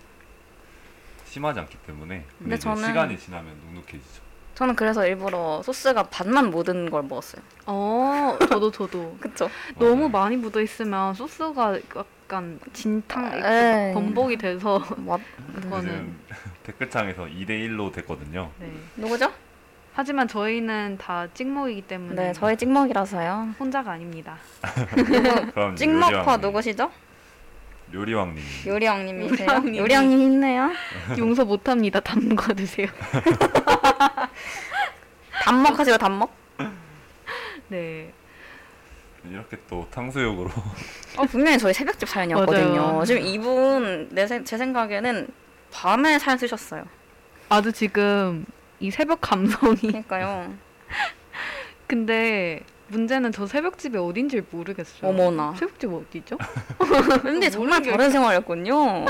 S4: 심하지 않기 때문에 근데,
S3: 근데
S4: 이제
S3: 저는-
S4: 시간이 지나면 눅눅해지죠.
S3: 저는 그래서 일부러 소스가 반만 묻은 걸 먹었어요.
S1: 어 저도 저도.
S3: 그쵸?
S1: 너무
S4: 맞아요.
S1: 많이 묻어 있으면 소스가 약간 진탕
S3: 에이.
S1: 범벅이 돼서
S3: 맞...
S1: 그거는.
S4: 요즘 댓글창에서 2대 1로 됐거든요.
S1: 네.
S3: 누구죠?
S1: 하지만 저희는 다 찍먹이기 때문에
S3: 네 저희 찍먹이라서요.
S1: 혼자가 아닙니다.
S4: 그럼
S3: 찍먹파
S4: 요리왕님,
S3: 누구시죠?
S4: 요리왕님.
S3: 요리왕님이세요?
S1: 요리왕님.
S3: 요리왕님 힘내요.
S1: 용서 못합니다. 담궈 드세요.
S3: 단먹 하세요 단먹.
S1: 네.
S4: 이렇게 또 탕수육으로
S3: 어, 분명히 저희 새벽집 사연이었거든요.
S1: 맞아요.
S3: 지금 이분 내 생, 제 생각에는 밤에 사연 쓰셨어요.
S1: 아주 지금 이 새벽 감성이
S3: 그러니까요.
S1: 근데 문제는 저 새벽집이 어딘지 모르겠어요.
S3: 어머나.
S1: 새벽집 어디죠?
S3: 근데 정말 다른 생활이었군요.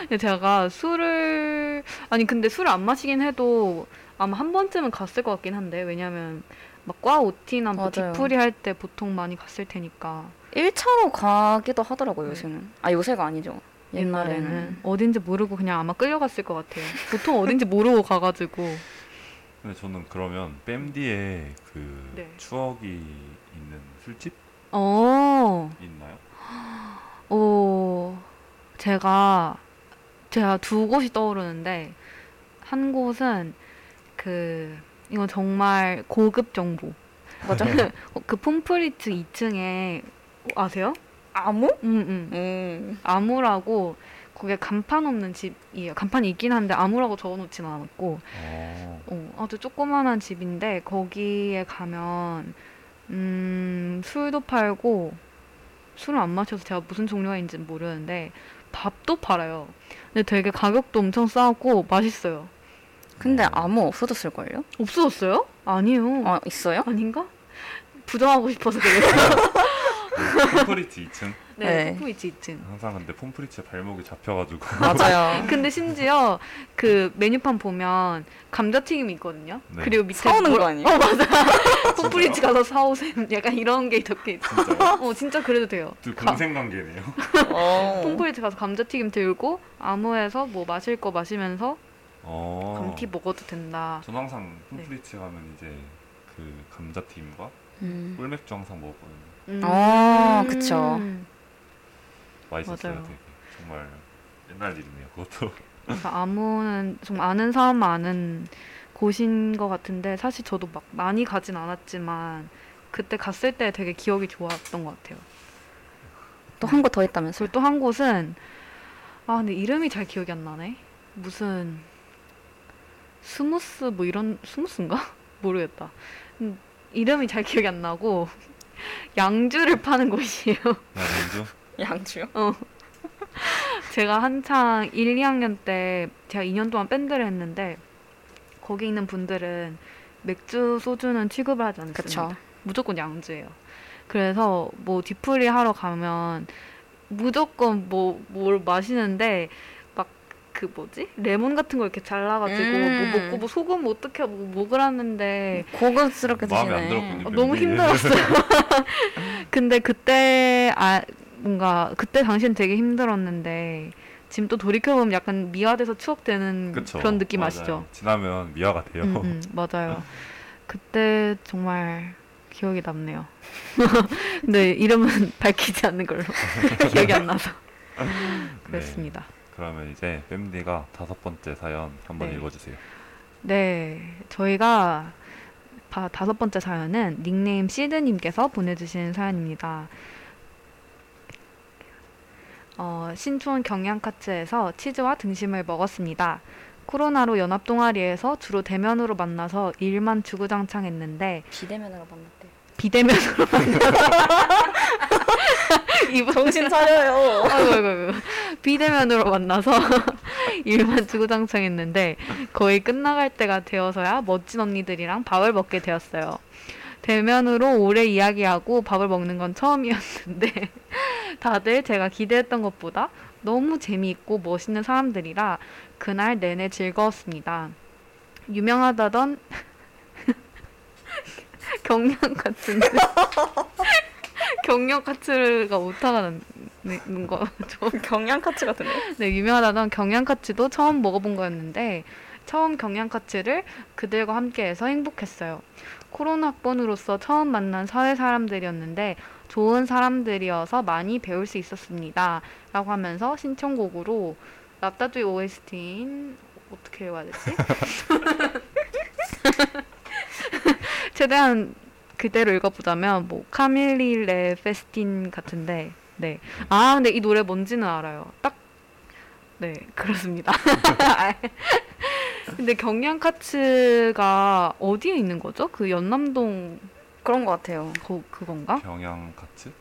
S1: 근데 제가 술을 아니 근데 술을 안 마시긴 해도 아마 한 번쯤은 갔을 것 같긴 한데 왜냐면 막과 오티나 뭐
S3: 맞아요.
S1: 디프리 할 때 보통 많이 갔을 테니까
S3: 1차로 가기도 하더라고요, 요새는. 아, 요새가 아니죠. 옛날에는.
S1: 어딘지 모르고 그냥 아마 끌려갔을 것 같아요. 보통 어딘지 모르고 가가지고
S4: 근데 저는 그러면 뺨디의 그
S1: 네.
S4: 추억이 있는 술집
S1: 어,
S4: 있나요?
S1: 어 제가 제가 두 곳이 떠오르는데 한 곳은 그 이건 정말 고급 정보
S3: 맞아.
S1: 어, 그 폼프리츠 2층에 아세요?
S3: 아무?
S1: 음, 음.
S3: 음.
S1: 아무라고 거기에 간판 없는 집이에요. 간판이 있긴 한데 아무라고 적어놓진 않았고
S4: 어,
S1: 어, 아주 조그만한 집인데 거기에 가면 음, 술도 팔고 술을 안 마셔서 제가 무슨 종류인지는 모르는데 밥도 팔아요. 근데 되게 가격도 엄청 싸고 맛있어요.
S3: 근데 아무 없어졌을걸요?
S1: 없어졌어요? 아니요.
S3: 아, 있어요?
S1: 아닌가? 부정하고 싶어서 그래요.
S4: 그 콘크리트 2층.
S1: 네,
S3: 네.
S1: 포프이치 2층.
S4: 항상 근데 폼프리츠에 발목이 잡혀가지고
S3: 맞아요.
S1: 근데 심지어 그 메뉴판 보면 감자튀김이 있거든요.
S4: 네.
S1: 그리고 밑에
S3: 사오는
S1: 뭐-
S3: 거 아니에요?
S1: 어 맞아. 폼프리츠 가서 사오세요. 약간 이런 게 적혀 있어.
S3: 아.
S4: 진짜
S1: 어 진짜 그래도 돼요.
S4: 두
S1: 가-
S4: 동생 관계네요.
S3: 어.
S1: 폼프리츠 가서 감자튀김 들고 아무에서 뭐 마실 거 마시면서
S4: 어.
S1: 감튀 먹어도 된다.
S4: 전 항상
S1: 네.
S4: 홈프리츠 가면 이제 그 감자튀김과
S3: 음.
S4: 꿀맥주 항상 먹었거든요.
S1: 음.
S3: 어, 그쵸.
S1: 음.
S4: 맛있었어요,
S1: 맞아요.
S4: 되게. 정말 옛날 일이네요, 그것도.
S1: 그래서 아무는 좀 아는 사람 아는 곳인 것 같은데 사실 저도 막 많이 가진 않았지만 그때 갔을 때 되게 기억이 좋았던 것 같아요.
S3: 또 한 곳 더 있다면서.
S1: 그리고 또 한 곳은 아 근데 이름이 잘 기억이 안 나네. 무슨 스무스 뭐 이런 스무스인가 모르겠다. 음, 이름이 잘 기억이 안 나고 양주를 파는 곳이에요.
S4: 야, 민주?
S3: 양주요?
S1: 제가 한창 1, 2학년 때 제가 2년 동안 밴드를 했는데 거기 있는 분들은 맥주 소주는 취급을 하지 않습니다.
S3: 그쵸.
S1: 무조건 양주예요. 그래서 뭐 뒤풀이 하러 가면 무조건 뭐 뭘 마시는데 막 그 뭐지 레몬 같은 거 이렇게 잘라가지고
S3: 음.
S1: 뭐 먹고 뭐 소금 뭐 어떻게 뭐 먹으라는데
S3: 고급스럽게 드시네.
S4: 마음에 안 들었군요.
S1: 어, 너무
S4: 밴드에.
S1: 힘들었어요. 근데 그때 아 뭔가 그때 당신 되게 힘들었는데 지금 또 돌이켜 보면 약간 미화돼서 추억되는
S4: 음, 그쵸.
S1: 그런 느낌
S4: 맞아요.
S1: 아시죠?
S4: 지나면 미아가 돼요.
S1: 음, 음, 맞아요. 그때 정말 기억이 남네요. 근데 이름은 밝히지 않는 걸로 기억이 안 나서 그랬습니다.
S4: 네. 그러면 이제 뺨디가 다섯 번째 사연 한번
S1: 네.
S4: 읽어주세요.
S1: 네, 저희가 다, 다섯 번째 사연은 닉네임 시드님께서 보내주신 사연입니다. 어, 신촌 경양카츠에서 치즈와 등심을 먹었습니다. 코로나로 연합 동아리에서 주로 대면으로 만나서 일만 주구장창했는데
S3: 비대면으로 만났대.
S1: 비대면으로 만나 이분
S3: 정신 차려요.
S1: 아이고, 아이고, 아이고. 비대면으로 만나서 일만 주구장창했는데 거의 끝나갈 때가 되어서야 멋진 언니들이랑 밥을 먹게 되었어요. 대면으로 오래 이야기하고 밥을 먹는 건 처음이었는데 다들 제가 기대했던 것보다 너무 재미있고 멋있는 사람들이라 그날 내내 즐거웠습니다. 유명하다던 경량 같은 경력 카츠가 오타가 나는 거
S3: 경량 카츠 같은데.
S1: 네, 유명하다던 경양카츠도 처음 먹어본 거였는데 처음 경양카츠를 그들과 함께해서 행복했어요. 코로나 학번으로서 처음 만난 사회 사람들이었는데 좋은 사람들이어서 많이 배울 수 있었습니다. 라고 하면서 신청곡으로 랍다주의 OST인 어떻게 해야 되지? 최대한 그대로 읽어보자면 뭐 카밀리레 페스틴 같은데 네. 아 근데 이 노래 뭔지는 알아요. 딱 네, 그렇습니다. 근데 경양카츠가 어디에 있는 거죠? 그 연남동
S3: 그런 것 같아요.
S1: 거, 그건가?
S4: 경양 같이?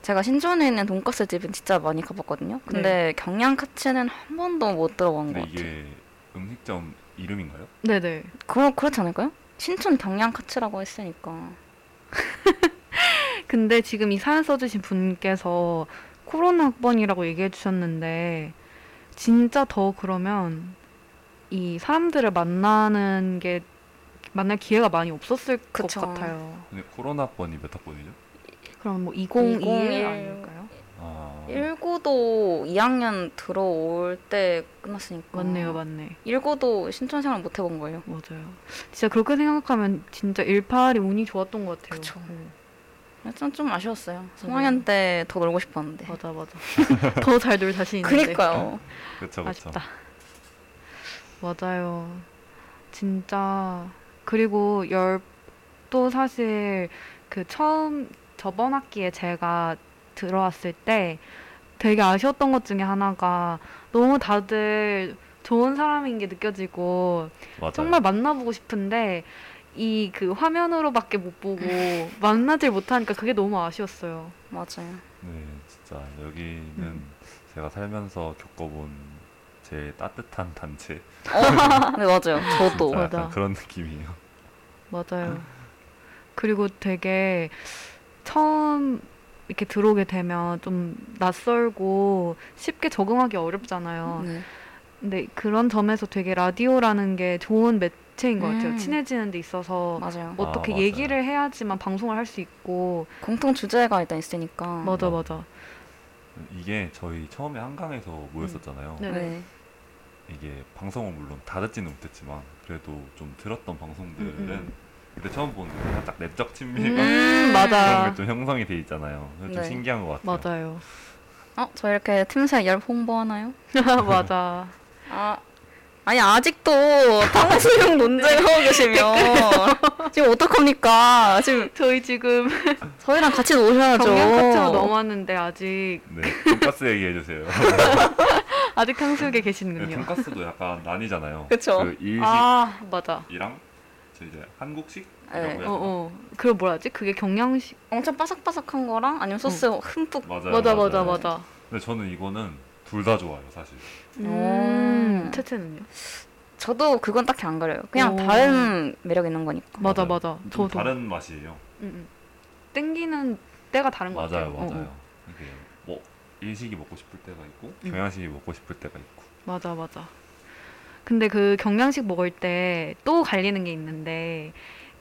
S3: 제가 신촌에 있는 돈가스 집은 진짜 많이 가봤거든요. 근데 경량 카츠는 한 번도 못 들어간 것
S4: 근데
S3: 같아요.
S4: 네. 이게 음식점 이름인가요?
S1: 네네.
S3: 그거 그렇지 않을까요? 신촌 경량 카츠라고 했으니까.
S4: 어.
S1: 근데 지금 이 사연 써주신 분께서 코로나 학번이라고 얘기해 주셨는데 진짜 더 그러면 이 사람들을 만나는 게 만날 기회가 많이 없었을
S3: 그쵸.
S1: 것 같아요.
S4: 근데 코로나 번이 몇 학번이죠?
S1: 그럼 뭐 2021
S3: 2021
S1: 아닐까요?
S4: 아,
S3: 19도 2학년 들어올 때 끝났으니까.
S1: 맞네요, 맞네.
S3: 19도 신촌 생활 못 해본 거예요.
S1: 맞아요. 진짜 그렇게 생각하면 진짜 18이 운이 좋았던 것 같아요.
S3: 그쵸.
S1: 음,
S3: 좀, 좀 아쉬웠어요. 3학년 때 더 놀고 싶었는데.
S1: 맞아 맞아. 더 잘 놀 자신 있는데.
S3: 그니까요.
S4: 그쵸, 그쵸.
S1: 아쉽다. 맞아요. 진짜 그리고 열도 사실 그 처음 저번 학기에 제가 들어왔을 때 되게 아쉬웠던 것 중에 하나가 너무 다들 좋은 사람인 게 느껴지고
S4: 맞아요.
S1: 정말 만나보고 싶은데 이 그 화면으로밖에 못 보고 만나질 못하니까 그게 너무 아쉬웠어요.
S3: 맞아요.
S4: 네, 진짜 여기는
S1: 음.
S4: 제가 살면서 겪어본 제일 따뜻한 단체.
S3: 어, 네, 맞아요. 저도.
S4: 진짜 약간
S1: 맞아.
S4: 그런 느낌이에요.
S1: 맞아요. 그리고 되게 처음 이렇게 들어오게 되면 좀 낯설고 쉽게 적응하기 어렵잖아요.
S3: 네.
S1: 근데 그런 점에서 되게 라디오라는 게 좋은 매체인 것 같아요.
S3: 음.
S1: 친해지는 데 있어서
S3: 맞아요.
S4: 뭐-
S1: 어떻게
S4: 아, 맞아요.
S1: 얘기를 해야지만 방송을 할 수 있고
S3: 공통 주제가 일단 있으니까.
S1: 맞아
S4: 음.
S1: 맞아.
S4: 이게 저희 처음에 한강에서 모였었잖아요.
S1: 네.
S3: 네.
S4: 이게 방송은 물론 다 듣지는 못했지만 그래도 좀 들었던 방송들은
S3: 음, 음.
S4: 그때 처음 보는 살짝 내적 친밀감
S1: 음
S4: 그런
S1: 맞아
S4: 게 좀 형성이 돼 있잖아요. 그래서 좀
S3: 네.
S4: 신기한 것 같아요.
S1: 맞아요.
S3: 어, 저 이렇게 틈새 열 홍보하나요?
S1: 맞아.
S3: 아, 아니 아직도 탕수육 논쟁 하고 계시면 지금 어떡합니까? 지금
S1: 저희 지금
S3: 저희랑 같이 노셔야죠.
S1: 경영 파트로 넘어왔는데 아직
S4: 네, 돈까스 얘기해 주세요.
S1: 아직 탕수육에
S4: 네,
S1: 계시는군요.
S4: 돈까스도 약간 나뉘잖아요.
S3: 그쵸.
S4: 그 일식이랑
S1: 아 맞아.
S4: 저 이제 한국식이라고
S3: 네.
S4: 해야 되나?
S1: 어어. 그, 그걸 뭐라지? 그게 경양식.
S3: 엄청 바삭바삭한 거랑 아니면 소스 흠뻑
S4: 맞아요.
S1: 네, 맞아 맞아
S4: 맞아요.
S1: 맞아.
S4: 근데 저는 이거는 둘 다 좋아요, 사실.
S3: 음.
S1: 채채는요?
S3: 저도 그건 딱히 안 그래요. 그냥
S1: 오.
S3: 다른 매력 있는 거니까.
S1: 맞아
S4: 맞아요.
S1: 맞아. 저도.
S4: 좀 다른 맛이에요.
S1: 응, 응. 땡기는 때가 다른 것 같아요.
S4: 맞아요,
S1: 어,
S4: 맞아요.
S1: 어.
S4: 이게 뭐 일식이 먹고 싶을 때가 있고
S1: 음.
S4: 경양식이 먹고 싶을 때가 있고.
S1: 맞아 맞아. 근데 그 경양식 먹을 때 또 갈리는 게 있는데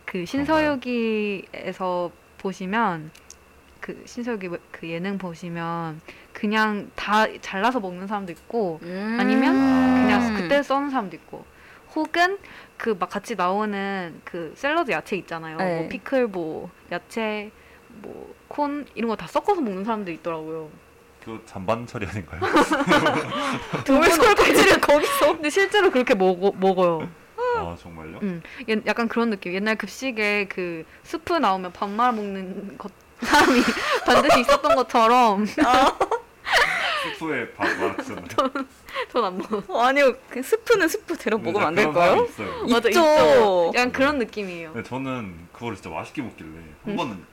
S1: 그 신서유기에서 보시면 그 신서유기 그 예능 보시면 그냥 다 잘라서 먹는 사람도 있고
S3: 음.
S1: 아니면 그냥
S3: 음.
S1: 그때 써는 사람도 있고 혹은 그 막 같이 나오는 그 샐러드 야채 있잖아요
S3: 네.
S1: 뭐 피클 뭐 야채 뭐 콘 이런 거 다 섞어서 먹는 사람도 있더라고요
S4: 그 잔반 처리 아닌가요?
S1: 돌솔까지를 아, 거기서 근데 실제로 그렇게 먹어, 먹어요
S4: 아 정말요?
S1: 음. 옛- 약간 그런 느낌 옛날 급식에 그 스프 나오면 밥 말아 먹는 것 사람이 반드시 있었던 것처럼
S4: 숙소에 밥 말았잖아요.
S1: 전 안 먹어
S3: 어, 아니요. 그 스프는 스프대로 먹으면 안 될까요?
S4: 네, 있어요.
S3: 있죠.
S1: 약간 그런 느낌이에요
S4: 근데 저는 그거를 진짜 맛있게 먹길래
S3: 음.
S4: 한 번은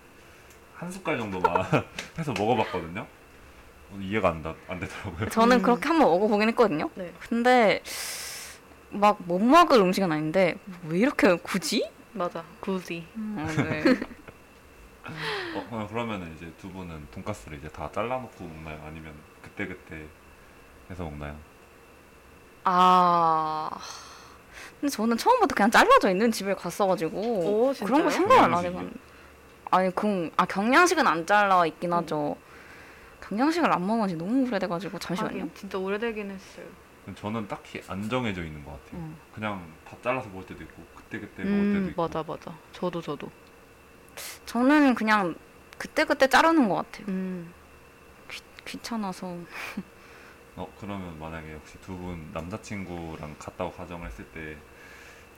S4: 한 숟갈 정도만 해서 먹어봤거든요. 이해가 안, 다, 안 되더라고요.
S3: 저는
S1: 음.
S3: 그렇게 한번 먹어보긴 했거든요.
S1: 네.
S3: 근데 막 못 먹을 음식은 아닌데 왜 이렇게 굳이?
S1: 맞아 굳이
S3: 어, 네.
S4: 어, 어, 그러면 이제 두 분은 돈가스를 이제 다 잘라놓고 먹나요? 아니면 그때 그때 해서 먹나요?
S3: 아. 근데 저는 처음부터 그냥 잘라져 있는 집에 갔어가지고
S1: 오,
S3: 그런
S1: 진짜요?
S3: 거 생각 을안
S4: 경양식이요?
S3: 해봤는데. 아니 그, 아 경양식은 안 잘라 있긴 하죠. 경양식을 안 먹은 지 너무 오래돼가지고 잠시만요.
S1: 음. 하긴 진짜 오래되긴 했어요
S4: 저는 딱히 안 정해져 있는 것 같아요.
S3: 음.
S4: 그냥 다 잘라서 먹을 때도 있고 그때 네, 그때 먹을 때도
S1: 음
S4: 있고.
S1: 맞아 맞아 저도 저도
S3: 저는 그냥 그때 그때 자르는 것 같아요.
S1: 음
S3: 귀찮아서.
S4: 어 그러면 만약에 혹시 두 분 남자친구랑 갔다고 가정을 했을 때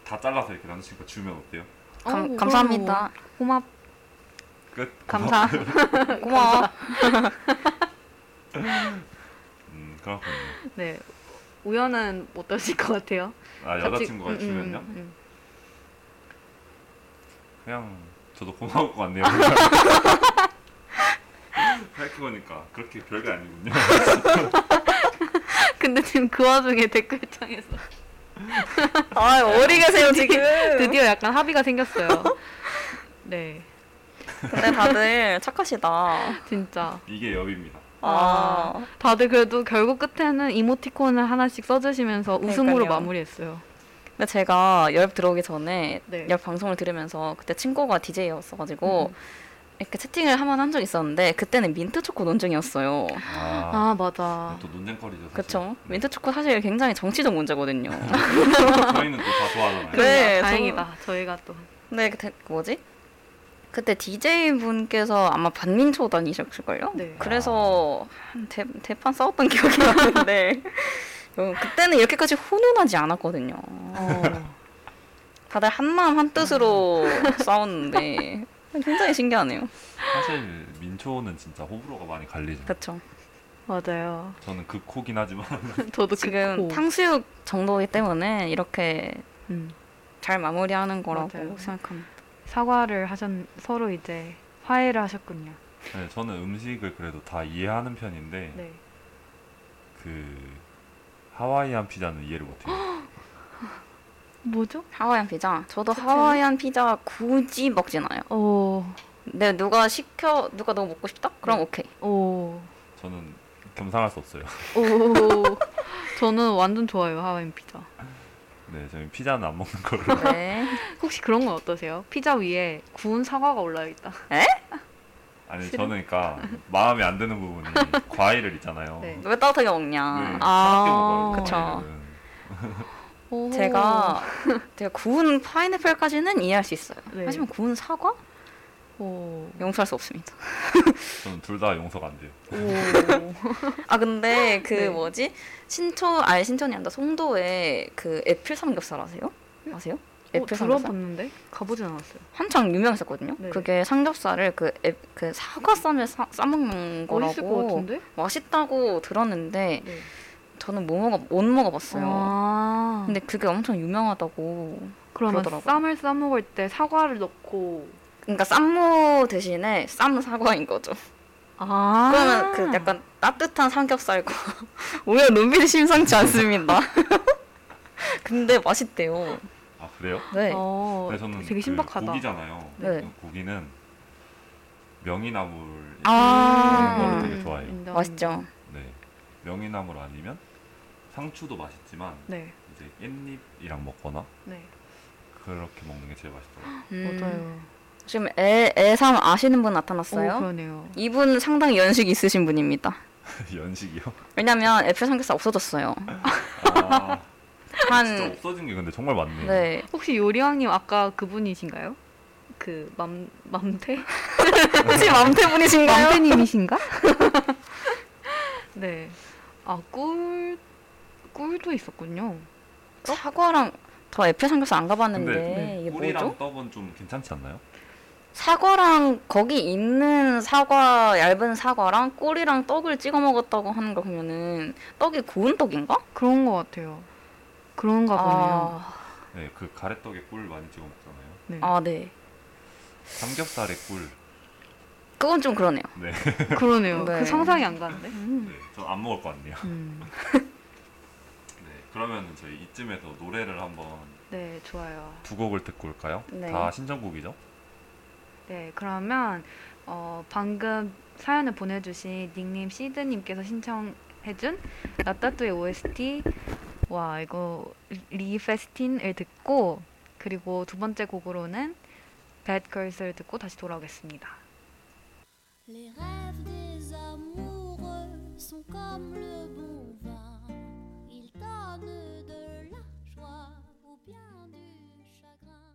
S4: 다 잘라서 이렇게 남자친구가 주면 어때요?
S3: 감, 감사합니다.
S1: 고맙
S4: 끝.
S1: 감사 네,
S3: 고마워.
S4: 음 그렇군요.
S1: 네 우연은 못 떠실 것 같아요
S4: 아
S1: 같이-
S4: 여자친구가
S1: 음, 음,
S4: 주면요?
S1: 음, 음.
S4: 그냥 저도 고마울 것 같네요. 생각해보니까 그렇게 별게 아니군요.
S1: 근데 지금 그 와중에 댓글창에서
S3: 아 어리게세요 지금.
S1: 드디어 약간 합의가 생겼어요 네
S3: 근데 다들 착하시다.
S1: 진짜
S4: 이게 여비입니다.
S3: 아.
S1: 다들 그래도 결국 끝에는 이모티콘을 하나씩 써주시면서 웃음으로
S3: 그러니까요.
S1: 마무리했어요
S3: 근데 제가 열 들어오기 전에
S1: 네. 음.
S3: 열 방송을 들으면서 그때 친구가 DJ였어가지고 이렇게 채팅을 한 번 한 적 있었는데 그때는 민트 초코 논쟁이었어요.
S4: 아,
S1: 아 맞아
S4: 또 논쟁거리죠. 사실.
S3: 그쵸?
S4: 네.
S3: 민트 초코 사실 굉장히 정치적 문제거든요.
S4: 저희는 또 다 좋아하잖아요.
S3: 그래. 네,
S1: 다행이다 저희가 또
S3: 근데 그때 뭐지? 그때 DJ 분께서 아마 반민초 다니셨을걸요?
S1: 네.
S3: 그래서 한 대, 대판 싸웠던 기억이 나는데 어, 그때는 이렇게까지 훈훈하지 않았거든요.
S1: 어.
S3: 다들 한 마음 한 뜻으로
S1: 음.
S3: 싸웠는데 굉장히 신기하네요.
S4: 사실 민초는 진짜 호불호가 많이 갈리죠.
S3: 그렇죠.
S1: 맞아요
S4: 저는 극호긴 하지만
S1: 저도
S3: 지금
S1: 그 코.
S3: 탕수육 정도이기 때문에 이렇게
S1: 음.
S3: 잘 마무리하는 거라고
S1: 맞아요.
S3: 생각합니다.
S1: 사과를 하셨 서로 이제 화해를 하셨군요
S4: 네, 저는 음식을 그래도 다 이해하는 편인데
S1: 네
S4: 그 하와이안 피자는 이해를 못해요.
S1: 뭐죠?
S3: 하와이안 피자. 저도 하와이안 피자 굳이 먹진 않아요.
S1: 어
S3: 근데 누가 시켜 누가 너무 먹고 싶다?
S1: 네.
S3: 그럼 오케이.
S1: 오.
S4: 저는 겸상할 수 없어요.
S1: 오. 저는 완전 좋아요, 하와이안 피자.
S4: 네, 저는 피자는 안 먹는 걸로.
S3: 네.
S1: 혹시 그런 건 어떠세요? 피자 위에 구운 사과가 올라와 있다.
S4: 아니 저는 그러니까 마음에 안 드는 부분이 과일을 있잖아요.
S1: 네.
S3: 왜 따뜻하게
S4: 네,
S3: 먹냐?
S4: 차갑게
S1: 아.
S4: 먹어요.
S3: 그쵸.
S4: 과일은.
S1: 오.
S3: 제가 제가 구운 파인애플까지는 이해할 수 있어요.
S1: 네.
S3: 하지만 구운 사과
S1: 오.
S3: 용서할 수 없습니다.
S4: 저는 둘 다 용서가 안 돼요.
S1: 오.
S3: 아 근데 그
S1: 네.
S3: 뭐지 신촌 아니 신촌이 아니라 송도에 그 애플 삼겹살 아세요? 아세요?
S1: 어,
S3: 애플 삼겹살
S1: 들어봤는데 가보진 않았어요.
S3: 한창 유명했었거든요.
S1: 네.
S3: 그게 삼겹살을 그, 애, 그 사과 쌈에 싸, 싸먹는
S1: 맛있을 것
S3: 거라고
S1: 같은데?
S3: 맛있다고 들었는데
S1: 네.
S3: 저는 못 먹어 못 먹어봤어요.
S1: 아.
S3: 근데 그게 엄청 유명하다고.
S1: 그러면
S3: 그러더라고요.
S1: 쌈을 싸 먹을 때 사과를 넣고
S3: 그러니까 쌈무 대신에 쌈 사과인 거죠.
S1: 아.
S3: 그러면 그 약간 따뜻한 삼겹살과 오히려 눈빛이 심상치 않습니다. 근데 맛있대요.
S4: 아 그래요?
S3: 네.
S1: 어,
S4: 근데 저는
S1: 되게
S4: 그
S1: 신박하다.
S4: 고기잖아요.
S3: 네.
S4: 그 고기는 명이나물
S1: 아.
S4: 이런 거를 되게 좋아해요.
S1: 인정.
S3: 맛있죠.
S4: 네, 명이나물 아니면 상추도 맛있지만
S1: 네.
S4: 이제 깻잎이랑 먹거나
S1: 네.
S4: 그렇게 먹는 게 제일 맛있더라고요.
S3: 음.
S1: 맞아요.
S3: 지금 애, 애삼 아시는 분
S1: 오, 그렇죠.
S3: 나타났어요.
S1: 그러네요.
S3: 이분 상당히 연식 있으신 분입니다.
S4: 연식이요?
S3: 왜냐면 애플 삼겹살 없어졌어요.
S4: 아, 진짜
S3: 한
S4: 없어진 게 근데 정말 많네요.
S3: 네.
S1: 혹시 요리왕님 아까 그분이신가요? 그 맘, 맘태? 혹시 맘태 분이신가요? 맘태님이신가? 네. 아, 꿀, 꿀도 있었군요.
S3: 사과랑 저 애플 삼겹살 안 가봤는데
S4: 근데
S3: 이게
S4: 꿀이랑
S3: 뭐죠?
S4: 떡은 좀 괜찮지 않나요?
S3: 사과랑 거기 있는 사과 얇은 사과랑 꿀이랑 떡을 찍어 먹었다고 하는 걸 보면은 떡이 고운 떡인가?
S1: 그런 것 같아요. 그런가 보네요.
S3: 아,
S4: 네, 그 가래떡에 꿀 많이 찍어 먹잖아요.
S1: 네.
S3: 아 네.
S4: 삼겹살에 꿀.
S3: 그건 좀 그러네요.
S4: 네,
S1: 그러네요.
S3: 네.
S1: 그 상상이 안 가는데.
S4: 네 전안 먹을 것 같네요.
S1: 음.
S4: 네, 그러면 저희 이쯤에서 노래를 한번
S1: 네, 좋아요.
S4: 두 곡을 듣고 올까요?
S3: 네.
S4: 다 신청곡이죠?
S1: 네, 그러면 어, 방금 사연을 보내주신 닉님 시드님께서 신청해준 라따뚜의 OST 와 이거 리페스틴을 듣고 그리고 두 번째 곡으로는 Bad Girls를 듣고 다시 돌아오겠습니다.
S2: Les rêves des amoureux sont comme le bon vin. Ils donnent de la joie ou bien du chagrin.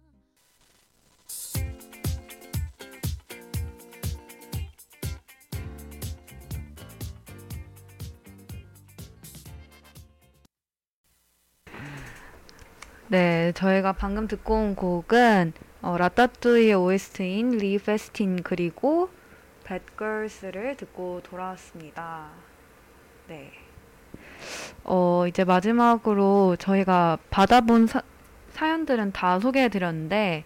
S1: 네, 저희가 방금 듣고 온 곡은 어, 라따뚜이의 OST인 리페스틴 그리고 Bad Girls를 듣고 돌아왔습니다. 네. 어, 이제 마지막으로 저희가 받아본 사, 사연들은 다 소개해드렸는데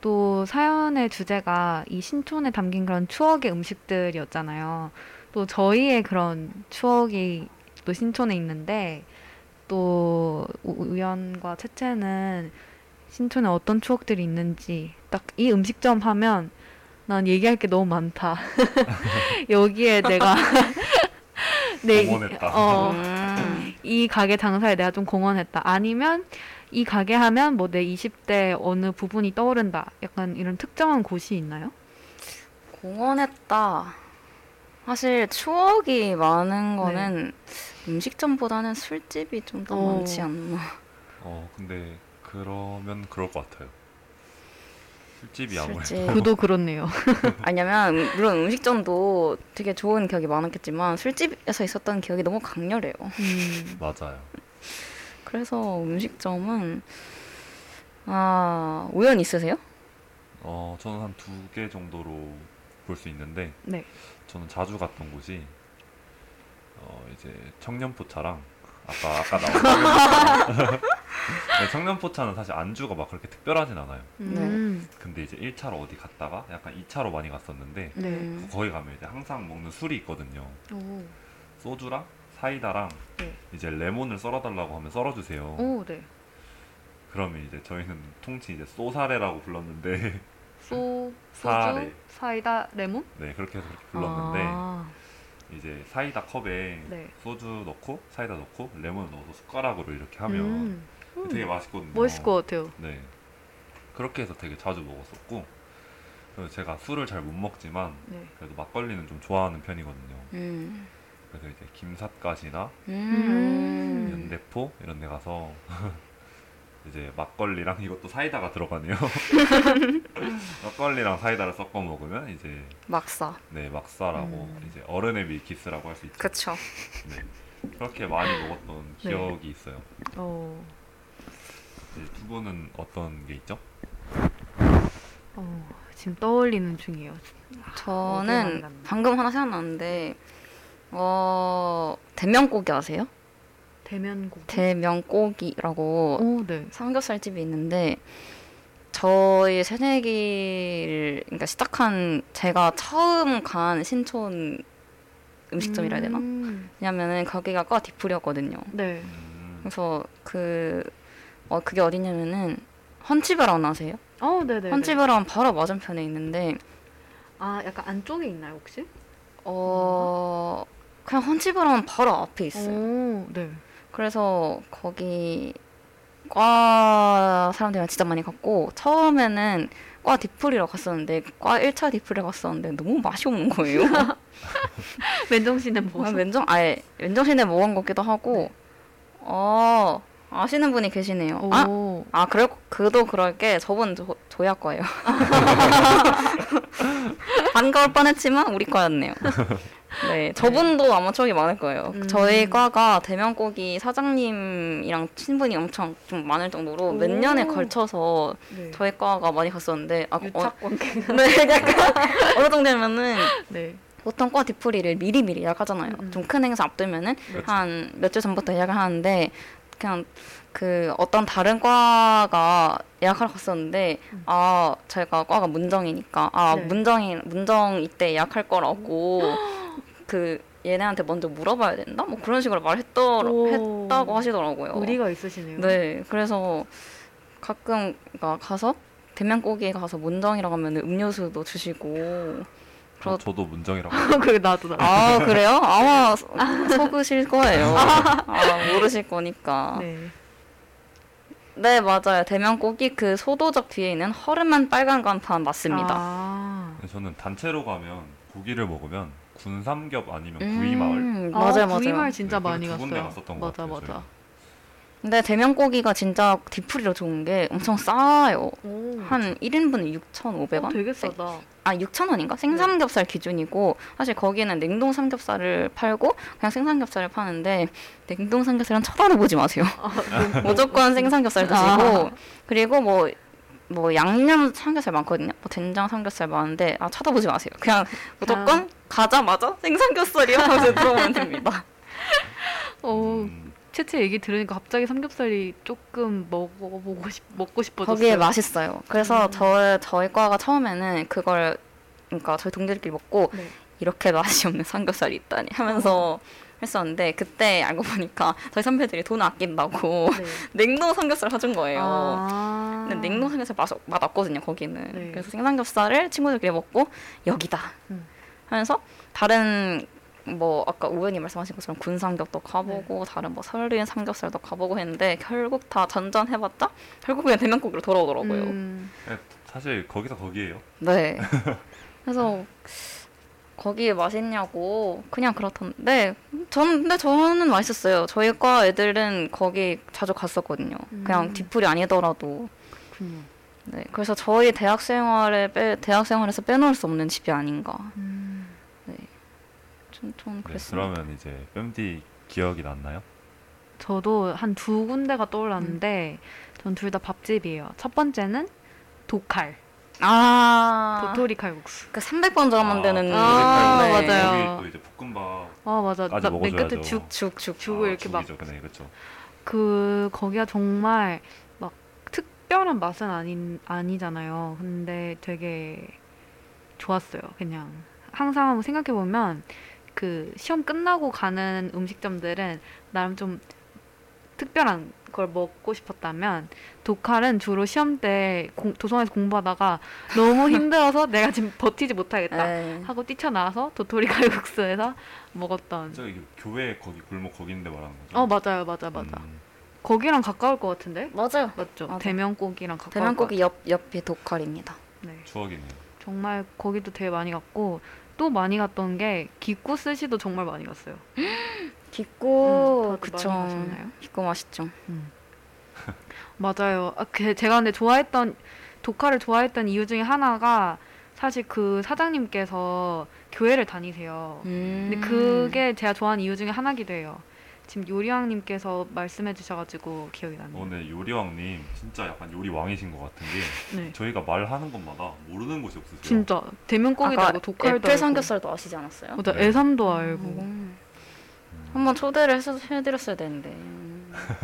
S1: 또 사연의 주제가 이 신촌에 담긴 그런 추억의 음식들이었잖아요. 또 저희의 그런 추억이 또 신촌에 있는데 또 우- 우연과 채채는 신촌에 어떤 추억들이 있는지 딱 이 음식점 하면 난 얘기할 게 너무 많다. 여기에 내가 내 이-
S4: 공헌했다.
S1: 어,
S3: 음.
S1: 이 가게 장사에 내가 좀 공헌했다. 아니면 이 가게 하면 뭐 내 20대 어느 부분이 떠오른다. 약간 이런 특정한 곳이 있나요?
S3: 공헌했다. 사실 추억이 많은 거는 음식점보다는 술집이 좀 더
S1: 네. 어.
S3: 많지 않나.
S4: 어, 근데 그러면 그럴 것 같아요. 술집이 아무래도.
S3: 술집.
S1: 저도 그렇네요.
S3: 아니면 음- 물론 음식점도 되게 좋은 기억이 많았겠지만 술집에서 있었던 기억이 너무 강렬해요.
S1: 음,
S4: 맞아요.
S3: 그래서 음식점은 아 우연 있으세요?
S4: 어, 저는 한 두 개 정도로 볼 수 있는데,
S1: 네.
S4: 저는 자주 갔던 곳이, 어, 이제 청년포차랑, 아까, 아까 나온 네, 청년포차는 사실 안주가 막 그렇게 특별하진 않아요.
S3: 네.
S1: 음,
S4: 근데 이제 1차로 어디 갔다가 약간 2차로 많이 갔었는데,
S1: 네.
S3: 음.
S4: 거기 가면 이제 항상 먹는 술이 있거든요.
S1: 오,
S4: 소주랑 사이다랑
S1: 네.
S4: 이제 레몬을 썰어달라고 하면 썰어주세요.
S1: 오, 네.
S4: 그러면 이제 저희는 통칭 이제 쏘사레라고 불렀는데
S1: 소, 소주,
S4: 사레.
S1: 사이다, 레몬?
S4: 네, 그렇게 해서 그렇게 불렀는데
S1: 아,
S4: 이제 사이다 컵에
S1: 네.
S4: 소주 넣고 사이다 넣고 레몬 넣어서 숟가락으로 이렇게 하면 뭐
S1: 음,
S4: 되게 맛있거든요.
S1: 멋있을 것 같아요.
S4: 네. 그렇게 해서 되게 자주 먹었었고 그래서 제가 술을 잘 못 먹지만
S1: 네.
S4: 그래도 막걸리는 좀 좋아하는 편이거든요.
S3: 음.
S4: 그래서 이제 김삿갓이나
S3: 음.
S1: 음.
S4: 연대포 이런 데 가서 이제 막걸리랑 이것도 사이다가 들어가네요. 막걸리랑 사이다를 섞어 먹으면 이제
S3: 막사.
S4: 네 막사라고
S1: 음.
S4: 이제 어른의 밀키스라고 할 수 있죠.
S3: 그쵸.
S4: 네. 그렇게 많이 먹었던
S1: 네.
S4: 기억이 있어요.
S1: 어,
S4: 이제 두 분은 어떤 게 있죠?
S1: 어, 지금 떠올리는 중이에요. 어디에
S3: 저는
S1: 만났나?
S3: 방금 하나 생각났는데 어 대명고기 아세요?
S1: 대면고기.
S3: 대명고기라고
S1: 오, 네.
S3: 삼겹살집이 있는데 저희 새내기를 그러니까 시작한 제가 처음 간 신촌 음식점이라 해야 되나?
S1: 음,
S3: 왜냐면은 거기가 과 디풀이었거든요.
S1: 네.
S4: 음,
S3: 그래서 그 어, 그게 어디냐면은 헌치바라운 아세요?
S1: 어, 네네.
S3: 헌치바라운 바로 맞은편에 있는데
S1: 아, 약간 안쪽에 있나요, 혹시?
S3: 어
S1: 음.
S3: 그냥 헌치바라운 바로 앞에 있어요.
S1: 오, 네.
S3: 그래서 거기 과 사람들이랑 진짜 많이 갔고 처음에는 과 디플이라고 갔었는데 과 1차 디플에 갔었는데 너무 맛이 없는 거예요.
S1: 맨정신에 뭐.
S3: 아, 왼정 아예 왼정신에 먹은 거기도 하고 어 아시는 분이 계시네요.
S1: 어,
S3: 아
S1: 오,
S3: 아, 그럴, 그도 그럴 게 저번 조, 조약과예요. 반가울 뻔했지만 우리 과였네요. 네, 저분도 아마 추억이 많을 거예요.
S1: 음.
S3: 저희 과가 대면고기 사장님이랑 친분이 엄청 좀 많을 정도로 몇
S1: 오.
S3: 년에 걸쳐서
S1: 네.
S3: 저희 과가 많이 갔었는데 아, 어,
S1: 유착관계.
S3: 네, 약간 어느 정도면은
S1: 네.
S3: 보통 과 디프리를 미리미리 예약하잖아요.
S1: 음, 음.
S3: 좀 큰 행사 앞두면은
S4: 그렇죠.
S3: 한 몇 주 전부터 예약을 하는데 그냥 그 어떤 다른 과가 예약하러 갔었는데 아 제가 과가 문정이니까 아
S1: 음. 네.
S3: 문정이 문정 이때 예약할 거라고
S1: 음.
S3: 그 얘네한테 먼저 물어봐야 된다 뭐 그런 식으로 말했더라
S1: 오.
S3: 했다고 하시더라고요.
S1: 의리가 있으시네요.
S3: 네 그래서 가끔 그러니까 가- 가서 대면고기에 가서 문정이라고 하면 음료수도 주시고
S4: 저,
S3: 그렇-
S4: 저도 문정이라고
S1: 그 나도 나도.
S3: 아 그래요? 아마 서- 속으실 거예요. 아, 모르실 거니까. 네.
S1: 네.
S3: 맞아요. 대면고기 그 소도적 뒤에 있는 허름한 빨간 간판 맞습니다.
S1: 아.
S4: 저는 단체로 가면 고기를 먹으면 군삼겹 아니면
S3: 음,
S4: 구이마을
S3: 맞아요, 맞아요.
S1: 구이말 진짜
S4: 네,
S1: 많이
S4: 그두 군데
S1: 갔어요.
S4: 갔었던 것
S1: 맞아,
S4: 같아요,
S1: 맞아.
S3: 근데 대면고기가 진짜 디프리로 좋은 게 엄청 싸요.
S1: 오,
S3: 한 네 1인분에
S1: 어,
S3: 6,500원?
S1: 되게 싸다.
S3: 아, 6,000원인가? 생삼겹살 기준이고 사실 거기는 냉동 삼겹살을 팔고 그냥 생삼겹살을 파는데 냉동 삼겹살은 쳐다보지 마세요. 무조건 생삼겹살 드시고 그리고 뭐 뭐 양념 삼겹살 많거든요. 뭐 된장 삼겹살 많은데 아 쳐다보지 마세요. 그냥 무조건 가자마자 생삼겹살이요 하면서 들어오면 됩니다.
S1: 어,
S4: 음,
S1: 채채 얘기 들으니까 갑자기 삼겹살이 조금 먹어보고 싶 먹고 싶어졌어요.
S3: 거기에 맛있어요. 그래서
S1: 음.
S3: 저 저희 과가 처음에는 그걸 그러니까 저희 동료들끼리 먹고
S1: 네. 어.
S3: 이렇게 맛이 없는 삼겹살이 있다니 하면서 했었는데 그때 알고 보니까 저희 선배들이 돈 아낀다고
S1: 네.
S3: 냉동 삼겹살 사준 거예요.
S1: 아.
S3: 네. 근데 냉동 삼겹살 맛, 맛 없거든요 거기는
S1: 네.
S3: 그래서 생삼겹살을 친구들끼리 먹고 여기다
S1: 음.
S3: 하면서 다른 뭐 아까 우연히 말씀하신 것처럼 군삼겹도 가보고
S1: 네.
S3: 다른 뭐 설린 삼겹살도 가보고 했는데 결국 다 전전해봤자 결국엔 대면고기로 돌아오더라고요
S1: 음,
S4: 사실 거기서 거기예요.
S3: 네 그래서 거기에 맛있냐고 그냥 그렇던데 전 근데 저는 맛있었어요 저희 과 애들은 거기 자주 갔었거든요
S1: 음.
S3: 그냥 뒤풀이 아니더라도
S1: 군요.
S3: 네, 그래서 저희 대학 생활에 빼, 대학 생활에서 빼놓을 수 없는 집이 아닌가.
S1: 음.
S3: 좀, 좀
S4: 네,
S3: 그랬습니다.
S4: 그러면 이제 뺨디 기억이 났나요?
S1: 아, 저도 한 두 군데가 떠올랐는데 전 둘 다 밥집이에요. 첫 번째는 도칼,
S3: 아,
S1: 도토리 칼국수.
S3: 그 300번 전화만
S4: 아,
S3: 되는.
S1: 아,
S3: 네.
S1: 맞아요.
S4: 거기 또 이제 볶음밥
S1: 아 맞아.
S4: 까지
S1: 나- 맨 끝에
S4: 먹어줘야죠.
S1: 죽
S3: 죽, 죽.
S1: 죽을 이렇게 막
S4: 죽이죠. 네, 그렇죠.
S1: 그 거기가 정말 막 특별한 맛은 아닌 아니잖아요. 근데 되게 좋았어요. 그냥 항상 생각해 보면 그 시험 끝나고 가는 음식점들은 나름 좀 특별한 그걸 먹고 싶었다면 독칼은 주로 시험 때 공- 도서관에서 공부하다가 너무 힘들어서 내가 지금 버티지
S3: 네.
S1: 못하겠다
S3: 에이.
S1: 네. 하고 뛰쳐나와서 도토리 칼국수에서 먹었던
S4: 저 이게 교회 거기 골목 거기인데 말하는 거죠?
S1: 어 맞아요 맞아 맞아
S4: 음,
S1: 거기랑 가까울 것 같은데
S3: 맞아요.
S1: 맞죠
S3: 맞아.
S1: 대면고기랑 가까울
S3: 대면고기 옆 옆이 독칼입니다.
S1: 것 같- 네.
S4: 추억이네요.
S1: 정말 거기도 되게 많이 갔고 또 많이 갔던 게 기꾸 스시도 정말 많이 갔어요
S3: 기꼬
S1: 음, 다들
S3: 그쵸.
S1: 많이 가셨나요?
S3: 기꼬 맛있죠.
S1: 맞아요. 아, 그, 제가 근데 좋아했던 독학을 좋아했던 이유 중에 하나가 사실 그 사장님께서 교회를 다니세요.
S3: 음.
S1: 근데 그게 제가 좋아하는 이유 중에 하나기도 해요. 지금 요리왕님께서 말씀해 주셔가지고 기억이 나네요.
S4: 오늘 요리왕님 진짜 약간 요리왕이신 것 같은 게
S1: 네.
S4: 저희가 말하는 것마다 모르는 곳이 없으세요.
S1: 진짜 대면고기도
S3: 아까
S1: 알고 독갈도
S3: 애플
S1: 알고
S3: 삼겹살도 아시지 않았어요?
S1: 맞아
S4: 네.
S1: 애삼도 알고
S3: 음.
S4: 음.
S3: 한번 초대를 해서 해드렸어야 되는데. 음.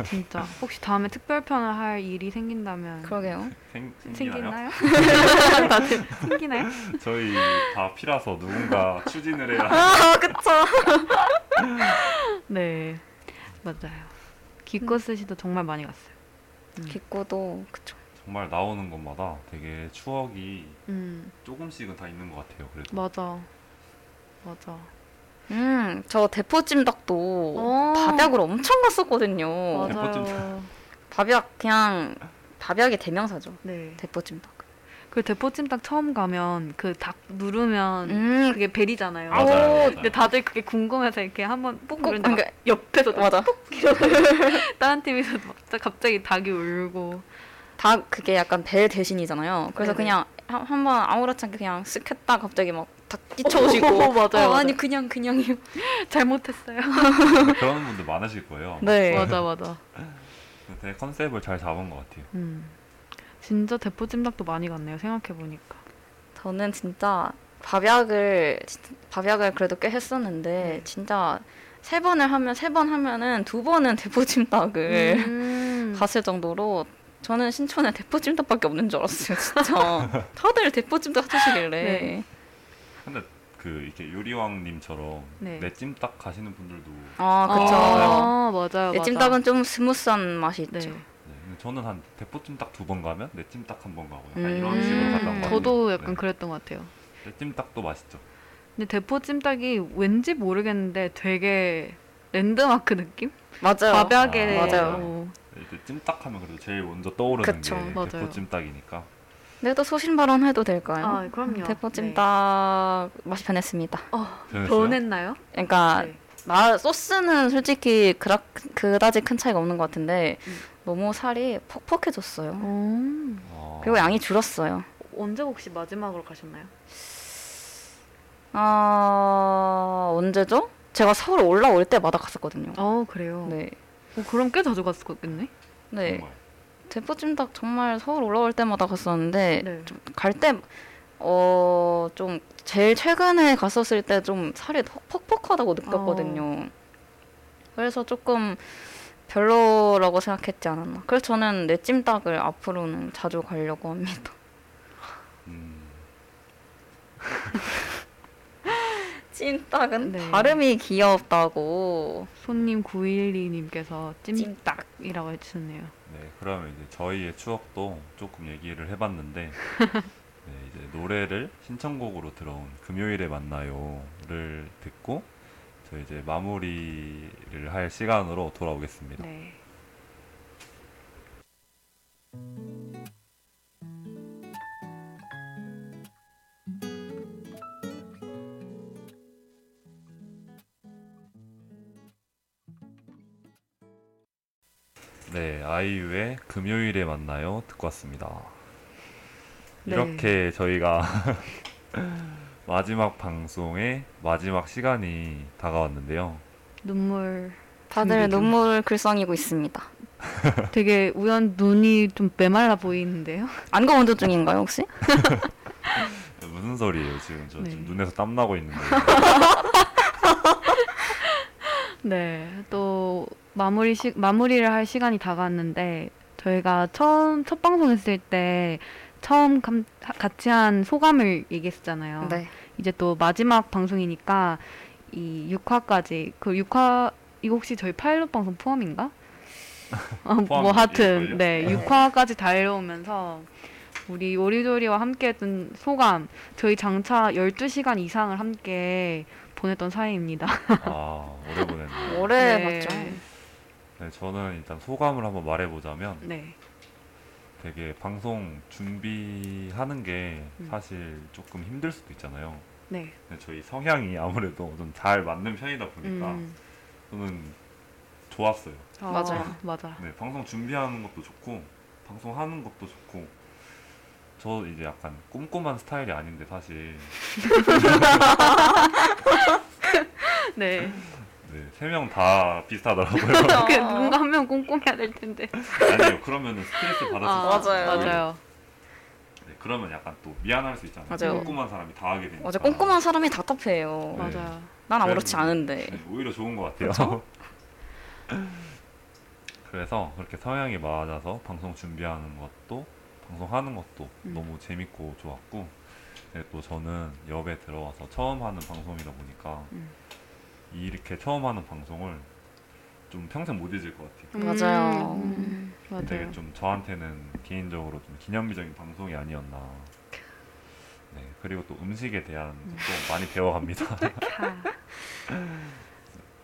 S1: 진짜 혹시 다음에 특별편을 할 일이 생긴다면
S3: 그러게요.
S4: 생, 생기나요?
S1: 생기나요? 다들 생기나요?
S4: 저희 다 피라서 누군가 추진을 해야
S3: 아 그쵸.
S1: 네 맞아요.
S3: 음.
S1: 기껏 스시도 정말 많이 갔어요.
S3: 기꼬도 그쵸.
S4: 정말 나오는 것마다 되게 추억이
S1: 음.
S4: 조금씩은 다 있는 것 같아요. 그래도
S1: 맞아. 맞아.
S3: 음저 대포찜닭도
S1: 오.
S3: 밥약을 엄청 갔었거든요.
S4: 맞아.
S1: 맞아요.
S3: 밥약 그냥 밥약의 대명사죠.
S1: 네.
S3: 대포찜닭.
S1: 그 대포찜닭 처음 가면 그 닭 누르면
S3: 음
S1: 그게 벨이잖아요. 네.
S4: 맞아요. 맞아요.
S1: 근데 다들 그게 궁금해서 이렇게 한번 뽁
S3: 꼭
S1: 누른데 막
S3: 그러니까
S1: 옆에서 막
S3: 맞아.
S1: 다른 팀에서 막 진짜 갑자기 닭이 울고
S3: 닭 그게 약간 벨 대신이잖아요. 그래서
S1: 네네.
S3: 그냥 한- 한번 아무렇지 않게 그냥 쓱 했다 갑자기 막 닭
S1: 오, 어.
S3: 뛰쳐오시고
S1: 맞아요,
S3: 어,
S1: 맞아요.
S3: 아니 그냥 그냥이요.
S1: 잘못했어요.
S4: 그런 분들 많으실 거예요.
S3: 네.
S1: 맞아 맞아.
S4: 되게 컨셉을 잘 잡은 것 같아요.
S1: 음. 진짜 대포찜닭도 많이 갔네요. 생각해 보니까.
S3: 저는 진짜 밥약을 진짜 밥약을 그래도 꽤 했었는데
S1: 네.
S3: 진짜 세 번을 하면 세 번 하면은 두 번은 대포찜닭을
S1: 음.
S3: 갔을 정도로 저는 신촌에 대포찜닭밖에 없는 줄 알았어요. 진짜 다들 대포찜닭 하시길래
S1: 네.
S4: 근데 그 이렇게 요리왕님처럼
S1: 네.
S4: 내찜닭 가시는 분들도 네.
S3: 아 그쵸.
S1: 아, 맞아요.
S3: 내
S1: 맞아.
S3: 찜닭은 좀 스무스한 맛이 있죠.
S1: 네.
S4: 네, 근데 저는 한 대포찜닭 두 번 가면 내찜닭 한 번 가고 약간
S3: 음.
S4: 이런 식으로 갔던 것
S1: 음,
S4: 같아요.
S1: 저도 약간
S4: 네.
S1: 그랬던 것 같아요.
S4: 내찜닭도 맛있죠.
S1: 근데 대포찜닭이 왠지 모르겠는데 되게 랜드마크 느낌?
S3: 맞아요.
S1: 밥약에
S4: 아,
S3: 맞아요.
S1: 어,
S4: 이제 찜닭 하면 그래도 제일 먼저 떠오르는
S3: 그쵸,
S4: 게
S1: 맞아요.
S4: 대포찜닭이니까
S3: 내가 또 소신 발언해도 될까요?
S1: 아, 그럼요. 네.
S3: 대포찜닭 맛이 변했습니다.
S4: 변했어요?
S1: 변했나요?
S3: 그러니까
S1: 네.
S3: 나 소스는 솔직히 그라, 그다지 큰 차이가 없는 것 같은데
S1: 음.
S3: 너무 살이 퍽퍽해졌어요.
S1: 어,
S4: 아,
S3: 그리고 양이 줄었어요.
S1: 언제 혹시 마지막으로 가셨나요?
S3: 아 언제죠? 제가 서울 올라올 때마다 갔었거든요.
S1: 어, 그래요.
S3: 네,
S1: 어, 그럼 꽤 자주 갔었겠네.
S3: 네.
S4: 정말.
S3: 대포찜닭 정말 서울 올라올 때마다 갔었는데
S1: 네.
S3: 갈때어좀 제일 최근에 갔었을 때 좀 살이 더 퍽퍽하다고 느꼈거든요. 그래서 조금 별로라고 생각했지 않았나. 그래서 저는 내 찜닭을 앞으로는 자주 가려고 합니다.
S4: 음,
S3: 찜닭은
S1: 네.
S3: 발음이 귀엽다고.
S1: 손님 912님께서
S3: 찜닭.
S1: 찜닭이라고 해주셨네요.
S4: 네, 그러면 이제 저희의 추억도 조금 얘기를 해봤는데 네, 이제 노래를 신청곡으로 들어온 금요일에 만나요를 듣고 저 이제 마무리를 할 시간으로 돌아오겠습니다.
S1: 네.
S4: 네, 아이유의 금요일에 만나요 듣고 왔습니다.
S1: 네.
S4: 이렇게 저희가 마지막 방송의 마지막 시간이 다가왔는데요.
S1: 눈물.
S3: 다들
S1: 음.
S3: 눈물을 글썽이고 있습니다.
S1: 되게 우연 눈이 좀 메말라 보이는데요?
S3: 안구 건조 중인가요 혹시?
S4: 무슨 소리예요, 지금? 저 지금
S1: 네.
S4: 눈에서 땀 나고 있는데.
S1: 네, 또 마무리 시, 마무리를 할 시간이 다가왔는데 저희가 처음 첫 방송했을 때 처음 감- 하- 같이 한 소감을 얘기했잖아요.
S3: 네.
S1: 이제 또 마지막 방송이니까 이 6화까지 그 6화 이거 혹시 저희 파일럿 방송 포함인가?
S6: 아, 뭐
S4: 포함이
S6: 하여튼 네
S4: 걸렸어요.
S6: 6화까지 달려오면서 우리 요리조리와 함께했던 소감 저희 장차 12시간 이상을 함께 보냈던 사이입니다.
S4: 아, 오래 보냈네요.
S3: 오래
S6: 네.
S3: 봤죠.
S4: 네, 저는 일단 소감을 한번 말해보자면
S6: 네.
S4: 되게 방송 준비하는 게
S3: 음.
S4: 사실 조금 힘들 수도 있잖아요.
S6: 네.
S4: 근데 저희 성향이 아무래도 좀 잘 맞는 편이다 보니까
S6: 음.
S4: 저는 좋았어요.
S6: 어,
S3: 맞아요.
S6: 맞아.
S4: 네, 방송 준비하는 것도 좋고 방송하는 것도 좋고 저 이제 약간 꼼꼼한 스타일이 아닌데 사실
S6: 네.
S4: 네, 세 명 다 비슷하더라고요.
S6: 그
S3: 어.
S6: 누군가 한 명 꼼꼼해야 될 텐데.
S4: 아니요, 그러면 스트레스 받았을
S3: 아,
S4: 수 있어요.
S3: 맞아요.
S6: 맞아요.
S4: 네, 그러면 약간 또 미안할 수 있잖아요.
S3: 맞아요.
S4: 꼼꼼한 사람이 다 하게 되니까.
S3: 어제 꼼꼼한 사람이 답답해요.
S4: 네.
S6: 맞아요.
S3: 난 아무렇지 않은데.
S4: 네, 오히려 좋은 것 같아요. 그래서 그렇게 성향이 맞아서 방송 준비하는 것도 방송하는 것도
S6: 음.
S4: 너무 재밌고 좋았고 네, 또 저는 엽에 들어와서 처음 하는 방송이다 보니까
S6: 음.
S4: 이렇게 처음 하는 방송을 좀 평생 못 잊을 것 같아요.
S3: 맞아요.
S6: 음,
S4: 되게
S6: 맞아요.
S4: 좀 저한테는 개인적으로 좀 기념비적인 방송이 아니었나. 네, 그리고 또 음식에 대한 것도 많이 배워갑니다.
S6: 아,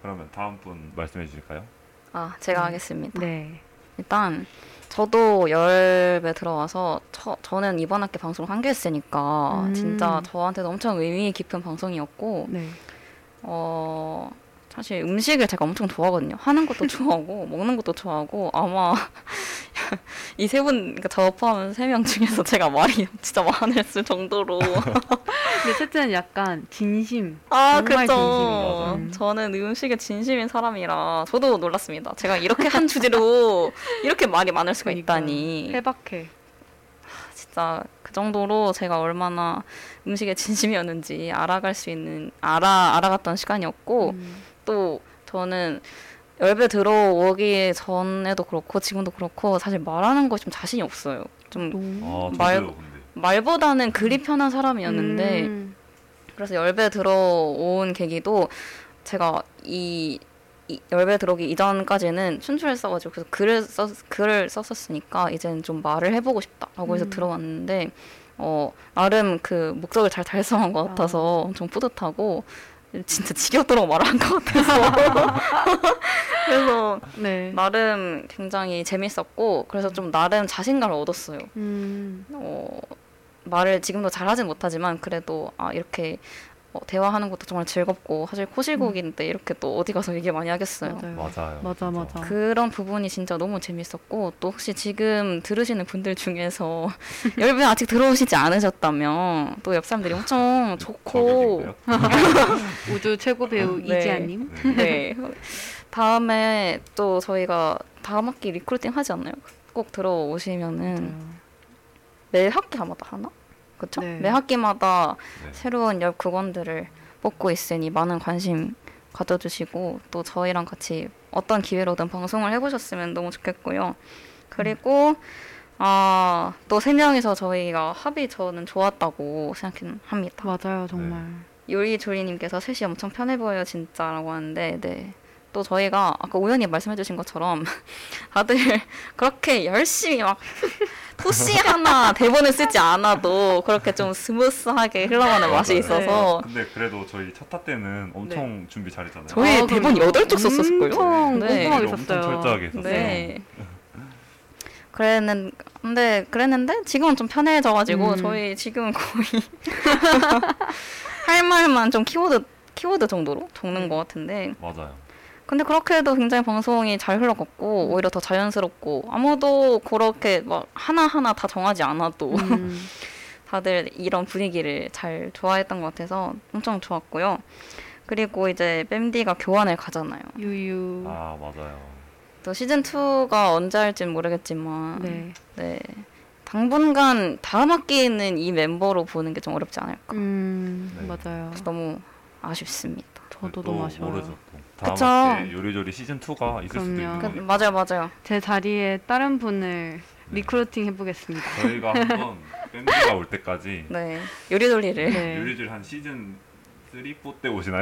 S4: 그러면 다음 분 말씀해 주실까요?
S3: 아, 제가 하겠습니다.
S6: 네.
S3: 일단 저도 열배 들어와서 처, 저는 이번 학기 방송을 한 개 했으니까
S6: 음.
S3: 진짜 저한테도 엄청 의미 깊은 방송이었고
S6: 네.
S3: 어 사실 음식을 제가 엄청 좋아하거든요. 하는 것도 좋아하고 먹는 것도 좋아하고 아마 이 세 분 그러니까 저 포함한 세 명 중에서 제가 말이 진짜 많았을 정도로
S6: 근데 채트는 약간 진심.
S3: 아
S6: 정말
S3: 그죠.
S6: 진심인 거죠.
S3: 저는 음식에 진심인 사람이라 저도 놀랐습니다. 제가 이렇게 한 주제로 이렇게 말이 많을 수가
S6: 그러니까
S3: 있다니.
S6: 해박해.
S3: 진짜 그 정도로 제가 얼마나 음식에 진심이었는지 알아갈 수 있는 알아 알아갔던 시간이었고
S6: 음.
S3: 또 저는 열배 들어오기 전에도 그렇고 지금도 그렇고 사실 말하는 거 좀 자신이 없어요. 좀
S1: 음.
S4: 아, 저도요,
S3: 말-
S4: 근데.
S3: 말보다는 글이 편한 사람이었는데
S6: 음.
S3: 그래서 열배 들어온 계기도 제가 이, 이 열배 들어오기 이전까지는 춘추를 써가지고 그래서 글을 써 글을 썼었으니까 이제는 좀 말을 해보고 싶다라고 해서
S6: 음.
S3: 들어왔는데 어 나름 그 목적을 잘 달성한 것 같아서 엄청 뿌듯하고 진짜 지겹도록 말한 것 같아서 그래서
S6: 네.
S3: 나름 굉장히 재밌었고 그래서 좀 나름 자신감을 얻었어요.
S6: 음.
S3: 어, 말을 지금도 잘 하진 못하지만 그래도 아 이렇게 어, 대화하는 것도 정말 즐겁고 사실 코실국인데 이렇게 또 어디 가서 얘기 많이 하겠어요.
S6: 음.
S1: 음.
S6: 맞아요.
S4: 맞아요.
S6: 맞아,
S4: 진짜.
S6: 맞아.
S3: 그런 부분이 진짜 너무 재밌었고 또 혹시 지금 들으시는 분들 중에서 여러분 아직 들어오시지 않으셨다면 또 옆 사람들이
S4: 아,
S3: 엄청 좋고
S4: 저격인가요?
S6: 우주 최고 배우
S3: 네.
S6: 이지아님.
S4: 네.
S3: 네. 다음에 또 저희가 다음 학기 리크루팅 하지 않나요? 꼭 들어오시면은 매 학기마다 하나? 그렇죠?
S6: 네.
S3: 매 학기마다
S4: 네.
S3: 새로운 열 구원들을 뽑고 있으니 많은 관심 가져주시고 또 저희랑 같이 어떤 기회로든 방송을 해보셨으면 너무 좋겠고요. 그리고 아, 또 세 명이서 저희가 합이 저는 좋았다고 생각합니다.
S4: 네.
S6: 맞아요, 정말.
S3: 요리 조리님께서 셋이 엄청 편해 보여요 진짜라고 하는데 네. 또 저희가 아까 우연히 말씀해주신 것처럼 다들 그렇게 열심히 막 토시 하나 대본을 쓰지 않아도 그렇게 좀 스무스하게 흘러가는 맛이 있어서
S4: 네. 근데 그래도 저희 첫타 때는 엄청 준비 잘했잖아요.
S3: 저희
S6: 아,
S3: 대본
S6: 그럼요.
S3: 여덟 쪽 썼을
S1: 아,
S3: 거예요.
S6: 엄청
S3: 네.
S6: 꼼꼼하게
S4: 엄청
S6: 썼어요.
S4: 철저하게 했었어요.
S3: 네. 그랬는 근데 그랬는데 지금은 좀 편해져가지고
S6: 음.
S3: 저희 지금 거의 할 말만 좀 키워드 키워드 정도로 적는 것 같은데
S4: 맞아요.
S3: 근데 그렇게 해도 굉장히 방송이 잘 흘러갔고 오히려 더 자연스럽고 아무도 그렇게 막 하나하나 다 정하지 않아도
S6: 음.
S3: 다들 이런 분위기를 잘 좋아했던 것 같아서 엄청 좋았고요. 그리고 이제 뺨디가 교환을 가잖아요.
S6: 유유.
S4: 아 맞아요.
S3: 또 시즌 2가 언제 할진 모르겠지만
S6: 네.
S3: 네. 당분간 다음 학기에는 이 멤버로 보는 게 좀 어렵지 않을까.
S6: 음,
S4: 네.
S6: 맞아요.
S3: 그래서 너무 아쉽습니다.
S6: 저도
S4: 또
S6: 너무 아쉬워요.
S4: 모르죠 또. 다음
S3: 그쵸.
S4: 학기에 요리조리 시즌 2가 있을 수도
S6: 그럼요.
S4: 있는
S3: 그,
S4: 거니까.
S3: 맞아요, 맞아요.
S6: 제 자리에 다른 분을
S4: 네.
S6: 리크루팅 해보겠습니다.
S4: 저희가 한번 밴드가 올 때까지
S3: 네. 요리돌리를
S6: 네.
S4: 요리조리 한 시즌 쓰리포 때 오시나요?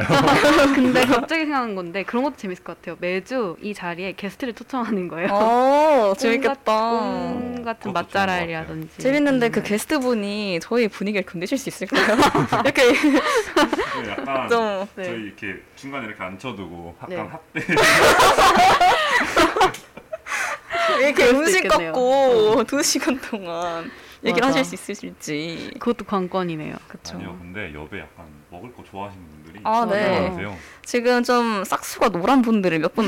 S1: 근데 갑자기 생각난 건데 그런 것도 재밌을 것 같아요. 매주 이 자리에 게스트를 초청하는 거예요.
S3: 어, 재밌겠다.
S4: 온갖-
S1: 꿈 같은
S4: 그것도 좋은 것
S1: 맛잘알이라든지.
S3: 재밌는데 그
S1: 음.
S3: 게스트 분이 저희 분위기를 건드실 수 있을까요? 이렇게
S4: 그 약간
S3: 좀
S1: 네.
S4: 저희 이렇게 중간에 이렇게 앉혀두고 약간
S1: 네.
S4: 합대
S3: 이렇게
S1: 수도
S3: 음식
S1: 있겠네요. 어.
S3: 갖고 두 시간 동안 얘기를
S1: 맞아.
S3: 하실 수 있으실지.
S1: 그것도 관건이네요.
S3: 그렇죠.
S4: 아니요 근데 옆에 약간 먹을 거 좋아하시는 분들이
S3: 아,
S1: 네.
S4: 많으세요.
S3: 지금 좀 싹수가 노란 분들을 몇 분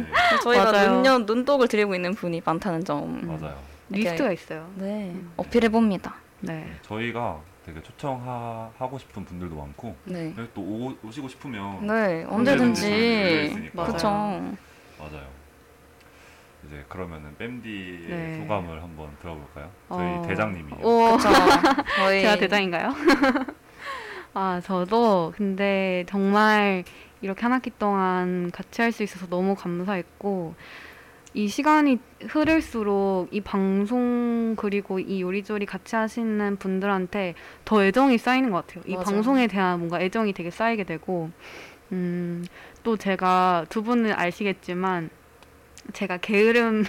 S4: 네,
S3: 저희가
S1: 맞아요.
S3: 눈년 눈독을 들이고 있는 분이 많다는
S1: 음.
S3: 점.
S4: 맞아요.
S3: 이렇게-
S1: 리스트가 있어요.
S3: 네, 어필해 봅니다.
S1: 네.
S4: 저희가 되게 초청하고 싶은 분들도 많고
S3: 네.
S4: 그리고 또 오, 오시고 싶으면
S3: 네,
S4: 열려
S3: 언제든지.
S4: 있으니까.
S3: 그렇죠.
S4: 맞아요. 이제 그러면은 뺨디의
S1: 네.
S4: 소감을 한번 들어볼까요? 저희
S1: 어.
S4: 대장님이요.
S1: 오,
S3: 그렇죠. 저희
S1: 제가 대장인가요? 아, 저도 근데 정말 이렇게 한 학기 동안 같이 할 수 있어서 너무 감사했고, 이 시간이 흐를수록 이 방송 그리고 이 요리조리 같이 하시는 분들한테 더 애정이 쌓이는 것 같아요. 이
S3: 맞아요.
S1: 방송에 대한 뭔가 애정이 되게 쌓이게 되고, 음, 또 제가 두 분은 아시겠지만, 제가 게으름,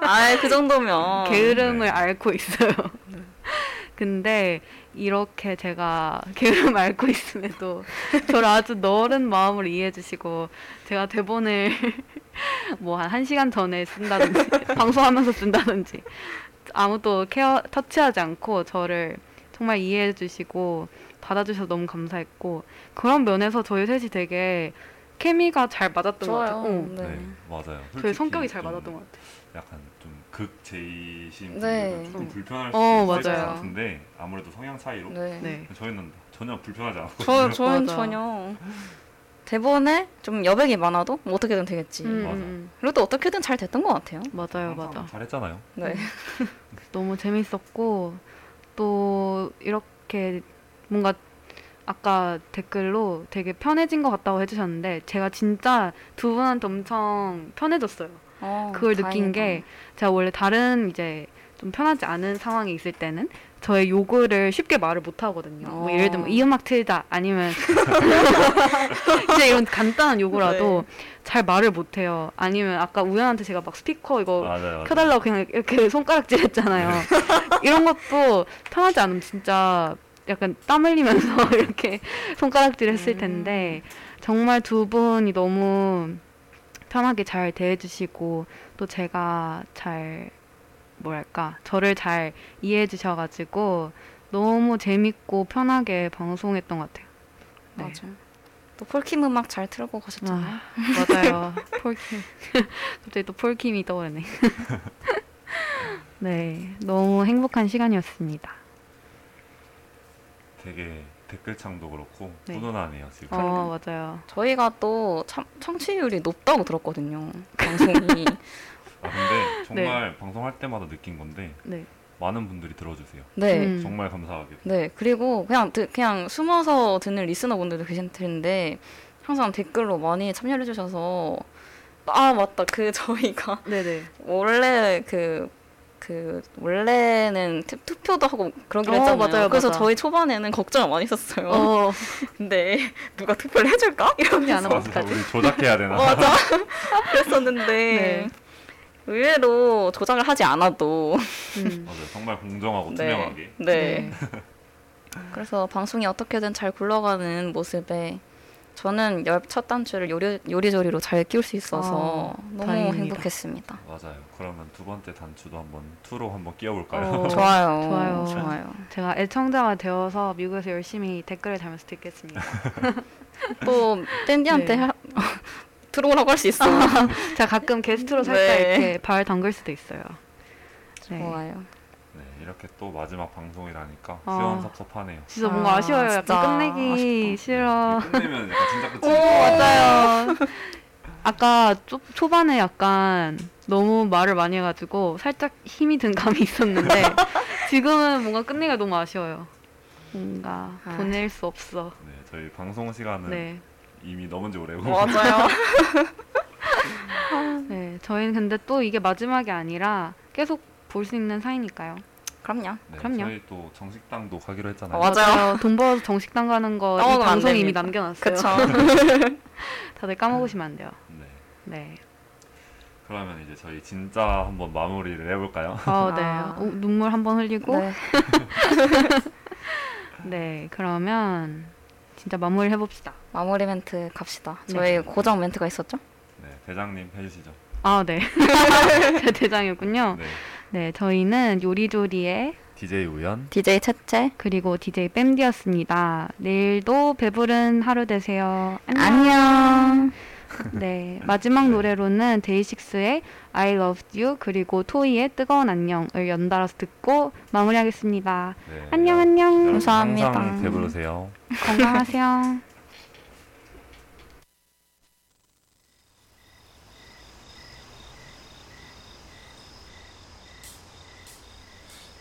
S3: 아, 그 정도면
S1: 게으름을
S4: 네.
S1: 앓고 있어요. 근데 이렇게 제가 게으름 앓고 있음에도 저를 아주 너른 마음으로 이해해 주시고 제가 대본을 뭐 한 1시간 전에 쓴다든지 방송하면서 쓴다든지 아무도 케어 터치하지 않고 저를 정말 이해해 주시고 받아 주셔서 너무 감사했고 그런 면에서 저희 셋이 되게 케미가 잘 맞았던 것
S3: 좋아요.
S1: 같아요. 응.
S4: 네.
S3: 네.
S4: 맞아요.
S1: 저희
S4: 솔직히
S1: 성격이 잘
S4: 좀
S1: 맞았던 것 같아요.
S4: 약간 좀 극제이신
S3: 네.
S4: 분들은 조금
S1: 음.
S4: 불편할 수
S1: 어,
S4: 있을
S1: 맞아요.
S4: 것 같은데 아무래도 성향 차이로
S3: 네.
S1: 네.
S4: 저희는 전혀 불편하지 않고
S3: 저, 저는
S1: 맞아.
S3: 전혀 대본에 좀 여백이 많아도 뭐 어떻게든 되겠지.
S1: 음,
S4: 맞아.
S1: 음,
S3: 그리고 또 어떻게든 잘 됐던 것 같아요.
S1: 음. 맞아요,
S4: 항상
S1: 맞아.
S4: 잘했잖아요.
S1: 음.
S3: 네.
S1: 너무 재밌었고 또 이렇게 뭔가 아까 댓글로 되게 편해진 것 같다고 해주셨는데 제가 진짜 두 분한테 엄청 편해졌어요.
S3: 어,
S1: 그걸 느낀 게
S3: 다행이다.
S1: 제가 원래 다른 이제 좀 편하지 않은 상황에 있을 때는 저의 요구를 쉽게 말을 못 하거든요. 뭐 예를
S3: 어.
S1: 들면 이 음악 틀자 아니면 진짜 이런 간단한 요구라도
S3: 네.
S1: 잘 말을 못 해요. 아니면 아까 우연한테 제가 막 스피커 이거
S4: 맞아요. 맞아요.
S1: 켜달라고 그냥 이렇게 손가락질 했잖아요. 이런 것도 편하지 않으면 진짜 약간 땀 흘리면서 이렇게 손가락질 했을
S3: 음.
S1: 텐데 정말 두 분이 너무 편하게 잘 대해주시고 또 제가 잘 뭐랄까 저를 잘 이해해 주셔가지고 너무 재밌고 편하게 방송했던 것 같아요. 네.
S3: 맞아. 또 폴킴 음악 잘 틀고 가셨잖아요.
S1: 아, 맞아요. 폴킴. 갑자기 또 폴킴이 떠오르네. 네, 너무 행복한 시간이었습니다.
S4: 되게 댓글창도 그렇고
S1: 네.
S4: 훈훈하네요 지금.
S1: 어, 맞아요.
S3: 저희가 또 참, 청취율이 높다고 들었거든요. 방송이.
S4: 아, 근데 정말 방송할 때마다 느낀 건데
S1: 네.
S4: 많은 분들이 들어주세요.
S3: 네.
S1: 음.
S4: 정말 감사하게.
S3: 네. 그리고 그냥 드- 그냥 숨어서 듣는 리스너분들도 계실 텐데 항상 댓글로 많이 참여해 주셔서 아 맞다 그 저희가
S1: 네네.
S3: 원래 그, 그 원래는 투, 투표도 하고 그러기로
S1: 어,
S3: 했잖아요.
S1: 맞아요,
S3: 그래서
S1: 맞아.
S3: 저희 초반에는 걱정을 많이 했었어요.
S1: 어,
S3: 근데 누가 투표를 해줄까? 이런
S1: 하지 않으면
S4: 그래서
S1: 어떡하지?
S4: 우리 조작해야 되나?
S3: 맞아. 그랬었는데
S1: 네.
S3: 의외로 조작을 하지 않아도
S1: 음.
S4: 맞아요. 정말 공정하고
S3: 네.
S4: 어, 투명하게.
S3: 네. 그래서 방송이 어떻게든 잘 굴러가는 모습에 저는 열 첫 단추를 요리 요리조리로 잘 끼울 수 있어서
S1: 어,
S3: 너무
S1: 다행입니다.
S3: 행복했습니다.
S4: 맞아요. 그러면 두 번째 단추도 한번 투로 한번 끼워볼까요?
S1: 어.
S3: 좋아요.
S1: 좋아요.
S3: 좋아요.
S1: 제가 애청자가 되어서 미국에서 열심히 댓글을 달면서 듣겠습니다.
S3: 또 뭐, 댄디한테
S1: 네. 아,
S3: 하- 들어오라고 할 수 있어.
S1: 제가 가끔 게스트로 살짝
S3: 네.
S1: 이렇게 발 담글 수도 있어요. 네.
S3: 좋아요.
S4: 네, 이렇게 또 마지막 방송이라니까
S1: 아.
S4: 시원섭섭하네요.
S1: 진짜 뭔가
S3: 아,
S1: 아, 쉬워요
S3: 진짜
S1: 약간 끝내기
S3: 아쉽다.
S1: 싫어. 어.
S4: 네, 끝내면 약간 진짜 끝이.
S1: 맞아요. 아까 초, 초반에 약간 너무 말을 많이 해가지고 살짝 힘이 든 감이 있었는데 지금은 뭔가 끝내기가 너무 아쉬워요. 뭔가
S3: 아.
S1: 보낼 수 없어.
S4: 네, 저희 방송 시간은
S1: 네. 어,
S4: 이미 넘은 지 오래고
S3: 맞아요.
S1: 네. 저희는 근데 또 이게 마지막이 아니라 계속 볼 수 있는 사이니까요.
S3: 그럼요.
S4: 네,
S1: 그럼요.
S4: 저희 또 정식당도 가기로 했잖아요.
S3: 어, 맞- 맞아요.
S1: 돈 벌어서 정식당 가는 거 이
S3: 까먹으면 안
S1: 방송 이미
S3: 됩니다.
S1: 남겨놨어요.
S3: 그쵸.
S1: 네. 다들 까먹으시면 안 돼요.
S4: 네.
S1: 네.
S4: 그러면 이제 저희 진짜 한번 마무리를 해볼까요?
S1: 어, 네.
S3: 아.
S1: 우- 눈물 한번 흘리고. 네.
S3: 네.
S1: 그러면 진짜 마무리 해봅시다.
S3: 마무리 멘트 갑시다.
S1: 네.
S3: 저희 고정 멘트가 있었죠?
S4: 네, 대장님 해주시죠.
S1: 아, 네. 제 대장이군요.
S4: 네,
S1: 네, 저희는 요리조리의
S4: DJ 우연.
S3: DJ 채채
S1: 그리고 DJ 뺨디였습니다. 내일도 배부른 하루 되세요. 안녕.
S3: 안녕.
S1: 네, 마지막 노래로는 데이식스의 I Loved You 그리고 토이의 뜨거운 안녕을 연달아서 듣고 마무리하겠습니다.
S4: 네,
S1: 안녕 안녕.
S4: 여러분
S3: 감사합니다.
S4: 항상 배부르세요.
S1: 건강하세요.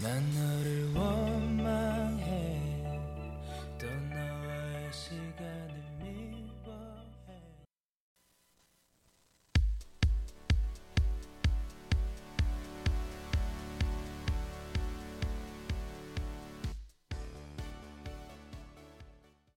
S5: 난 너를 원